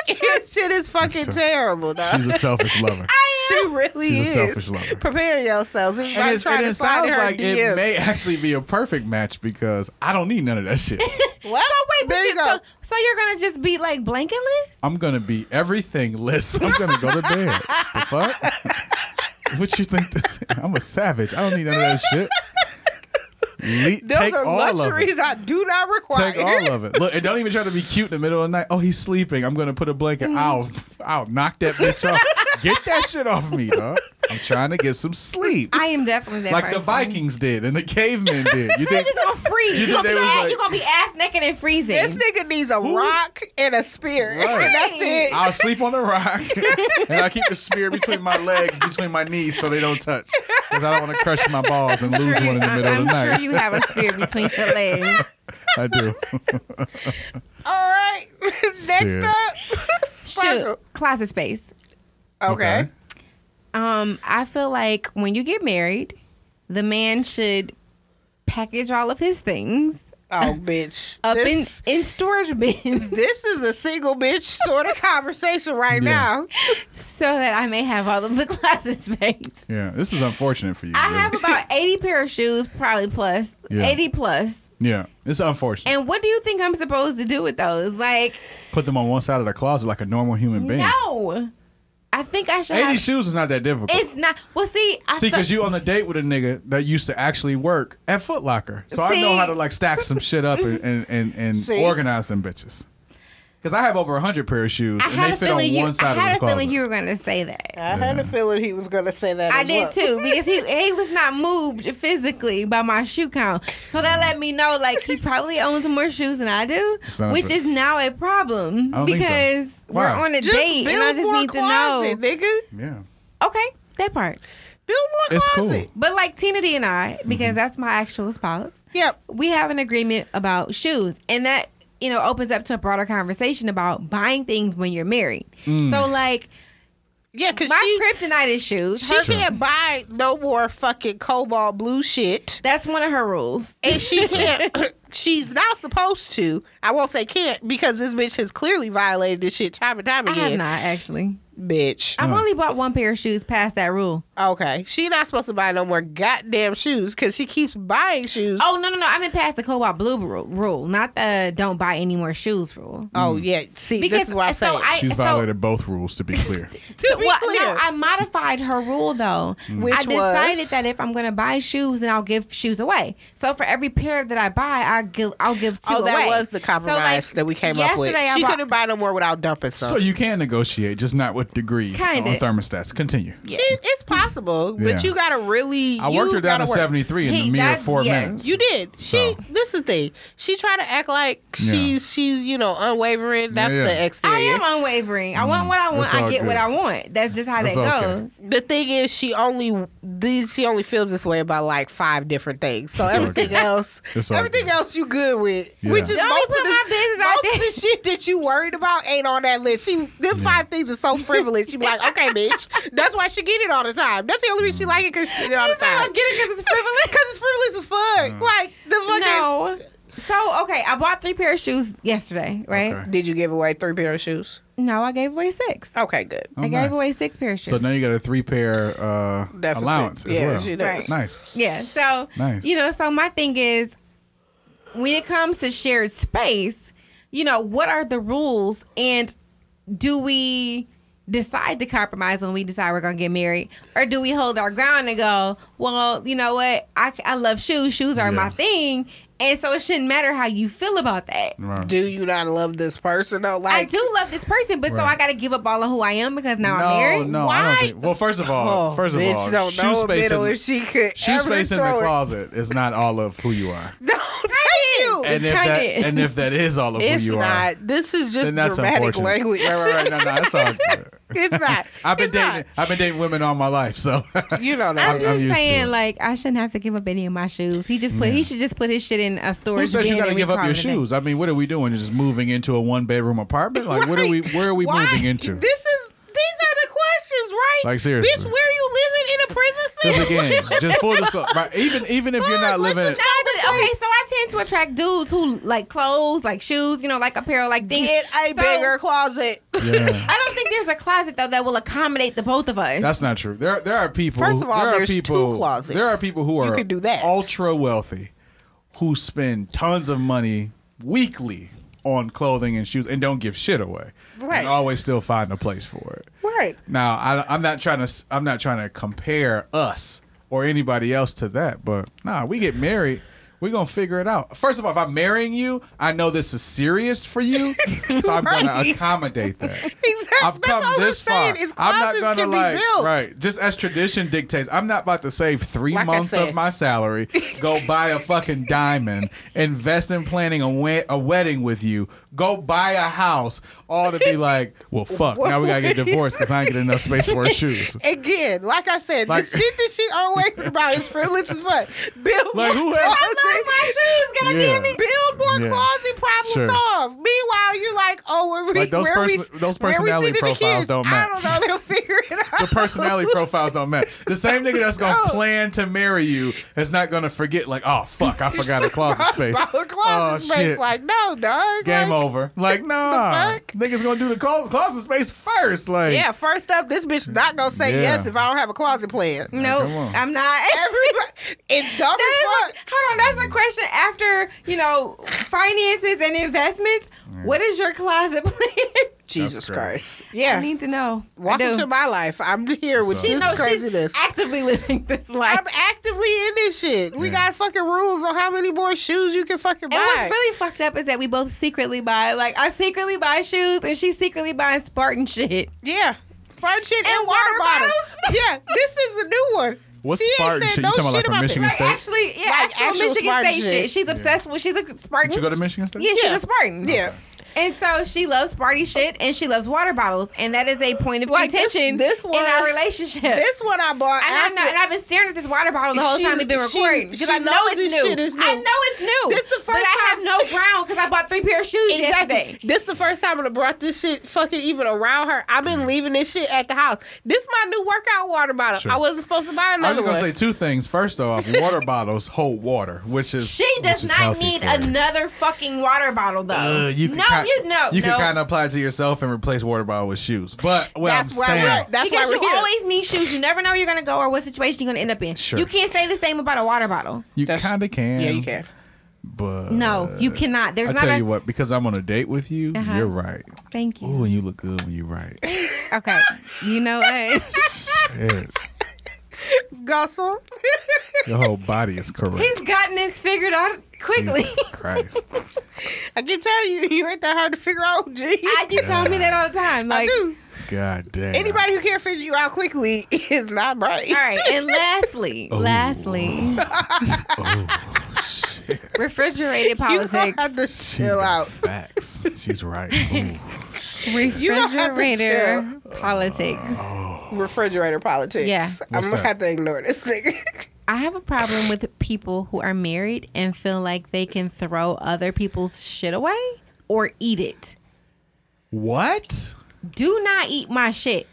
[SPEAKER 3] this shit is fucking
[SPEAKER 4] That's tough.
[SPEAKER 3] terrible, though.
[SPEAKER 4] She's a selfish lover.
[SPEAKER 3] she really
[SPEAKER 4] She's a
[SPEAKER 3] is.
[SPEAKER 4] selfish lover.
[SPEAKER 3] Prepare yourselves.
[SPEAKER 4] And,
[SPEAKER 3] Everybody
[SPEAKER 4] it's, and
[SPEAKER 3] trying
[SPEAKER 4] it
[SPEAKER 3] to find
[SPEAKER 4] sounds
[SPEAKER 3] her
[SPEAKER 4] like
[SPEAKER 3] DMs.
[SPEAKER 4] it may actually be a perfect match because I don't need none of that shit.
[SPEAKER 3] What?
[SPEAKER 2] So Oh, wait, but
[SPEAKER 3] there
[SPEAKER 2] you
[SPEAKER 3] you go.
[SPEAKER 2] So, so you're gonna just be like blanketless?
[SPEAKER 4] I'm gonna be everything less. I'm gonna go to bed. the fuck? what you think this? I'm a savage. I don't need none of that shit. Le-
[SPEAKER 3] Those
[SPEAKER 4] take
[SPEAKER 3] are
[SPEAKER 4] all
[SPEAKER 3] luxuries
[SPEAKER 4] of it.
[SPEAKER 3] I do not require.
[SPEAKER 4] Take all of it. Look, and don't even try to be cute in the middle of the night. Oh, he's sleeping. I'm gonna put a blanket.
[SPEAKER 3] Mm-hmm.
[SPEAKER 4] I'll I'll knock that bitch off. Get that shit off me, dog. I'm trying to get some sleep.
[SPEAKER 2] I am definitely that.
[SPEAKER 4] Like the
[SPEAKER 2] person.
[SPEAKER 4] Vikings did and the cavemen did. You
[SPEAKER 2] You're
[SPEAKER 4] think
[SPEAKER 2] just gonna freeze.
[SPEAKER 4] You
[SPEAKER 2] You
[SPEAKER 4] think
[SPEAKER 2] are gonna,
[SPEAKER 4] they
[SPEAKER 2] be
[SPEAKER 4] was
[SPEAKER 2] ass,
[SPEAKER 4] like-
[SPEAKER 2] you gonna be ass naked and freezing.
[SPEAKER 3] This nigga needs a rock and a spear.
[SPEAKER 4] Right.
[SPEAKER 3] And that's it.
[SPEAKER 4] I'll sleep on the rock and I keep the spear between my legs, between my knees, so they don't touch. Because I don't want to crush my balls and lose one in the
[SPEAKER 2] I'm,
[SPEAKER 4] middle of the
[SPEAKER 2] I'm
[SPEAKER 4] night.
[SPEAKER 2] sure you have a spear between your legs.
[SPEAKER 4] I do.
[SPEAKER 3] All right. Next
[SPEAKER 4] Shit.
[SPEAKER 3] up.
[SPEAKER 2] Shoot,
[SPEAKER 3] Sparkle.
[SPEAKER 2] closet space.
[SPEAKER 3] Okay.
[SPEAKER 2] Um, I feel like when you get married, the man should package all of his things
[SPEAKER 3] Oh, bitch.
[SPEAKER 2] up
[SPEAKER 3] This-
[SPEAKER 2] in in storage bin
[SPEAKER 3] This is a single bitch sort of conversation right
[SPEAKER 4] Yeah.
[SPEAKER 3] now.
[SPEAKER 2] so that I may have all of the closet space.
[SPEAKER 4] Yeah, this is unfortunate for you.
[SPEAKER 2] I
[SPEAKER 4] really.
[SPEAKER 2] have about 80 pair of shoes, probably plus
[SPEAKER 4] Yeah.
[SPEAKER 2] 80 plus.
[SPEAKER 4] yeah, it's unfortunate.
[SPEAKER 2] And what do you think I'm supposed to do with those? Like,
[SPEAKER 4] Put them on one side of the closet like a normal human being.
[SPEAKER 2] no. I think I should
[SPEAKER 4] 80
[SPEAKER 2] have.
[SPEAKER 4] shoes is not that difficult.
[SPEAKER 2] It's not. Well, see, I
[SPEAKER 4] See,
[SPEAKER 2] felt-
[SPEAKER 4] because you on a date with a nigga that used to actually work at Foot Locker. So I know
[SPEAKER 2] See?
[SPEAKER 4] how to like stack some shit up and, and, and, and
[SPEAKER 3] See?
[SPEAKER 4] organize them bitches. Because I have over 100 pair of shoes
[SPEAKER 2] I
[SPEAKER 4] and they
[SPEAKER 2] had a
[SPEAKER 4] fit on
[SPEAKER 2] feeling you.
[SPEAKER 4] one
[SPEAKER 2] I had
[SPEAKER 4] side of
[SPEAKER 2] a
[SPEAKER 4] the closet.
[SPEAKER 2] feeling you were going to say that.
[SPEAKER 3] I had a feeling he was going to say that.
[SPEAKER 2] I
[SPEAKER 3] as
[SPEAKER 2] did
[SPEAKER 3] well.
[SPEAKER 2] too because he he was not moved physically by my shoe count, so that let me know like he probably owns more shoes than I do,
[SPEAKER 4] Sounds
[SPEAKER 2] which
[SPEAKER 4] fair.
[SPEAKER 2] is now a problem
[SPEAKER 4] I don't think so.
[SPEAKER 2] because we're
[SPEAKER 4] Why?
[SPEAKER 2] on a
[SPEAKER 3] Just
[SPEAKER 2] date
[SPEAKER 3] build
[SPEAKER 2] and I just
[SPEAKER 3] more
[SPEAKER 2] need to
[SPEAKER 3] closet,
[SPEAKER 2] know.
[SPEAKER 3] nigga.
[SPEAKER 4] yeah.
[SPEAKER 2] Okay, that part.
[SPEAKER 3] Build more
[SPEAKER 4] It's cool.
[SPEAKER 3] closet.
[SPEAKER 2] But like Tina D and I,
[SPEAKER 4] Mm-hmm.
[SPEAKER 2] because that's my actual spouse,
[SPEAKER 3] Yep.
[SPEAKER 2] we have an agreement about shoes, and that you know opens up to a broader conversation about buying things when you're married.
[SPEAKER 4] Mm.
[SPEAKER 2] So like
[SPEAKER 3] Yeah, because
[SPEAKER 2] my
[SPEAKER 3] she,
[SPEAKER 2] kryptonite is shoes.
[SPEAKER 3] she
[SPEAKER 2] Her-
[SPEAKER 3] can't buy no more fucking cobalt blue shit.
[SPEAKER 2] that's one of her rules.
[SPEAKER 3] And she can't, she's not supposed to. I won't say can't because this bitch has clearly violated this shit time and time
[SPEAKER 2] I have
[SPEAKER 3] again.
[SPEAKER 2] not actually.
[SPEAKER 3] Bitch.
[SPEAKER 2] I've only bought one pair of shoes past that rule.
[SPEAKER 3] Okay. She not supposed to buy no more goddamn shoes because she keeps buying shoes.
[SPEAKER 2] Oh no no no! I meant past the cobalt blue rule, rule not the don't buy any more shoes rule.
[SPEAKER 3] Oh, yeah. See, this is why I'm saying.
[SPEAKER 2] I
[SPEAKER 4] She's
[SPEAKER 2] so-
[SPEAKER 4] violated both rules, to be clear.
[SPEAKER 3] to
[SPEAKER 2] so-
[SPEAKER 3] be
[SPEAKER 2] well,
[SPEAKER 3] clear,
[SPEAKER 2] no, I modified her rule though.
[SPEAKER 4] Mm.
[SPEAKER 3] Which
[SPEAKER 2] I decided
[SPEAKER 3] was?
[SPEAKER 2] that if I'm gonna buy shoes, then I'll give shoes away. So for every pair that I buy, I give I'll give two
[SPEAKER 3] oh, that
[SPEAKER 2] away.
[SPEAKER 3] was the
[SPEAKER 2] So,
[SPEAKER 3] compromise
[SPEAKER 2] like,
[SPEAKER 3] that we came up with.
[SPEAKER 2] yesterday I
[SPEAKER 3] She
[SPEAKER 2] bought-
[SPEAKER 3] couldn't buy no more without dumping some.
[SPEAKER 4] so you can negotiate, just not with degrees
[SPEAKER 2] Kinda.
[SPEAKER 4] on thermostats. Continue.
[SPEAKER 3] She- it's possible,
[SPEAKER 4] Yeah.
[SPEAKER 3] but you gotta really.
[SPEAKER 4] I worked
[SPEAKER 3] you
[SPEAKER 4] her down
[SPEAKER 3] gotta
[SPEAKER 4] to
[SPEAKER 3] work.
[SPEAKER 4] 73 in
[SPEAKER 2] He-
[SPEAKER 4] the mere
[SPEAKER 2] that-
[SPEAKER 4] four
[SPEAKER 2] yeah.
[SPEAKER 4] minutes.
[SPEAKER 3] You did. She.
[SPEAKER 4] So.
[SPEAKER 3] This is the thing. She tried to act like
[SPEAKER 4] Yeah.
[SPEAKER 3] she's she's you know unwavering. That's
[SPEAKER 4] Yeah, yeah.
[SPEAKER 3] the
[SPEAKER 2] I
[SPEAKER 3] exterior.
[SPEAKER 2] am unwavering. I want what I want.
[SPEAKER 4] Mm. that's
[SPEAKER 2] I
[SPEAKER 4] all
[SPEAKER 2] get what
[SPEAKER 4] good.
[SPEAKER 2] I want. That's just how
[SPEAKER 4] That's
[SPEAKER 2] that
[SPEAKER 4] okay.
[SPEAKER 2] goes.
[SPEAKER 3] the thing is, she only these she only feels this way about like five different things. So
[SPEAKER 4] It's all
[SPEAKER 3] everything
[SPEAKER 4] good.
[SPEAKER 3] else,
[SPEAKER 4] It's all
[SPEAKER 3] everything
[SPEAKER 4] good.
[SPEAKER 3] else, you good with.
[SPEAKER 4] Yeah.
[SPEAKER 3] Which is
[SPEAKER 2] Don't
[SPEAKER 3] most of
[SPEAKER 2] put my
[SPEAKER 3] the
[SPEAKER 2] business out
[SPEAKER 3] most of the shit that you worried about ain't on that list. She them five things are so frivolous. She be like, okay, bitch. That's why she get it all the time. That's the only reason she like it because she get it all the
[SPEAKER 2] She's like,
[SPEAKER 3] time.
[SPEAKER 2] "I get it 'cause it's frivolous."
[SPEAKER 3] Because it's frivolous as
[SPEAKER 4] Mm.
[SPEAKER 3] fuck. Like the fucking.
[SPEAKER 2] No. So okay, I bought three pair of shoes yesterday, right?
[SPEAKER 4] Okay.
[SPEAKER 3] Did you give away three pair of shoes?
[SPEAKER 2] No, I gave away six.
[SPEAKER 3] Okay, good.
[SPEAKER 4] Oh,
[SPEAKER 2] I gave
[SPEAKER 4] nice.
[SPEAKER 2] away six pair of shoes.
[SPEAKER 4] So now you got a three pair uh,
[SPEAKER 3] Deficit.
[SPEAKER 4] allowance as
[SPEAKER 3] Yeah,
[SPEAKER 4] well.
[SPEAKER 3] she does.
[SPEAKER 2] Right.
[SPEAKER 4] Nice.
[SPEAKER 2] yeah. So
[SPEAKER 4] Nice.
[SPEAKER 2] you know, so my thing is when it comes to shared space, you know, what are the rules and do we decide to compromise when we decide we're gonna get married or do we hold our ground and go well you know what i, I love shoes shoes are my
[SPEAKER 4] Yeah.
[SPEAKER 2] thing and so it shouldn't matter how you feel about that
[SPEAKER 4] Right.
[SPEAKER 3] Do you not love this person though?
[SPEAKER 2] I
[SPEAKER 3] Like,
[SPEAKER 2] do love this person, but so
[SPEAKER 4] Right.
[SPEAKER 2] I got to give up all of who I am because now
[SPEAKER 4] no,
[SPEAKER 2] I'm married.
[SPEAKER 4] no, I
[SPEAKER 3] Why?
[SPEAKER 4] don't think. Well, first of all,
[SPEAKER 3] Oh,
[SPEAKER 4] Uh, first of
[SPEAKER 3] bitch
[SPEAKER 4] all,
[SPEAKER 3] don't
[SPEAKER 4] shoe
[SPEAKER 3] know a
[SPEAKER 4] space
[SPEAKER 3] middle
[SPEAKER 4] in,
[SPEAKER 3] if she could
[SPEAKER 4] shoe
[SPEAKER 3] ever
[SPEAKER 4] space in the
[SPEAKER 3] throw it.
[SPEAKER 4] closet is not all of who you are.
[SPEAKER 3] No, thank you.
[SPEAKER 4] And if
[SPEAKER 2] kinda
[SPEAKER 4] that
[SPEAKER 2] is.
[SPEAKER 4] and if that is all of
[SPEAKER 3] it's
[SPEAKER 4] who you
[SPEAKER 3] not.
[SPEAKER 4] are,
[SPEAKER 3] This is just
[SPEAKER 4] then that's
[SPEAKER 3] dramatic
[SPEAKER 4] unfortunate.
[SPEAKER 3] language.
[SPEAKER 4] Right, right, right. No, no, it's all good.
[SPEAKER 3] It's not.
[SPEAKER 4] I've been
[SPEAKER 3] It's
[SPEAKER 4] dating.
[SPEAKER 3] not.
[SPEAKER 4] I've been dating women all my life, so
[SPEAKER 3] You know
[SPEAKER 2] I'm,
[SPEAKER 3] that.
[SPEAKER 4] I'm
[SPEAKER 2] just
[SPEAKER 4] used to
[SPEAKER 2] saying,
[SPEAKER 4] it.
[SPEAKER 2] like, I shouldn't have to give up any of my shoes. He just put, he should just put his shit in a storage.
[SPEAKER 4] who says you
[SPEAKER 2] bin
[SPEAKER 4] got to
[SPEAKER 2] and we
[SPEAKER 4] give up
[SPEAKER 2] call
[SPEAKER 4] your
[SPEAKER 2] it a day.
[SPEAKER 4] shoes? I mean, what are we doing? Just moving into a one bedroom apartment? Like, what are we? Where are we
[SPEAKER 3] Why?
[SPEAKER 4] moving into?
[SPEAKER 3] This is. These are the questions, right?
[SPEAKER 4] Like, seriously.
[SPEAKER 3] bitch. Where are you living in a prison cell?
[SPEAKER 4] Because again, just full disclosure. Right, even even if you're
[SPEAKER 3] Fuck,
[SPEAKER 4] not
[SPEAKER 3] let's
[SPEAKER 4] living,
[SPEAKER 3] just
[SPEAKER 2] No, but okay, so I tend to attract dudes who like clothes, like shoes, you know, like apparel, like things.
[SPEAKER 3] Get a
[SPEAKER 2] So,
[SPEAKER 3] bigger closet.
[SPEAKER 4] yeah.
[SPEAKER 2] I don't think there's a closet though that will accommodate the both of us.
[SPEAKER 4] That's not true. There, there are people.
[SPEAKER 3] First of all,
[SPEAKER 4] there are
[SPEAKER 3] there's two
[SPEAKER 4] people,
[SPEAKER 3] closets.
[SPEAKER 4] There are people who
[SPEAKER 3] You
[SPEAKER 4] are
[SPEAKER 3] could do that.
[SPEAKER 4] ultra wealthy, who spend tons of money weekly on clothing and shoes and don't give shit away.
[SPEAKER 3] Right.
[SPEAKER 4] And always still find a place for it.
[SPEAKER 3] Right.
[SPEAKER 4] Now, I, I'm not trying to. s- I'm not trying to compare us or anybody else to that. But nah, we get married. We're gonna figure it out. First of all, if I'm marrying you, I know this is serious for you, so I'm gonna
[SPEAKER 3] Right.
[SPEAKER 4] accommodate that.
[SPEAKER 3] Exactly.
[SPEAKER 4] I've
[SPEAKER 3] That's
[SPEAKER 4] come
[SPEAKER 3] all
[SPEAKER 4] this
[SPEAKER 3] I'm
[SPEAKER 4] far.
[SPEAKER 3] saying is
[SPEAKER 4] I'm not
[SPEAKER 3] closets
[SPEAKER 4] gonna
[SPEAKER 3] can be
[SPEAKER 4] like
[SPEAKER 3] built.
[SPEAKER 4] right, just as tradition dictates. I'm not about to save three
[SPEAKER 3] Like I
[SPEAKER 4] months
[SPEAKER 3] said.
[SPEAKER 4] of my salary, go buy a fucking diamond, invest in planning a, we- a wedding with you, go buy a house, all to be like, well, fuck. Now we gotta get divorced because I ain't getting enough space for her shoes.
[SPEAKER 3] Again, like I said,
[SPEAKER 4] Like-
[SPEAKER 3] the shit that she always about is frivolous as fuck. Build
[SPEAKER 4] Like,
[SPEAKER 3] more
[SPEAKER 4] who has-
[SPEAKER 3] closet.
[SPEAKER 2] I love my shoes, God damn
[SPEAKER 4] Yeah.
[SPEAKER 2] it.
[SPEAKER 3] Build more
[SPEAKER 4] Yeah.
[SPEAKER 3] closet, problem
[SPEAKER 4] Sure.
[SPEAKER 3] solved. Meanwhile, you're like, oh, where we,
[SPEAKER 4] Like, those
[SPEAKER 3] where we,
[SPEAKER 4] person- those
[SPEAKER 3] where we
[SPEAKER 4] personality
[SPEAKER 3] sending the
[SPEAKER 4] profiles
[SPEAKER 3] kids?
[SPEAKER 4] don't
[SPEAKER 3] I
[SPEAKER 4] match.
[SPEAKER 3] don't know. They'll figure it
[SPEAKER 4] the personality profiles don't match. The same nigga that's gonna plan to marry you is not gonna forget. Like, oh fuck, I forgot a closet space.
[SPEAKER 3] Closet space, like no, dog.
[SPEAKER 4] Oh, Game
[SPEAKER 3] like,
[SPEAKER 4] over. Like, nah,
[SPEAKER 3] fuck?
[SPEAKER 4] niggas gonna do the clo- closet space first. Like,
[SPEAKER 3] Yeah, first up, this bitch not gonna say
[SPEAKER 4] Yeah.
[SPEAKER 3] yes if I don't have a closet plan.
[SPEAKER 2] No,
[SPEAKER 4] come on.
[SPEAKER 2] I'm not.
[SPEAKER 3] Everybody, it's dumb
[SPEAKER 2] That
[SPEAKER 3] as
[SPEAKER 2] is, hold on, that's a question after you know finances and investments. What is your closet plan?
[SPEAKER 3] fuck. Jesus
[SPEAKER 4] crazy.
[SPEAKER 3] Christ.
[SPEAKER 2] I
[SPEAKER 3] Yeah.
[SPEAKER 2] need to know. I
[SPEAKER 3] Welcome
[SPEAKER 2] do.
[SPEAKER 3] to my life. I'm here with
[SPEAKER 4] She
[SPEAKER 3] this
[SPEAKER 2] No,
[SPEAKER 3] craziness.
[SPEAKER 2] She's actively living this life.
[SPEAKER 3] I'm actively in this shit. We
[SPEAKER 4] Yeah.
[SPEAKER 3] got fucking rules on how many more shoes you can fucking buy.
[SPEAKER 2] and what's really fucked up is that we both secretly buy, like, I secretly buy shoes and she secretly buys Spartan shit.
[SPEAKER 3] yeah. Spartan shit and,
[SPEAKER 2] And
[SPEAKER 3] water,
[SPEAKER 2] water
[SPEAKER 3] bottles.
[SPEAKER 2] bottles?
[SPEAKER 3] yeah, this is a new one.
[SPEAKER 4] What's
[SPEAKER 3] She ain't
[SPEAKER 4] Spartan
[SPEAKER 3] said
[SPEAKER 4] shit? You
[SPEAKER 3] no
[SPEAKER 4] talking about like from
[SPEAKER 3] about
[SPEAKER 4] Michigan
[SPEAKER 2] Like,
[SPEAKER 3] this.
[SPEAKER 4] State?
[SPEAKER 2] actually, yeah,
[SPEAKER 3] Like,
[SPEAKER 2] actual,
[SPEAKER 3] actual
[SPEAKER 2] Michigan
[SPEAKER 3] Spartan
[SPEAKER 2] State shit.
[SPEAKER 3] shit.
[SPEAKER 2] She's obsessed with, she's a Spartan.
[SPEAKER 4] Did you go to Michigan State?
[SPEAKER 2] yeah, she's
[SPEAKER 3] Yeah.
[SPEAKER 2] a Spartan.
[SPEAKER 3] Yeah.
[SPEAKER 2] And so she loves Sparty shit and she loves water bottles. And that is a point of
[SPEAKER 3] Like, this-
[SPEAKER 2] contention
[SPEAKER 3] this one-
[SPEAKER 2] in our relationship.
[SPEAKER 3] This one I bought.
[SPEAKER 2] And, I'm
[SPEAKER 3] after-
[SPEAKER 2] not, and I've been staring at this water bottle the whole
[SPEAKER 3] She-
[SPEAKER 2] time we've been
[SPEAKER 3] she-
[SPEAKER 2] recording because
[SPEAKER 3] she
[SPEAKER 2] I know
[SPEAKER 3] knows
[SPEAKER 2] it's
[SPEAKER 3] this
[SPEAKER 2] new.
[SPEAKER 3] shit is
[SPEAKER 2] I
[SPEAKER 3] new.
[SPEAKER 2] know it's new.
[SPEAKER 3] This the
[SPEAKER 2] but
[SPEAKER 3] first
[SPEAKER 2] I have
[SPEAKER 3] time-
[SPEAKER 2] no ground because I bought three pair of shoes yesterday.
[SPEAKER 3] This is the first time I've brought this shit fucking even around her. I've
[SPEAKER 4] Mm.
[SPEAKER 3] been leaving this shit at the house. This my new workout water bottle.
[SPEAKER 4] Sure.
[SPEAKER 3] I wasn't supposed to buy
[SPEAKER 4] I was
[SPEAKER 3] another
[SPEAKER 4] just gonna
[SPEAKER 3] one.
[SPEAKER 4] say two things. First off, water bottles hold water, which is
[SPEAKER 2] She
[SPEAKER 4] which
[SPEAKER 2] does
[SPEAKER 4] is
[SPEAKER 2] not
[SPEAKER 4] healthy
[SPEAKER 2] need
[SPEAKER 4] for you.
[SPEAKER 2] another fucking water bottle though.
[SPEAKER 4] Uh, you can
[SPEAKER 2] no,
[SPEAKER 4] ki-
[SPEAKER 2] you no,
[SPEAKER 4] you um,
[SPEAKER 2] no.
[SPEAKER 4] can kind of apply it to yourself and replace water bottle with shoes. But what
[SPEAKER 3] that's
[SPEAKER 4] I'm
[SPEAKER 3] why
[SPEAKER 4] saying,
[SPEAKER 3] we're, that's
[SPEAKER 2] because
[SPEAKER 3] why we're
[SPEAKER 2] you
[SPEAKER 3] here.
[SPEAKER 2] always need shoes. You never know where you're gonna go or what situation you're gonna end up in.
[SPEAKER 4] Sure.
[SPEAKER 2] You can't say the same about a water bottle.
[SPEAKER 4] you
[SPEAKER 3] That's-
[SPEAKER 4] kind of can.
[SPEAKER 3] yeah, you can.
[SPEAKER 4] But
[SPEAKER 2] No, you cannot. There's
[SPEAKER 4] Uh, I
[SPEAKER 2] not
[SPEAKER 4] tell
[SPEAKER 2] a
[SPEAKER 4] you what, because I'm on a date with you,
[SPEAKER 2] Uh-huh.
[SPEAKER 4] you're right.
[SPEAKER 2] thank you.
[SPEAKER 4] Ooh, and you look good when you're right.
[SPEAKER 2] Okay. You know what?
[SPEAKER 4] Shit.
[SPEAKER 3] Gussel.
[SPEAKER 4] Your whole body is correct.
[SPEAKER 2] He's gotten this figured out quickly.
[SPEAKER 4] Jesus Christ.
[SPEAKER 3] I keep telling you, you ain't that hard to figure out, G.
[SPEAKER 2] I you tell me that all the time.
[SPEAKER 3] I
[SPEAKER 2] Like
[SPEAKER 3] do.
[SPEAKER 4] God damn.
[SPEAKER 3] Anybody who can't figure you out quickly is not right.
[SPEAKER 2] All right, and lastly,
[SPEAKER 4] Oh.
[SPEAKER 2] lastly, refrigerated
[SPEAKER 3] You gonna
[SPEAKER 2] politics.
[SPEAKER 3] have to
[SPEAKER 4] She's
[SPEAKER 3] chill
[SPEAKER 4] got
[SPEAKER 3] out.
[SPEAKER 4] facts. She's right. Ooh.
[SPEAKER 3] gonna have to
[SPEAKER 2] Refrigerator politics.
[SPEAKER 3] Refrigerator politics.
[SPEAKER 2] Yeah.
[SPEAKER 3] I'm
[SPEAKER 4] What's
[SPEAKER 3] gonna
[SPEAKER 4] that?
[SPEAKER 3] have to ignore this nigga.
[SPEAKER 2] I have a problem with people who are married and feel like they can throw other people's shit away or eat it.
[SPEAKER 4] What?
[SPEAKER 2] do not eat my shit.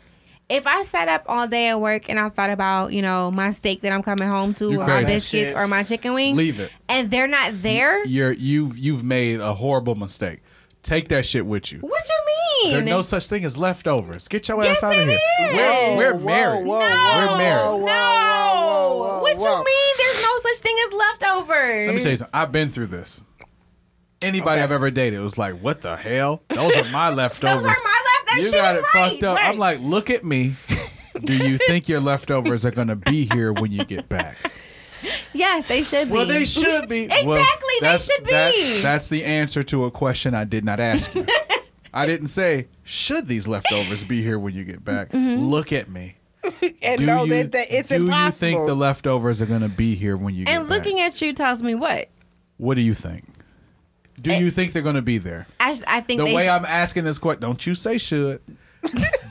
[SPEAKER 2] If I sat up all day at work and I thought about, you know, my steak that I'm coming home to,
[SPEAKER 4] You
[SPEAKER 2] or my
[SPEAKER 4] crazy.
[SPEAKER 2] biscuits,
[SPEAKER 3] Shit.
[SPEAKER 2] or my chicken wings,
[SPEAKER 4] Leave it.
[SPEAKER 2] and they're not there,
[SPEAKER 4] You're you've you've made a horrible mistake. Take that shit with you.
[SPEAKER 2] what you mean?
[SPEAKER 4] There's no such thing as leftovers. Get your
[SPEAKER 2] Yes,
[SPEAKER 4] ass out of
[SPEAKER 2] it
[SPEAKER 4] here.
[SPEAKER 2] is.
[SPEAKER 4] We're, we're
[SPEAKER 3] Whoa,
[SPEAKER 4] married.
[SPEAKER 3] whoa, whoa,
[SPEAKER 4] We're married.
[SPEAKER 2] no, no.
[SPEAKER 3] whoa, whoa, whoa,
[SPEAKER 2] what
[SPEAKER 3] whoa.
[SPEAKER 2] you mean? There's no such thing as leftovers.
[SPEAKER 4] Let me tell you something. I've been through this. Anybody I've ever dated was like, "What the hell? Those are my leftovers.
[SPEAKER 2] Those are my left. That
[SPEAKER 4] you
[SPEAKER 2] shit
[SPEAKER 4] got
[SPEAKER 2] is
[SPEAKER 4] it
[SPEAKER 2] right.
[SPEAKER 4] fucked up."
[SPEAKER 2] Right.
[SPEAKER 4] I'm like, "Look at me. Do you think your leftovers are gonna be here when you get back?
[SPEAKER 2] yes, they should be.
[SPEAKER 4] Well, they should be.
[SPEAKER 2] Exactly,
[SPEAKER 4] Well,
[SPEAKER 2] they
[SPEAKER 4] that's-
[SPEAKER 2] should be.
[SPEAKER 4] that- that's the answer to a question I did not ask you. I didn't say should these leftovers be here when you get back.
[SPEAKER 2] Mm-hmm.
[SPEAKER 4] Look at me.
[SPEAKER 3] And
[SPEAKER 4] do
[SPEAKER 3] know
[SPEAKER 4] you,
[SPEAKER 3] that, that it's
[SPEAKER 4] do you
[SPEAKER 3] impossible.
[SPEAKER 4] think the leftovers are going to be here when you get
[SPEAKER 2] And
[SPEAKER 4] back?
[SPEAKER 2] looking at you tells me what?
[SPEAKER 4] what do you think? Do you think they're going to be there?
[SPEAKER 2] I, I think
[SPEAKER 4] The
[SPEAKER 2] they
[SPEAKER 4] way
[SPEAKER 2] should-
[SPEAKER 4] I'm asking this question, don't you say should.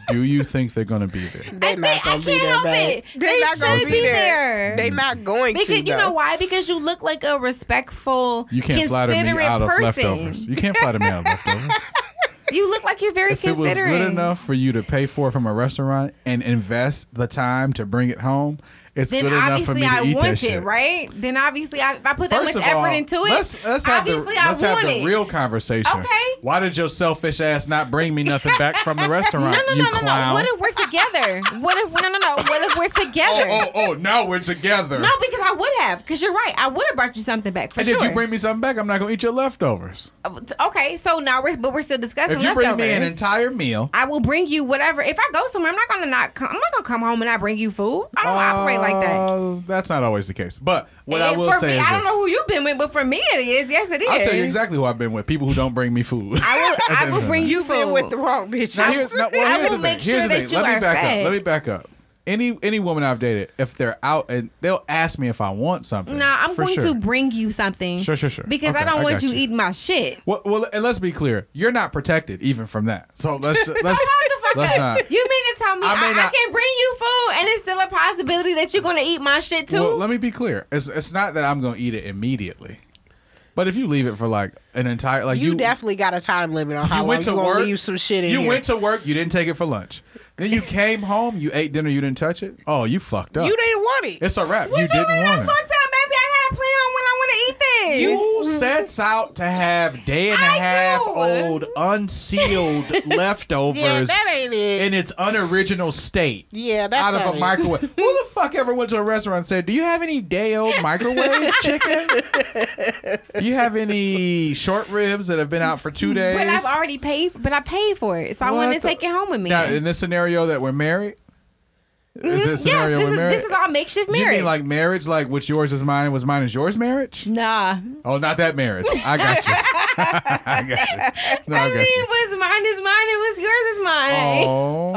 [SPEAKER 4] do you think they're going to be there?
[SPEAKER 3] They
[SPEAKER 2] I think- I can't help it.
[SPEAKER 3] They
[SPEAKER 2] They
[SPEAKER 3] not gonna
[SPEAKER 2] should
[SPEAKER 3] be,
[SPEAKER 2] be
[SPEAKER 3] there.
[SPEAKER 2] there.
[SPEAKER 3] They not going to.
[SPEAKER 2] Because you know
[SPEAKER 3] though.
[SPEAKER 2] why? Because you look like a respectful,
[SPEAKER 4] You can't fly to me
[SPEAKER 2] considerate
[SPEAKER 4] out of
[SPEAKER 2] person.
[SPEAKER 4] leftovers. You can't fly to me out of leftovers.
[SPEAKER 2] You look like you're very
[SPEAKER 4] if it was
[SPEAKER 2] considerate.
[SPEAKER 4] good enough for you to pay for it from a restaurant and invest the time to bring it home, it's
[SPEAKER 2] then
[SPEAKER 4] good enough for
[SPEAKER 2] obviously
[SPEAKER 4] me to
[SPEAKER 2] I
[SPEAKER 4] eat
[SPEAKER 2] want
[SPEAKER 4] that
[SPEAKER 2] it,
[SPEAKER 4] shit.
[SPEAKER 2] right? Then obviously I, if I put that
[SPEAKER 4] First
[SPEAKER 2] much
[SPEAKER 4] of
[SPEAKER 2] effort
[SPEAKER 4] all,
[SPEAKER 2] into it.
[SPEAKER 4] let's let's have the
[SPEAKER 2] obviously I
[SPEAKER 4] let's have
[SPEAKER 2] want
[SPEAKER 4] the
[SPEAKER 2] it.
[SPEAKER 4] real conversation.
[SPEAKER 2] Okay.
[SPEAKER 4] Why did your selfish ass not bring me nothing back from the
[SPEAKER 2] No,
[SPEAKER 4] restaurant?
[SPEAKER 2] no,
[SPEAKER 4] you
[SPEAKER 2] no, no, no.
[SPEAKER 4] clown.
[SPEAKER 2] What if we're together? What if no, no, no? What if we're together?
[SPEAKER 4] oh, oh, oh! Now we're together.
[SPEAKER 2] No, because I would have. Because you're right. I would have brought you something back for
[SPEAKER 4] and
[SPEAKER 2] sure.
[SPEAKER 4] if you bring me something back, I'm not gonna eat your leftovers.
[SPEAKER 2] okay, so now we're but we're still discussing
[SPEAKER 4] If you bring
[SPEAKER 2] leftovers.
[SPEAKER 4] me an entire meal,
[SPEAKER 2] I will bring you whatever. If I go somewhere, I'm not gonna not come. I'm not gonna come home and not bring you food. I don't operate like that.
[SPEAKER 4] uh, That's not always the case. But what I
[SPEAKER 2] And
[SPEAKER 4] will
[SPEAKER 2] for me,
[SPEAKER 4] say is
[SPEAKER 2] I don't
[SPEAKER 4] this.
[SPEAKER 2] know who you've been with, but for me it is. Yes, it is.
[SPEAKER 4] I'll tell you exactly who I've been with. People who don't bring me food.
[SPEAKER 2] I will.
[SPEAKER 4] At the
[SPEAKER 2] I
[SPEAKER 4] end
[SPEAKER 2] will
[SPEAKER 4] of the
[SPEAKER 2] bring
[SPEAKER 4] night.
[SPEAKER 2] you
[SPEAKER 3] You've been
[SPEAKER 2] food.
[SPEAKER 3] with the wrong bitch.
[SPEAKER 4] Now, here's, no, well,
[SPEAKER 2] I
[SPEAKER 4] here's
[SPEAKER 2] will
[SPEAKER 4] the thing.
[SPEAKER 2] make sure
[SPEAKER 4] Here's the
[SPEAKER 2] that
[SPEAKER 4] thing.
[SPEAKER 2] you
[SPEAKER 4] Let me
[SPEAKER 2] are
[SPEAKER 4] back
[SPEAKER 2] fed.
[SPEAKER 4] up. Let me back up. Any any woman I've dated, if they're out and they'll ask me if I want something.
[SPEAKER 2] No, I'm
[SPEAKER 4] for
[SPEAKER 2] going
[SPEAKER 4] sure.
[SPEAKER 2] to bring you something.
[SPEAKER 4] Sure, sure, sure.
[SPEAKER 2] Because I
[SPEAKER 4] Okay,
[SPEAKER 2] don't
[SPEAKER 4] I
[SPEAKER 2] want
[SPEAKER 4] got
[SPEAKER 2] you,
[SPEAKER 4] you.
[SPEAKER 2] eating my shit.
[SPEAKER 4] Well, well, and let's be clear. You're not protected even from that. So let's let's
[SPEAKER 2] Shut the fuck
[SPEAKER 4] let's
[SPEAKER 2] up.
[SPEAKER 4] not.
[SPEAKER 2] You mean to tell me I,
[SPEAKER 4] I may
[SPEAKER 2] I
[SPEAKER 4] not-
[SPEAKER 2] can bring you food and it's still a possibility that you're going to eat my shit too?
[SPEAKER 4] Well, let me be clear. It's it's not that I'm going to eat it immediately. But if you leave it for like an entire like
[SPEAKER 3] You,
[SPEAKER 4] you,
[SPEAKER 3] definitely got a time limit on how long you gonna leave some shit in
[SPEAKER 4] you
[SPEAKER 3] here.
[SPEAKER 4] went to work. You didn't take it for lunch. Then you came home. You ate dinner. You didn't touch it. Oh, you fucked up.
[SPEAKER 3] you didn't want it.
[SPEAKER 4] It's a wrap.
[SPEAKER 2] What
[SPEAKER 4] you didn't
[SPEAKER 2] mean
[SPEAKER 4] want
[SPEAKER 2] I
[SPEAKER 4] it.
[SPEAKER 2] fucked up, baby? I gotta plan on when I want to eat this.
[SPEAKER 4] You sets out to have day and a
[SPEAKER 2] I
[SPEAKER 4] half
[SPEAKER 2] do.
[SPEAKER 4] old unsealed leftovers
[SPEAKER 3] yeah, that ain't it.
[SPEAKER 4] in its unoriginal state.
[SPEAKER 3] yeah, that's
[SPEAKER 4] Out
[SPEAKER 3] not
[SPEAKER 4] of a
[SPEAKER 3] it.
[SPEAKER 4] microwave. Who the fuck ever went to a restaurant and said, Do you have any day old microwave chicken? Do you have any short ribs that have been out for two days?
[SPEAKER 2] But I've already paid. But I paid for it, so I
[SPEAKER 4] What
[SPEAKER 2] want to
[SPEAKER 4] the-
[SPEAKER 2] take it home with me.
[SPEAKER 4] Now, in this scenario that we're married, is
[SPEAKER 2] Mhm.
[SPEAKER 4] this scenario
[SPEAKER 2] yes,
[SPEAKER 4] we're
[SPEAKER 2] this,
[SPEAKER 4] married?
[SPEAKER 2] is, this is all makeshift
[SPEAKER 4] You
[SPEAKER 2] marriage.
[SPEAKER 4] mean like marriage, like what's yours is mine and what's mine is yours marriage?
[SPEAKER 2] nah.
[SPEAKER 4] Oh, not that marriage. I got you. I got you. No, I,
[SPEAKER 2] I
[SPEAKER 4] got
[SPEAKER 2] mean,
[SPEAKER 4] you.
[SPEAKER 2] it was mine is mine. It was yours is mine.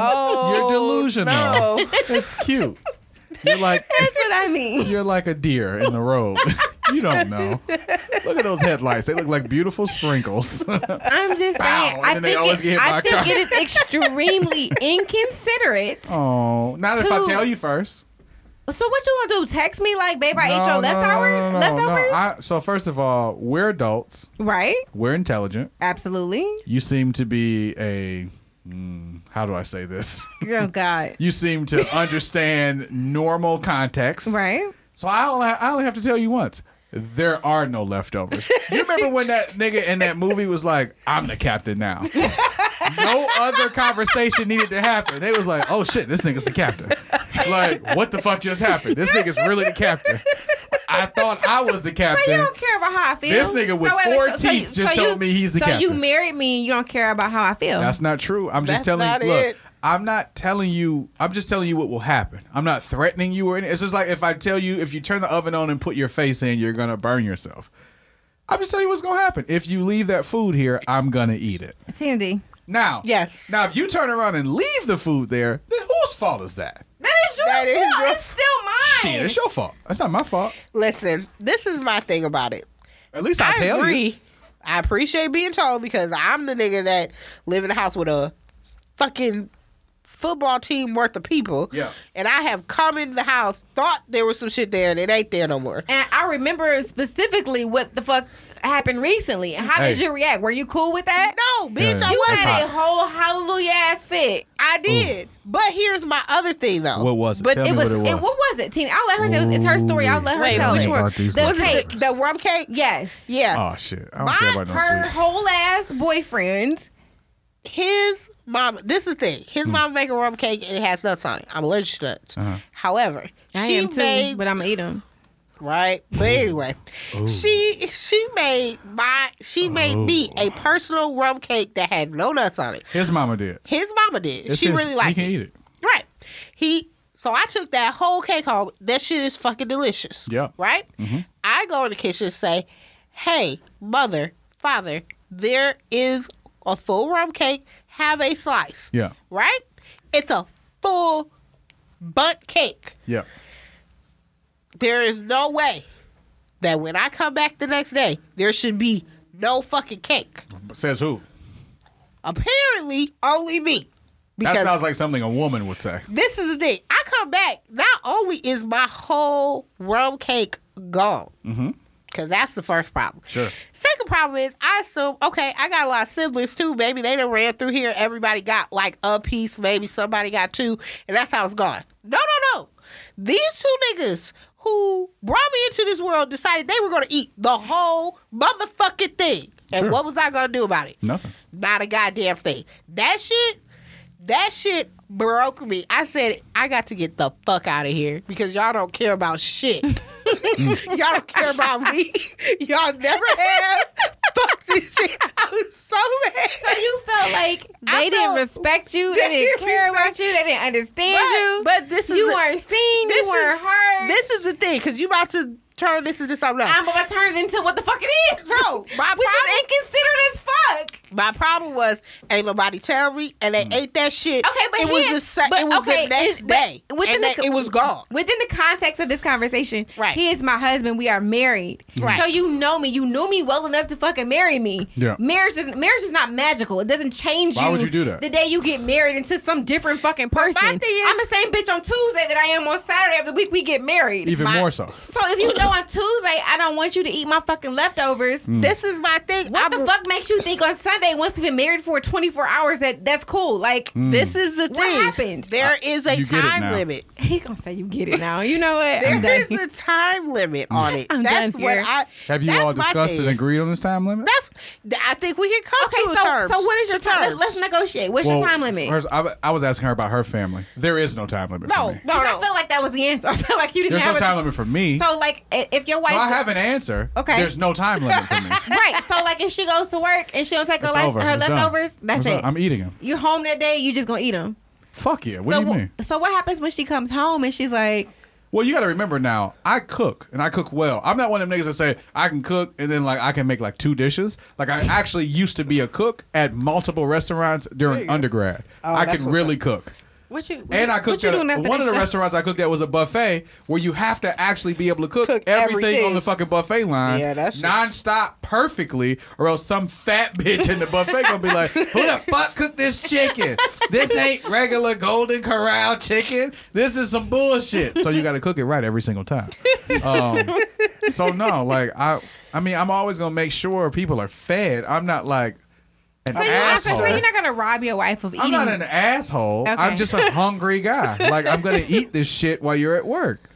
[SPEAKER 4] Oh, you're delusional.
[SPEAKER 3] no.
[SPEAKER 4] It's cute. You're like
[SPEAKER 2] That's what I mean.
[SPEAKER 4] you're like a deer in the road. you don't know. Look at those headlights. They look like beautiful sprinkles.
[SPEAKER 2] I'm just saying.
[SPEAKER 4] Bow, and
[SPEAKER 2] I
[SPEAKER 4] then
[SPEAKER 2] think,
[SPEAKER 4] they always
[SPEAKER 2] it,
[SPEAKER 4] get hit by
[SPEAKER 2] I
[SPEAKER 4] a
[SPEAKER 2] think
[SPEAKER 4] car.
[SPEAKER 2] it is extremely inconsiderate.
[SPEAKER 4] oh, not if I
[SPEAKER 2] Two-
[SPEAKER 4] tell you first.
[SPEAKER 2] So what you gonna do? Text me like, babe, I ate
[SPEAKER 4] No,
[SPEAKER 2] your
[SPEAKER 4] no, no,
[SPEAKER 2] leftover,
[SPEAKER 4] no, no, no,
[SPEAKER 2] leftovers,
[SPEAKER 4] no. I- so first of all, we're adults.
[SPEAKER 2] right?
[SPEAKER 4] We're intelligent.
[SPEAKER 2] Absolutely.
[SPEAKER 4] You seem to be a. mm, how do I say this?
[SPEAKER 2] Oh God.
[SPEAKER 4] You seem to understand normal context.
[SPEAKER 2] Right.
[SPEAKER 4] So I only, I only have to tell you once. There are no leftovers. You remember when that nigga in that movie was like, I'm the captain now. No other conversation needed to happen. They was like, oh shit, this nigga's the captain. Like, what the fuck just happened? This nigga's really the captain. I thought I was the
[SPEAKER 2] So you
[SPEAKER 4] captain.
[SPEAKER 2] don't care about how I feel.
[SPEAKER 4] This nigga with four teeth just told me he's the
[SPEAKER 2] so you
[SPEAKER 4] captain.
[SPEAKER 2] married me and you don't care about how I feel.
[SPEAKER 4] That's not true. I'm
[SPEAKER 3] Uh-huh.
[SPEAKER 4] just
[SPEAKER 3] That's
[SPEAKER 4] telling
[SPEAKER 3] not
[SPEAKER 4] you. Look,
[SPEAKER 3] it.
[SPEAKER 4] I'm not telling you. I'm just telling you what will happen. I'm not threatening you or anything. It's just like if I tell you if you turn the oven on and put your face in, you're gonna burn yourself. I'm just telling you what's gonna happen. If you leave that food here, I'm gonna eat it.
[SPEAKER 2] Tandy.
[SPEAKER 4] Now,
[SPEAKER 3] Yes.
[SPEAKER 4] Now, if you turn around and leave the food there, then whose fault is that?
[SPEAKER 2] That is your
[SPEAKER 3] That is
[SPEAKER 2] fault.
[SPEAKER 3] your-
[SPEAKER 2] It's still mine.
[SPEAKER 4] Shit, it's your fault. That's not my fault.
[SPEAKER 3] Listen, this is my thing about it.
[SPEAKER 4] At least I,
[SPEAKER 3] I
[SPEAKER 4] tell
[SPEAKER 3] agree.
[SPEAKER 4] you.
[SPEAKER 3] I appreciate being told because I'm the nigga that live in a house with a fucking football team worth of people.
[SPEAKER 4] Yeah.
[SPEAKER 3] And I have come in the house, thought there was some shit there, and it ain't there no more.
[SPEAKER 2] and I remember specifically what the fuck happened recently. And How did
[SPEAKER 4] Hey.
[SPEAKER 2] you react? Were you cool with that?
[SPEAKER 3] No, bitch,
[SPEAKER 4] Yeah,
[SPEAKER 3] I
[SPEAKER 2] You
[SPEAKER 4] that's
[SPEAKER 3] wasn't.
[SPEAKER 2] had a
[SPEAKER 4] hot.
[SPEAKER 2] whole hallelujah ass fit.
[SPEAKER 3] I did. But here's my other thing though.
[SPEAKER 4] What was it?
[SPEAKER 3] But
[SPEAKER 4] Tell
[SPEAKER 2] it
[SPEAKER 4] me
[SPEAKER 2] was,
[SPEAKER 4] what it was.
[SPEAKER 2] what was it, Tina? I'll let her say it was, it's her story. I'll let her
[SPEAKER 3] Wait,
[SPEAKER 2] tell
[SPEAKER 3] which
[SPEAKER 2] it.
[SPEAKER 3] one?
[SPEAKER 4] About these
[SPEAKER 2] The
[SPEAKER 4] ones.
[SPEAKER 2] cake.
[SPEAKER 3] the, the rum cake?
[SPEAKER 2] Yes.
[SPEAKER 3] Yeah.
[SPEAKER 4] Oh shit, I don't care
[SPEAKER 3] My-
[SPEAKER 4] about no
[SPEAKER 2] her
[SPEAKER 4] sweets.
[SPEAKER 2] whole ass boyfriend.
[SPEAKER 3] his mom this is the thing his
[SPEAKER 4] Hmm.
[SPEAKER 3] mom make a rum cake and it has nuts on it i'm allergic to nuts
[SPEAKER 4] Uh-huh.
[SPEAKER 3] however she made
[SPEAKER 2] but I'm gonna eat him.
[SPEAKER 3] right but anyway she she made my she
[SPEAKER 4] Oh.
[SPEAKER 3] made me a personal rum cake that had no nuts on it
[SPEAKER 4] His mama did.
[SPEAKER 3] his mama did
[SPEAKER 4] It's
[SPEAKER 3] she
[SPEAKER 4] his-
[SPEAKER 3] really liked
[SPEAKER 4] He can
[SPEAKER 3] it
[SPEAKER 4] eat it.
[SPEAKER 3] right he so i took that whole cake home that shit is fucking delicious
[SPEAKER 4] Yeah. Mm-hmm.
[SPEAKER 3] right i go in the kitchen and say hey mother father there is a full rum cake have a slice
[SPEAKER 4] Yeah,
[SPEAKER 3] right? It's a full butt cake.
[SPEAKER 4] yeah.
[SPEAKER 3] There is no way that when I come back the next day, there should be no fucking cake.
[SPEAKER 4] But says who?
[SPEAKER 3] Apparently, only me.
[SPEAKER 4] That
[SPEAKER 3] Because
[SPEAKER 4] sounds like something a woman would say.
[SPEAKER 3] this is the thing. I come back, not only is my whole rum cake gone, because that's the first problem.
[SPEAKER 4] Mm-hmm. Sure.
[SPEAKER 3] Second problem is I assume, okay, I got a lot of siblings too. Maybe they done ran through here. Everybody got like a piece. Maybe somebody got two, and that's how it's gone. No, no, no. These two niggas who brought me into this world decided they were going to eat the whole motherfucking thing. And
[SPEAKER 4] Sure.
[SPEAKER 3] what was I going to do about it?
[SPEAKER 4] Nothing.
[SPEAKER 3] Not a goddamn thing. That shit, that shit broke me. I said, I got to get the fuck out of here because y'all don't care about shit. y'all don't care about me. Y'all never have. fuck this shit. I was so mad.
[SPEAKER 2] You felt like they
[SPEAKER 3] I
[SPEAKER 2] didn't
[SPEAKER 3] felt-
[SPEAKER 2] respect you,
[SPEAKER 3] They
[SPEAKER 2] they didn't
[SPEAKER 3] didn't
[SPEAKER 2] care about you, they didn't understand you.
[SPEAKER 3] But, but this is
[SPEAKER 2] you
[SPEAKER 3] the-
[SPEAKER 2] weren't seen,
[SPEAKER 3] this
[SPEAKER 2] you weren't
[SPEAKER 3] is-
[SPEAKER 2] heard.
[SPEAKER 3] This is the thing because you about to turn this into something else.
[SPEAKER 2] I'm about to turn it into what the fuck it is.
[SPEAKER 3] Bro, my
[SPEAKER 2] Which
[SPEAKER 3] problem-
[SPEAKER 2] is inconsiderate as fuck.
[SPEAKER 3] My problem was ain't nobody tell me, and they ate that shit.
[SPEAKER 2] Okay, but
[SPEAKER 3] it was
[SPEAKER 2] here-
[SPEAKER 3] the sa-
[SPEAKER 2] but
[SPEAKER 3] it was
[SPEAKER 2] okay,
[SPEAKER 3] the next
[SPEAKER 2] but
[SPEAKER 3] day,
[SPEAKER 2] within
[SPEAKER 3] and
[SPEAKER 2] the
[SPEAKER 3] that-
[SPEAKER 2] co-
[SPEAKER 3] it was gone.
[SPEAKER 2] Within the context of this conversation,
[SPEAKER 3] Right.
[SPEAKER 2] He is my husband. We are married.
[SPEAKER 3] Right.
[SPEAKER 2] So you know me. You knew me well enough to fucking marry me.
[SPEAKER 4] Yeah.
[SPEAKER 2] Marriage doesn't. Marriage is not magical. It doesn't change.
[SPEAKER 4] Why would you do that?
[SPEAKER 2] The day you get married into some different fucking person.
[SPEAKER 3] thing is-
[SPEAKER 2] I'm the same bitch on Tuesday that I am on Saturday of the week we get married.
[SPEAKER 4] Even
[SPEAKER 3] My-
[SPEAKER 4] more so.
[SPEAKER 2] so if you know on Tuesday I don't want you to eat my fucking leftovers.
[SPEAKER 3] This is my thing.
[SPEAKER 2] What
[SPEAKER 3] I'm-
[SPEAKER 2] the fuck makes you think on Sunday once we've been married for 24 hours that that's cool? Like
[SPEAKER 4] Hmm.
[SPEAKER 3] This is the
[SPEAKER 2] What
[SPEAKER 3] thing.
[SPEAKER 2] happened?
[SPEAKER 3] There is a
[SPEAKER 4] you get it
[SPEAKER 3] time
[SPEAKER 4] now.
[SPEAKER 3] limit.
[SPEAKER 2] he's gonna say you get it now. You know what? I'm
[SPEAKER 3] There
[SPEAKER 2] done.
[SPEAKER 3] is a time limit on it.
[SPEAKER 2] I'm
[SPEAKER 3] that's
[SPEAKER 2] done
[SPEAKER 3] what
[SPEAKER 2] here.
[SPEAKER 3] I.
[SPEAKER 4] Have you
[SPEAKER 3] that's
[SPEAKER 4] all
[SPEAKER 3] my
[SPEAKER 4] discussed
[SPEAKER 3] thing.
[SPEAKER 4] and agreed on this time limit?
[SPEAKER 3] That's. th- I think we can come
[SPEAKER 2] Okay,
[SPEAKER 3] to
[SPEAKER 2] so
[SPEAKER 3] a terms.
[SPEAKER 2] so what is your
[SPEAKER 3] to
[SPEAKER 2] time?
[SPEAKER 3] terms.
[SPEAKER 2] Let, us negotiate. What's your
[SPEAKER 4] Well,
[SPEAKER 2] time limit?
[SPEAKER 4] first, I, I was asking her about her family. There is no time limit
[SPEAKER 3] No,
[SPEAKER 4] for me.
[SPEAKER 3] no,
[SPEAKER 2] 'Cause
[SPEAKER 3] no.
[SPEAKER 2] I feel like that was the answer. I feel like you didn't
[SPEAKER 4] There's
[SPEAKER 2] have
[SPEAKER 4] no
[SPEAKER 2] a
[SPEAKER 4] time limit for me.
[SPEAKER 2] So like, i- if your wife,
[SPEAKER 4] Well, I have an answer.
[SPEAKER 2] Okay.
[SPEAKER 4] There's no time limit for me.
[SPEAKER 2] right? So like, if she goes to work and she don't take her,
[SPEAKER 4] It's
[SPEAKER 2] life,
[SPEAKER 4] over.
[SPEAKER 2] her
[SPEAKER 4] It's done.
[SPEAKER 2] leftovers, that's
[SPEAKER 4] It's
[SPEAKER 2] it.
[SPEAKER 4] done. I'm eating them.
[SPEAKER 2] You're home that day. You just gonna eat them.
[SPEAKER 4] Fuck yeah. What
[SPEAKER 2] so
[SPEAKER 4] do you
[SPEAKER 2] wh-
[SPEAKER 4] mean?
[SPEAKER 2] so what happens when she comes home and she's like,
[SPEAKER 4] Well, you got to remember now. I cook and I cook well. I'm not one of them niggas that say I can cook and then like I can make like two dishes. Like I actually used to be a cook at multiple restaurants during undergrad. I
[SPEAKER 3] Oh, that's
[SPEAKER 4] could
[SPEAKER 3] what's
[SPEAKER 4] really cook.
[SPEAKER 2] what you? What,
[SPEAKER 4] And I
[SPEAKER 2] what
[SPEAKER 4] cooked
[SPEAKER 2] you
[SPEAKER 4] at a-
[SPEAKER 2] doing after
[SPEAKER 4] one
[SPEAKER 2] this
[SPEAKER 4] of the
[SPEAKER 2] show?
[SPEAKER 4] restaurants I cooked at was a buffet where you have to actually be able to cook,
[SPEAKER 3] Cook
[SPEAKER 4] everything,
[SPEAKER 3] everything.
[SPEAKER 4] on the fucking buffet line
[SPEAKER 3] Yeah, that's just-
[SPEAKER 4] nonstop perfectly, or else some fat bitch in the buffet gonna be like, "Who the fuck cooked this chicken? This ain't regular Golden Corral chicken. This is some bullshit." So you got to cook it right every single time. Um, so no, like I, I mean, I'm always gonna make sure people are fed. I'm not like an
[SPEAKER 2] So you're, not, so
[SPEAKER 4] asshole.
[SPEAKER 2] you're not gonna rob your wife of eating.
[SPEAKER 4] I'm not an asshole.
[SPEAKER 2] Okay.
[SPEAKER 4] I'm just a hungry guy. like I'm gonna eat this shit while you're at work.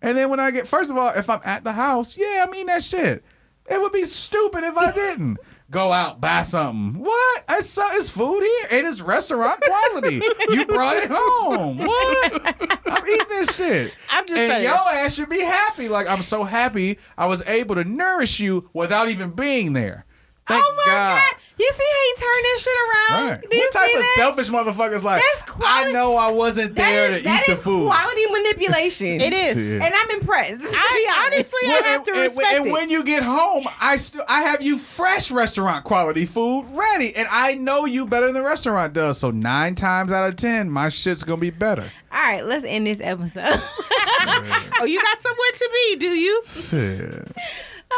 [SPEAKER 4] And then when I get first of all, if I'm at the house, yeah, I'm eating that shit. It would be stupid if I didn't. Go out, buy something. What? It's, so, it's food here. and It is restaurant quality. you brought it home. What? I'm eating this shit.
[SPEAKER 3] I'm just
[SPEAKER 4] and
[SPEAKER 3] saying.
[SPEAKER 4] Yo ass should be happy. Like I'm so happy I was able to nourish you without even being there. Thank
[SPEAKER 2] oh my god. You see how you turn this shit around?
[SPEAKER 4] Right.
[SPEAKER 2] Do you
[SPEAKER 4] What type
[SPEAKER 2] see
[SPEAKER 4] of
[SPEAKER 2] that?
[SPEAKER 4] selfish motherfuckers like?
[SPEAKER 2] That's quali-
[SPEAKER 4] I know I wasn't
[SPEAKER 2] That
[SPEAKER 4] there
[SPEAKER 2] is-
[SPEAKER 4] to eat
[SPEAKER 2] that
[SPEAKER 4] the
[SPEAKER 2] is
[SPEAKER 4] food.
[SPEAKER 2] quality manipulation.
[SPEAKER 3] It is.
[SPEAKER 4] Shit.
[SPEAKER 2] and I'm impressed.
[SPEAKER 3] I
[SPEAKER 2] I honestly,
[SPEAKER 3] honestly,
[SPEAKER 4] Well,
[SPEAKER 3] I have to
[SPEAKER 4] and, and-
[SPEAKER 3] respect
[SPEAKER 4] and
[SPEAKER 3] it.
[SPEAKER 4] when you get home, I still I have you fresh restaurant quality food ready, and I know you better than the restaurant does. So nine times out of ten, my shit's gonna be better.
[SPEAKER 2] all right, let's end this episode.
[SPEAKER 3] oh, you got somewhere to be, do you?
[SPEAKER 4] Shit.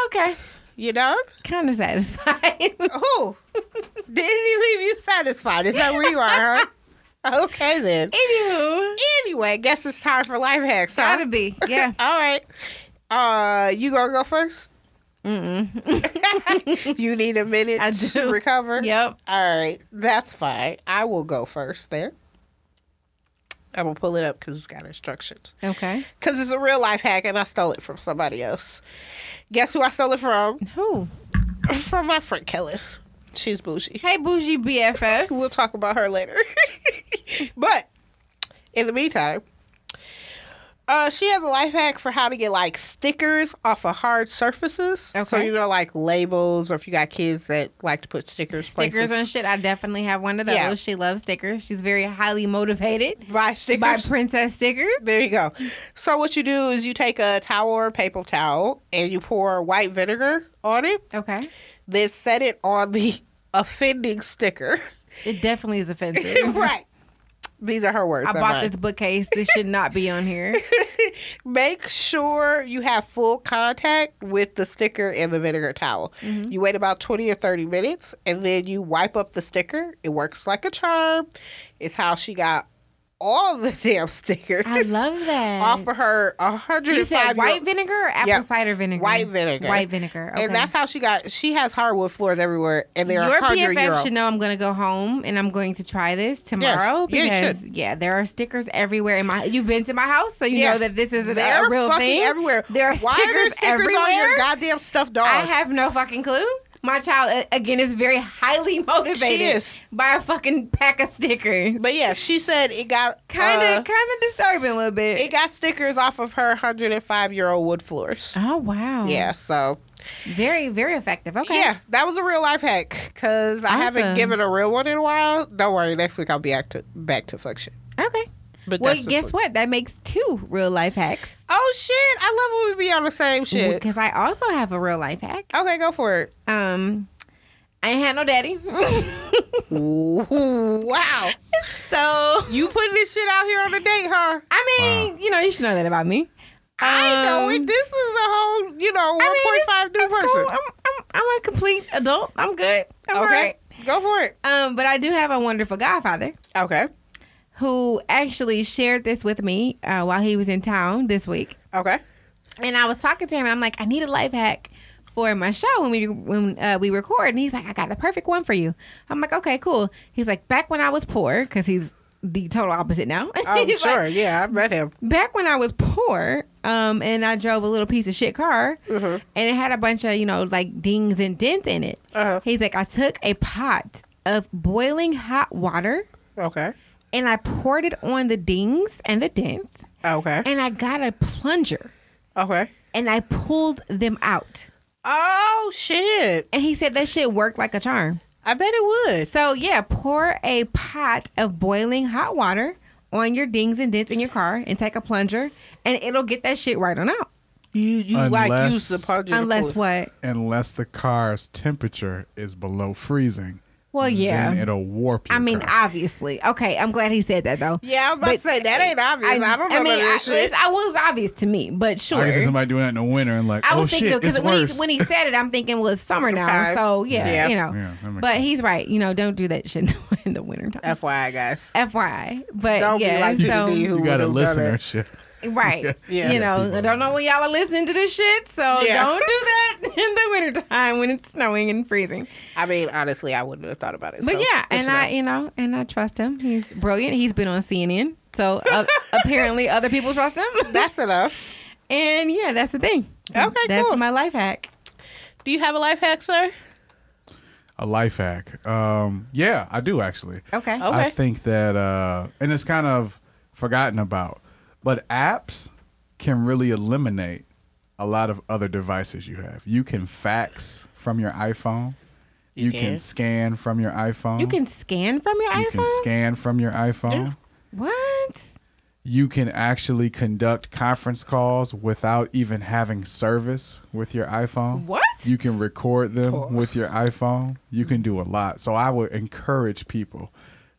[SPEAKER 2] okay,
[SPEAKER 3] You know?
[SPEAKER 2] kind of satisfied.
[SPEAKER 3] Who? Didn't he leave you satisfied? Is that where you are, huh? Okay, then.
[SPEAKER 2] Anywho,
[SPEAKER 3] Anyway, guess it's time for life hacks, huh?
[SPEAKER 2] gotta be yeah.
[SPEAKER 3] All right. Uh, you gonna go first? Mm-mm. you need a minute
[SPEAKER 2] I
[SPEAKER 3] to
[SPEAKER 2] do.
[SPEAKER 3] recover.
[SPEAKER 2] Yep.
[SPEAKER 3] All right, that's fine. I will go first there. I'm gonna pull it up because it's got instructions.
[SPEAKER 2] Okay.
[SPEAKER 3] Because it's a real life hack, and I stole it from somebody else. Guess who I stole it from?
[SPEAKER 2] Who?
[SPEAKER 3] From my friend Kelly. She's bougie.
[SPEAKER 2] Hey, bougie BFF.
[SPEAKER 3] We'll talk about her later. but in the meantime, uh, she has a life hack for how to get like stickers off of hard surfaces. So
[SPEAKER 2] Okay.
[SPEAKER 3] you know, like labels, or if you got kids that like to put stickers,
[SPEAKER 2] Stickers
[SPEAKER 3] places,
[SPEAKER 2] and shit. I definitely have one of those.
[SPEAKER 3] Yeah.
[SPEAKER 2] She loves stickers. She's very highly motivated
[SPEAKER 3] buy stickers.
[SPEAKER 2] by princess stickers.
[SPEAKER 3] there you go. So what you do is you take a towel or a paper towel and you pour white vinegar on it,
[SPEAKER 2] Okay.
[SPEAKER 3] then set it on the offending sticker.
[SPEAKER 2] It definitely is offensive.
[SPEAKER 3] right. These are her words.
[SPEAKER 2] I
[SPEAKER 3] not
[SPEAKER 2] bought
[SPEAKER 3] mine.
[SPEAKER 2] this bookcase. This should not be on here.
[SPEAKER 3] Make sure you have full contact with the sticker and the vinegar towel.
[SPEAKER 2] Mm-hmm.
[SPEAKER 3] You wait about 20 or 30 minutes and then you wipe up the sticker. It works like a charm. It's how she got all the damn stickers
[SPEAKER 2] I love that.
[SPEAKER 3] off of her 105
[SPEAKER 2] You said
[SPEAKER 3] year-
[SPEAKER 2] white vinegar or apple
[SPEAKER 3] Yeah.
[SPEAKER 2] cider vinegar?
[SPEAKER 3] White vinegar.
[SPEAKER 2] White vinegar. Okay.
[SPEAKER 3] And that's how she got she has hardwood floors everywhere and they're
[SPEAKER 2] Your
[SPEAKER 3] 100 year
[SPEAKER 2] PFF
[SPEAKER 3] olds.
[SPEAKER 2] should know I'm going to go home and I'm going to try this tomorrow
[SPEAKER 3] Yeah, you
[SPEAKER 2] because yeah, there are stickers everywhere in my. You've been to my house, so you
[SPEAKER 3] Yeah.
[SPEAKER 2] know that this is a
[SPEAKER 3] they're
[SPEAKER 2] real
[SPEAKER 3] fucking
[SPEAKER 2] thing.
[SPEAKER 3] everywhere.
[SPEAKER 2] There are
[SPEAKER 3] Why
[SPEAKER 2] stickers,
[SPEAKER 3] are there stickers
[SPEAKER 2] everywhere.
[SPEAKER 3] on your goddamn stuffed dog?
[SPEAKER 2] I have no fucking clue. My child uh, again is very highly motivated
[SPEAKER 3] She is.
[SPEAKER 2] by a fucking pack of stickers.
[SPEAKER 3] but yeah, she said it got
[SPEAKER 2] kind
[SPEAKER 3] uh,
[SPEAKER 2] of, kind of disturbing a little bit.
[SPEAKER 3] It got stickers off of her 105 year old wood floors.
[SPEAKER 2] oh wow.
[SPEAKER 3] Yeah, so
[SPEAKER 2] Very, very effective. Okay.
[SPEAKER 3] yeah, that was a real life hack because I haven't
[SPEAKER 2] Awesome.
[SPEAKER 3] given a real one in a while. Don't worry, next week I'll be back to back to fuck shit.
[SPEAKER 2] Okay.
[SPEAKER 3] But
[SPEAKER 2] Well,
[SPEAKER 3] that's just
[SPEAKER 2] guess what? That makes two real life hacks.
[SPEAKER 3] Oh shit! I love when we be on the same shit.
[SPEAKER 2] Because I also have a real life hack.
[SPEAKER 3] Okay, go for it.
[SPEAKER 2] Um, I ain't had no daddy.
[SPEAKER 3] Ooh, wow.
[SPEAKER 2] so
[SPEAKER 3] You putting this shit out here on a date, huh?
[SPEAKER 2] I mean, you know, you should know that about me.
[SPEAKER 3] I know
[SPEAKER 2] Um,
[SPEAKER 3] it. This is a whole, you know,
[SPEAKER 2] I mean, it's-
[SPEAKER 3] 1.5 new
[SPEAKER 2] it's cool.
[SPEAKER 3] person.
[SPEAKER 2] I'm, I'm, I'm a complete adult. I'm good. I'm all
[SPEAKER 3] Okay.
[SPEAKER 2] right.
[SPEAKER 3] Go for it.
[SPEAKER 2] Um, but I do have a wonderful godfather
[SPEAKER 3] Okay.
[SPEAKER 2] who actually shared this with me uh, while he was in town this week.
[SPEAKER 3] Okay.
[SPEAKER 2] and I was talking to him, and I'm like, I need a life hack for my show when we when uh, we record. And he's like, I got the perfect one for you. I'm like, okay, cool. He's like, back when I was poor, because he's the total opposite now.
[SPEAKER 3] I'm
[SPEAKER 2] He's
[SPEAKER 3] Oh, sure.
[SPEAKER 2] like,
[SPEAKER 3] yeah, I met him.
[SPEAKER 2] back when I was poor, um, and I drove a little piece of shit car, and it had a bunch of you know like dings and dents in it.
[SPEAKER 3] Uh-huh.
[SPEAKER 2] He's like, I took a pot of boiling hot water
[SPEAKER 3] Okay.
[SPEAKER 2] and I poured it on the dings and the dents,
[SPEAKER 3] Okay.
[SPEAKER 2] and I got a plunger
[SPEAKER 3] Okay.
[SPEAKER 2] and I pulled them out.
[SPEAKER 3] Oh shit!
[SPEAKER 2] And he said that shit worked like a charm.
[SPEAKER 3] I bet it would.
[SPEAKER 2] So yeah, pour a pot of boiling hot water on your dings and dents in your car and take a plunger and it'll get that shit right on out.
[SPEAKER 3] You you like
[SPEAKER 4] Unless-
[SPEAKER 3] use the plunger. to
[SPEAKER 2] Unless
[SPEAKER 3] pull-
[SPEAKER 2] what?
[SPEAKER 4] Unless the car's temperature is below freezing.
[SPEAKER 2] Well, yeah.
[SPEAKER 4] Mm, Then it'll warp your
[SPEAKER 2] I mean,
[SPEAKER 4] car.
[SPEAKER 2] obviously. Okay, I'm glad he said that though.
[SPEAKER 3] Yeah, I was about to
[SPEAKER 2] But
[SPEAKER 3] say that ain't obvious. I, don't know
[SPEAKER 2] mean,
[SPEAKER 3] about
[SPEAKER 2] I,
[SPEAKER 3] that shit.
[SPEAKER 2] it's- I well, it was obvious to me, but sure.
[SPEAKER 4] I can see somebody doing that in the winter and like,
[SPEAKER 2] I
[SPEAKER 4] oh
[SPEAKER 2] was thinking
[SPEAKER 4] shit, it's
[SPEAKER 2] because when
[SPEAKER 4] worse.
[SPEAKER 2] he when he said it, I'm thinking, well, it's summer
[SPEAKER 3] Okay.
[SPEAKER 2] now, so yeah,
[SPEAKER 3] Yeah.
[SPEAKER 2] you know.
[SPEAKER 4] Yeah, that makes
[SPEAKER 2] but
[SPEAKER 4] sense.
[SPEAKER 2] he's right. You know, don't do that shit in the winter time.
[SPEAKER 3] FYI, guys.
[SPEAKER 2] FYI, but
[SPEAKER 3] Don't
[SPEAKER 2] yeah,
[SPEAKER 3] be like
[SPEAKER 2] so
[SPEAKER 3] TD who
[SPEAKER 4] you got a
[SPEAKER 3] would've done it.
[SPEAKER 4] listenership.
[SPEAKER 2] right,
[SPEAKER 3] Yeah.
[SPEAKER 2] you know, I don't know when y'all are listening to this shit, so
[SPEAKER 3] Yeah.
[SPEAKER 2] don't do that in the wintertime when it's snowing and freezing.
[SPEAKER 3] I mean, honestly, I wouldn't have thought about it.
[SPEAKER 2] But
[SPEAKER 3] so,
[SPEAKER 2] yeah,
[SPEAKER 3] good
[SPEAKER 2] and
[SPEAKER 3] to
[SPEAKER 2] I,
[SPEAKER 3] know.
[SPEAKER 2] you know, and I trust him. He's brilliant. He's been on CNN, so uh, apparently other people trust him.
[SPEAKER 3] that's enough.
[SPEAKER 2] and yeah, that's the thing.
[SPEAKER 3] Okay,
[SPEAKER 2] that's
[SPEAKER 3] cool.
[SPEAKER 2] my life hack.
[SPEAKER 3] Do you have a life hack, sir?
[SPEAKER 4] a life hack. Um, yeah, I do actually.
[SPEAKER 2] Okay.
[SPEAKER 4] I think that, uh, and it's kind of forgotten about, but apps can really eliminate a lot of other devices you have. You can fax from your iPhone. You, can.
[SPEAKER 3] can.
[SPEAKER 4] scan from your iPhone.
[SPEAKER 2] You can scan from your
[SPEAKER 4] You
[SPEAKER 2] iPhone.
[SPEAKER 4] can scan from your iPhone.
[SPEAKER 2] what?
[SPEAKER 4] You can actually conduct conference calls without even having service with your iPhone.
[SPEAKER 2] What?
[SPEAKER 4] You can record them with your iPhone. You can do a lot. So I would encourage people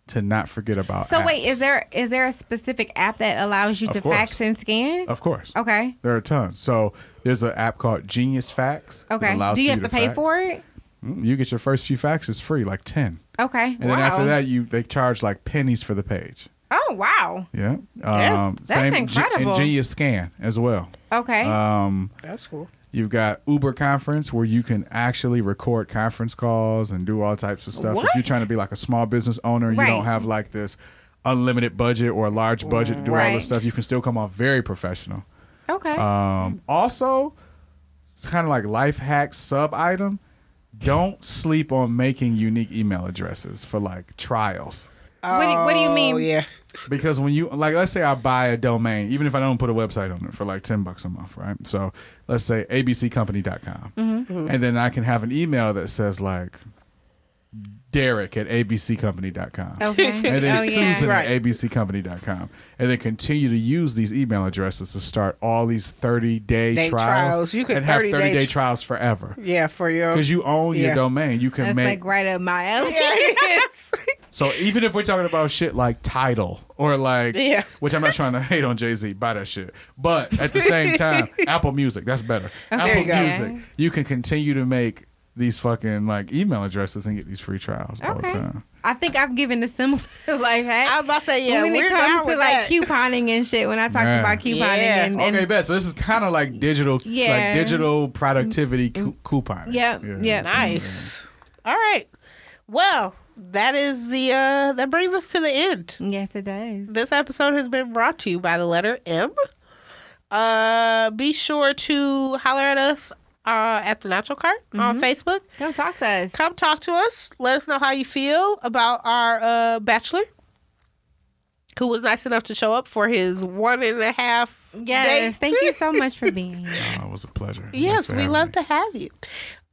[SPEAKER 4] to not forget about.
[SPEAKER 2] So wait,
[SPEAKER 4] apps.
[SPEAKER 2] is there is there a specific app that allows you
[SPEAKER 4] Of
[SPEAKER 2] to
[SPEAKER 4] course.
[SPEAKER 2] fax and scan?
[SPEAKER 4] Of course.
[SPEAKER 2] Okay.
[SPEAKER 4] There are tons. So there's an app called Genius Fax. that
[SPEAKER 2] Okay.
[SPEAKER 4] allows
[SPEAKER 2] Do you
[SPEAKER 4] for
[SPEAKER 2] have to pay
[SPEAKER 4] fax.
[SPEAKER 2] for it?
[SPEAKER 4] Mm, You get your first few faxes free, like ten,
[SPEAKER 2] Okay.
[SPEAKER 4] and then after that, you they charge like pennies for the page.
[SPEAKER 2] Oh wow.
[SPEAKER 4] Yeah. Um,
[SPEAKER 3] Yeah,
[SPEAKER 2] that's
[SPEAKER 4] same Ge-
[SPEAKER 2] incredible.
[SPEAKER 4] and Genius Scan as well.
[SPEAKER 2] Okay.
[SPEAKER 4] Um,
[SPEAKER 3] That's cool.
[SPEAKER 4] You've got Uber Conference where you can actually record conference calls and do all types of stuff. If you're
[SPEAKER 2] What?
[SPEAKER 4] trying to be like a small business owner and you don't
[SPEAKER 2] Right.
[SPEAKER 4] have like this unlimited budget or a large budget to do all
[SPEAKER 2] Right.
[SPEAKER 4] this stuff, you can still come off very professional.
[SPEAKER 2] okay.
[SPEAKER 4] Um, also, it's kind of like life hack sub item. Don't sleep on making unique email addresses for like trials.
[SPEAKER 2] what, do you, what do you mean?
[SPEAKER 3] Oh yeah.
[SPEAKER 4] Because when you like, let's say I buy a domain, even if I don't put a website on it for like ten bucks a month, right? So let's say abccompany.com,
[SPEAKER 2] Mm-hmm.
[SPEAKER 3] Mm-hmm.
[SPEAKER 4] and then I can have an email that says like Derek at abccompany.com,
[SPEAKER 2] Okay.
[SPEAKER 4] and then
[SPEAKER 2] Oh, yeah.
[SPEAKER 4] Susan
[SPEAKER 3] Right.
[SPEAKER 4] at abccompany.com, and then continue to use these email addresses to start all these thirty day
[SPEAKER 3] Day
[SPEAKER 4] trials,
[SPEAKER 3] trials. You could
[SPEAKER 4] and have
[SPEAKER 3] 30 day
[SPEAKER 4] thirty day
[SPEAKER 3] tr-
[SPEAKER 4] trials forever
[SPEAKER 3] Yeah, for your.
[SPEAKER 4] because you own
[SPEAKER 3] Yeah.
[SPEAKER 4] your domain. You can
[SPEAKER 2] That's
[SPEAKER 4] make
[SPEAKER 2] like right up my alley.
[SPEAKER 3] Yeah, it is.
[SPEAKER 4] so even if we're talking about shit like title or like,
[SPEAKER 3] Yeah.
[SPEAKER 4] which I'm not trying to hate on Jay Z, buy that shit. But at the same time, Apple Music, that's better. Apple
[SPEAKER 3] you go.
[SPEAKER 4] Music, you can continue to make these fucking like email addresses and get these free trials all the
[SPEAKER 2] Okay.
[SPEAKER 4] time.
[SPEAKER 2] I think I've given a similar life
[SPEAKER 3] I
[SPEAKER 2] hack.
[SPEAKER 3] was about to say yeah.
[SPEAKER 2] when
[SPEAKER 3] we're
[SPEAKER 2] it comes
[SPEAKER 3] down
[SPEAKER 2] to
[SPEAKER 3] with
[SPEAKER 2] like
[SPEAKER 3] that.
[SPEAKER 2] couponing and shit, when I talked
[SPEAKER 4] Man.
[SPEAKER 2] about couponing
[SPEAKER 3] Yeah.
[SPEAKER 2] and, and
[SPEAKER 4] Okay, bet. So this is kind of like digital,
[SPEAKER 2] Yeah.
[SPEAKER 4] like digital productivity
[SPEAKER 3] Mm-hmm.
[SPEAKER 4] cou- coupon.
[SPEAKER 2] Yep, yep.
[SPEAKER 3] Nice. All right. Well, that is the uh that brings us to the end.
[SPEAKER 2] yes, it does.
[SPEAKER 3] This episode has been brought to you by the letter M. Uh be sure to holler at us uh at the natural cart on
[SPEAKER 2] Mm-hmm.
[SPEAKER 3] Facebook.
[SPEAKER 2] Come talk to us.
[SPEAKER 3] Come talk to us. Let us know how you feel about our uh bachelor who was nice enough to show up for his one and a half
[SPEAKER 2] Yes,
[SPEAKER 3] dates.
[SPEAKER 2] thank you so much for being here.
[SPEAKER 4] Oh, it was a pleasure. Thanks
[SPEAKER 3] Yes,
[SPEAKER 4] for
[SPEAKER 3] we
[SPEAKER 4] having
[SPEAKER 3] love
[SPEAKER 4] me.
[SPEAKER 3] to have you.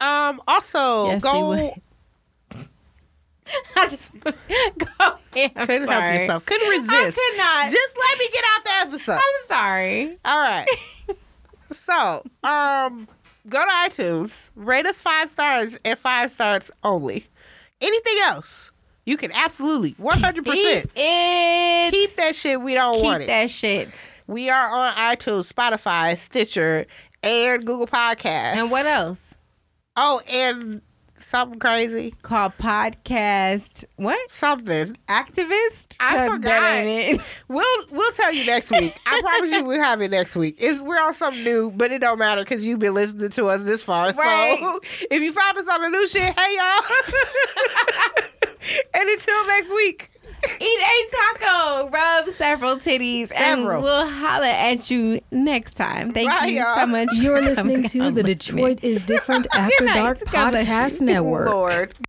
[SPEAKER 3] Um also
[SPEAKER 2] Yes, we
[SPEAKER 3] go
[SPEAKER 2] would. I just go ahead. I'm
[SPEAKER 3] couldn't
[SPEAKER 2] sorry.
[SPEAKER 3] help yourself. Couldn't resist.
[SPEAKER 2] could not.
[SPEAKER 3] Just let me get out the episode.
[SPEAKER 2] I'm sorry.
[SPEAKER 3] All right. so, um, go to iTunes, rate us five stars and five stars only. Anything else, you can absolutely 100%
[SPEAKER 2] Keep it.
[SPEAKER 3] keep that shit. We don't want
[SPEAKER 2] Keep
[SPEAKER 3] it.
[SPEAKER 2] that shit.
[SPEAKER 3] We are on iTunes, Spotify, Stitcher, and Google Podcasts.
[SPEAKER 2] And what else?
[SPEAKER 3] Oh, and something crazy.
[SPEAKER 2] Called podcast. What?
[SPEAKER 3] Something.
[SPEAKER 2] Activist?
[SPEAKER 3] I
[SPEAKER 2] God,
[SPEAKER 3] forgot.
[SPEAKER 2] that ain't it.
[SPEAKER 3] We'll we'll tell you next week. I promise you we'll have it next week. It's we're on something new, but it don't matter because you've been listening to us this far.
[SPEAKER 2] Right.
[SPEAKER 3] So if you found us on the new shit, hey y'all. and until next week.
[SPEAKER 2] Eat a taco, rub several titties,
[SPEAKER 3] Several.
[SPEAKER 2] and we'll holla at you next time. Thank
[SPEAKER 3] Right,
[SPEAKER 2] you so
[SPEAKER 3] y'all.
[SPEAKER 2] much.
[SPEAKER 5] You're
[SPEAKER 2] for
[SPEAKER 5] listening
[SPEAKER 2] coming
[SPEAKER 5] to
[SPEAKER 2] on
[SPEAKER 5] the
[SPEAKER 2] listening.
[SPEAKER 5] Detroit is Different After
[SPEAKER 2] Good night.
[SPEAKER 5] Dark
[SPEAKER 2] God bless you.
[SPEAKER 5] Podcast Network.
[SPEAKER 3] Lord.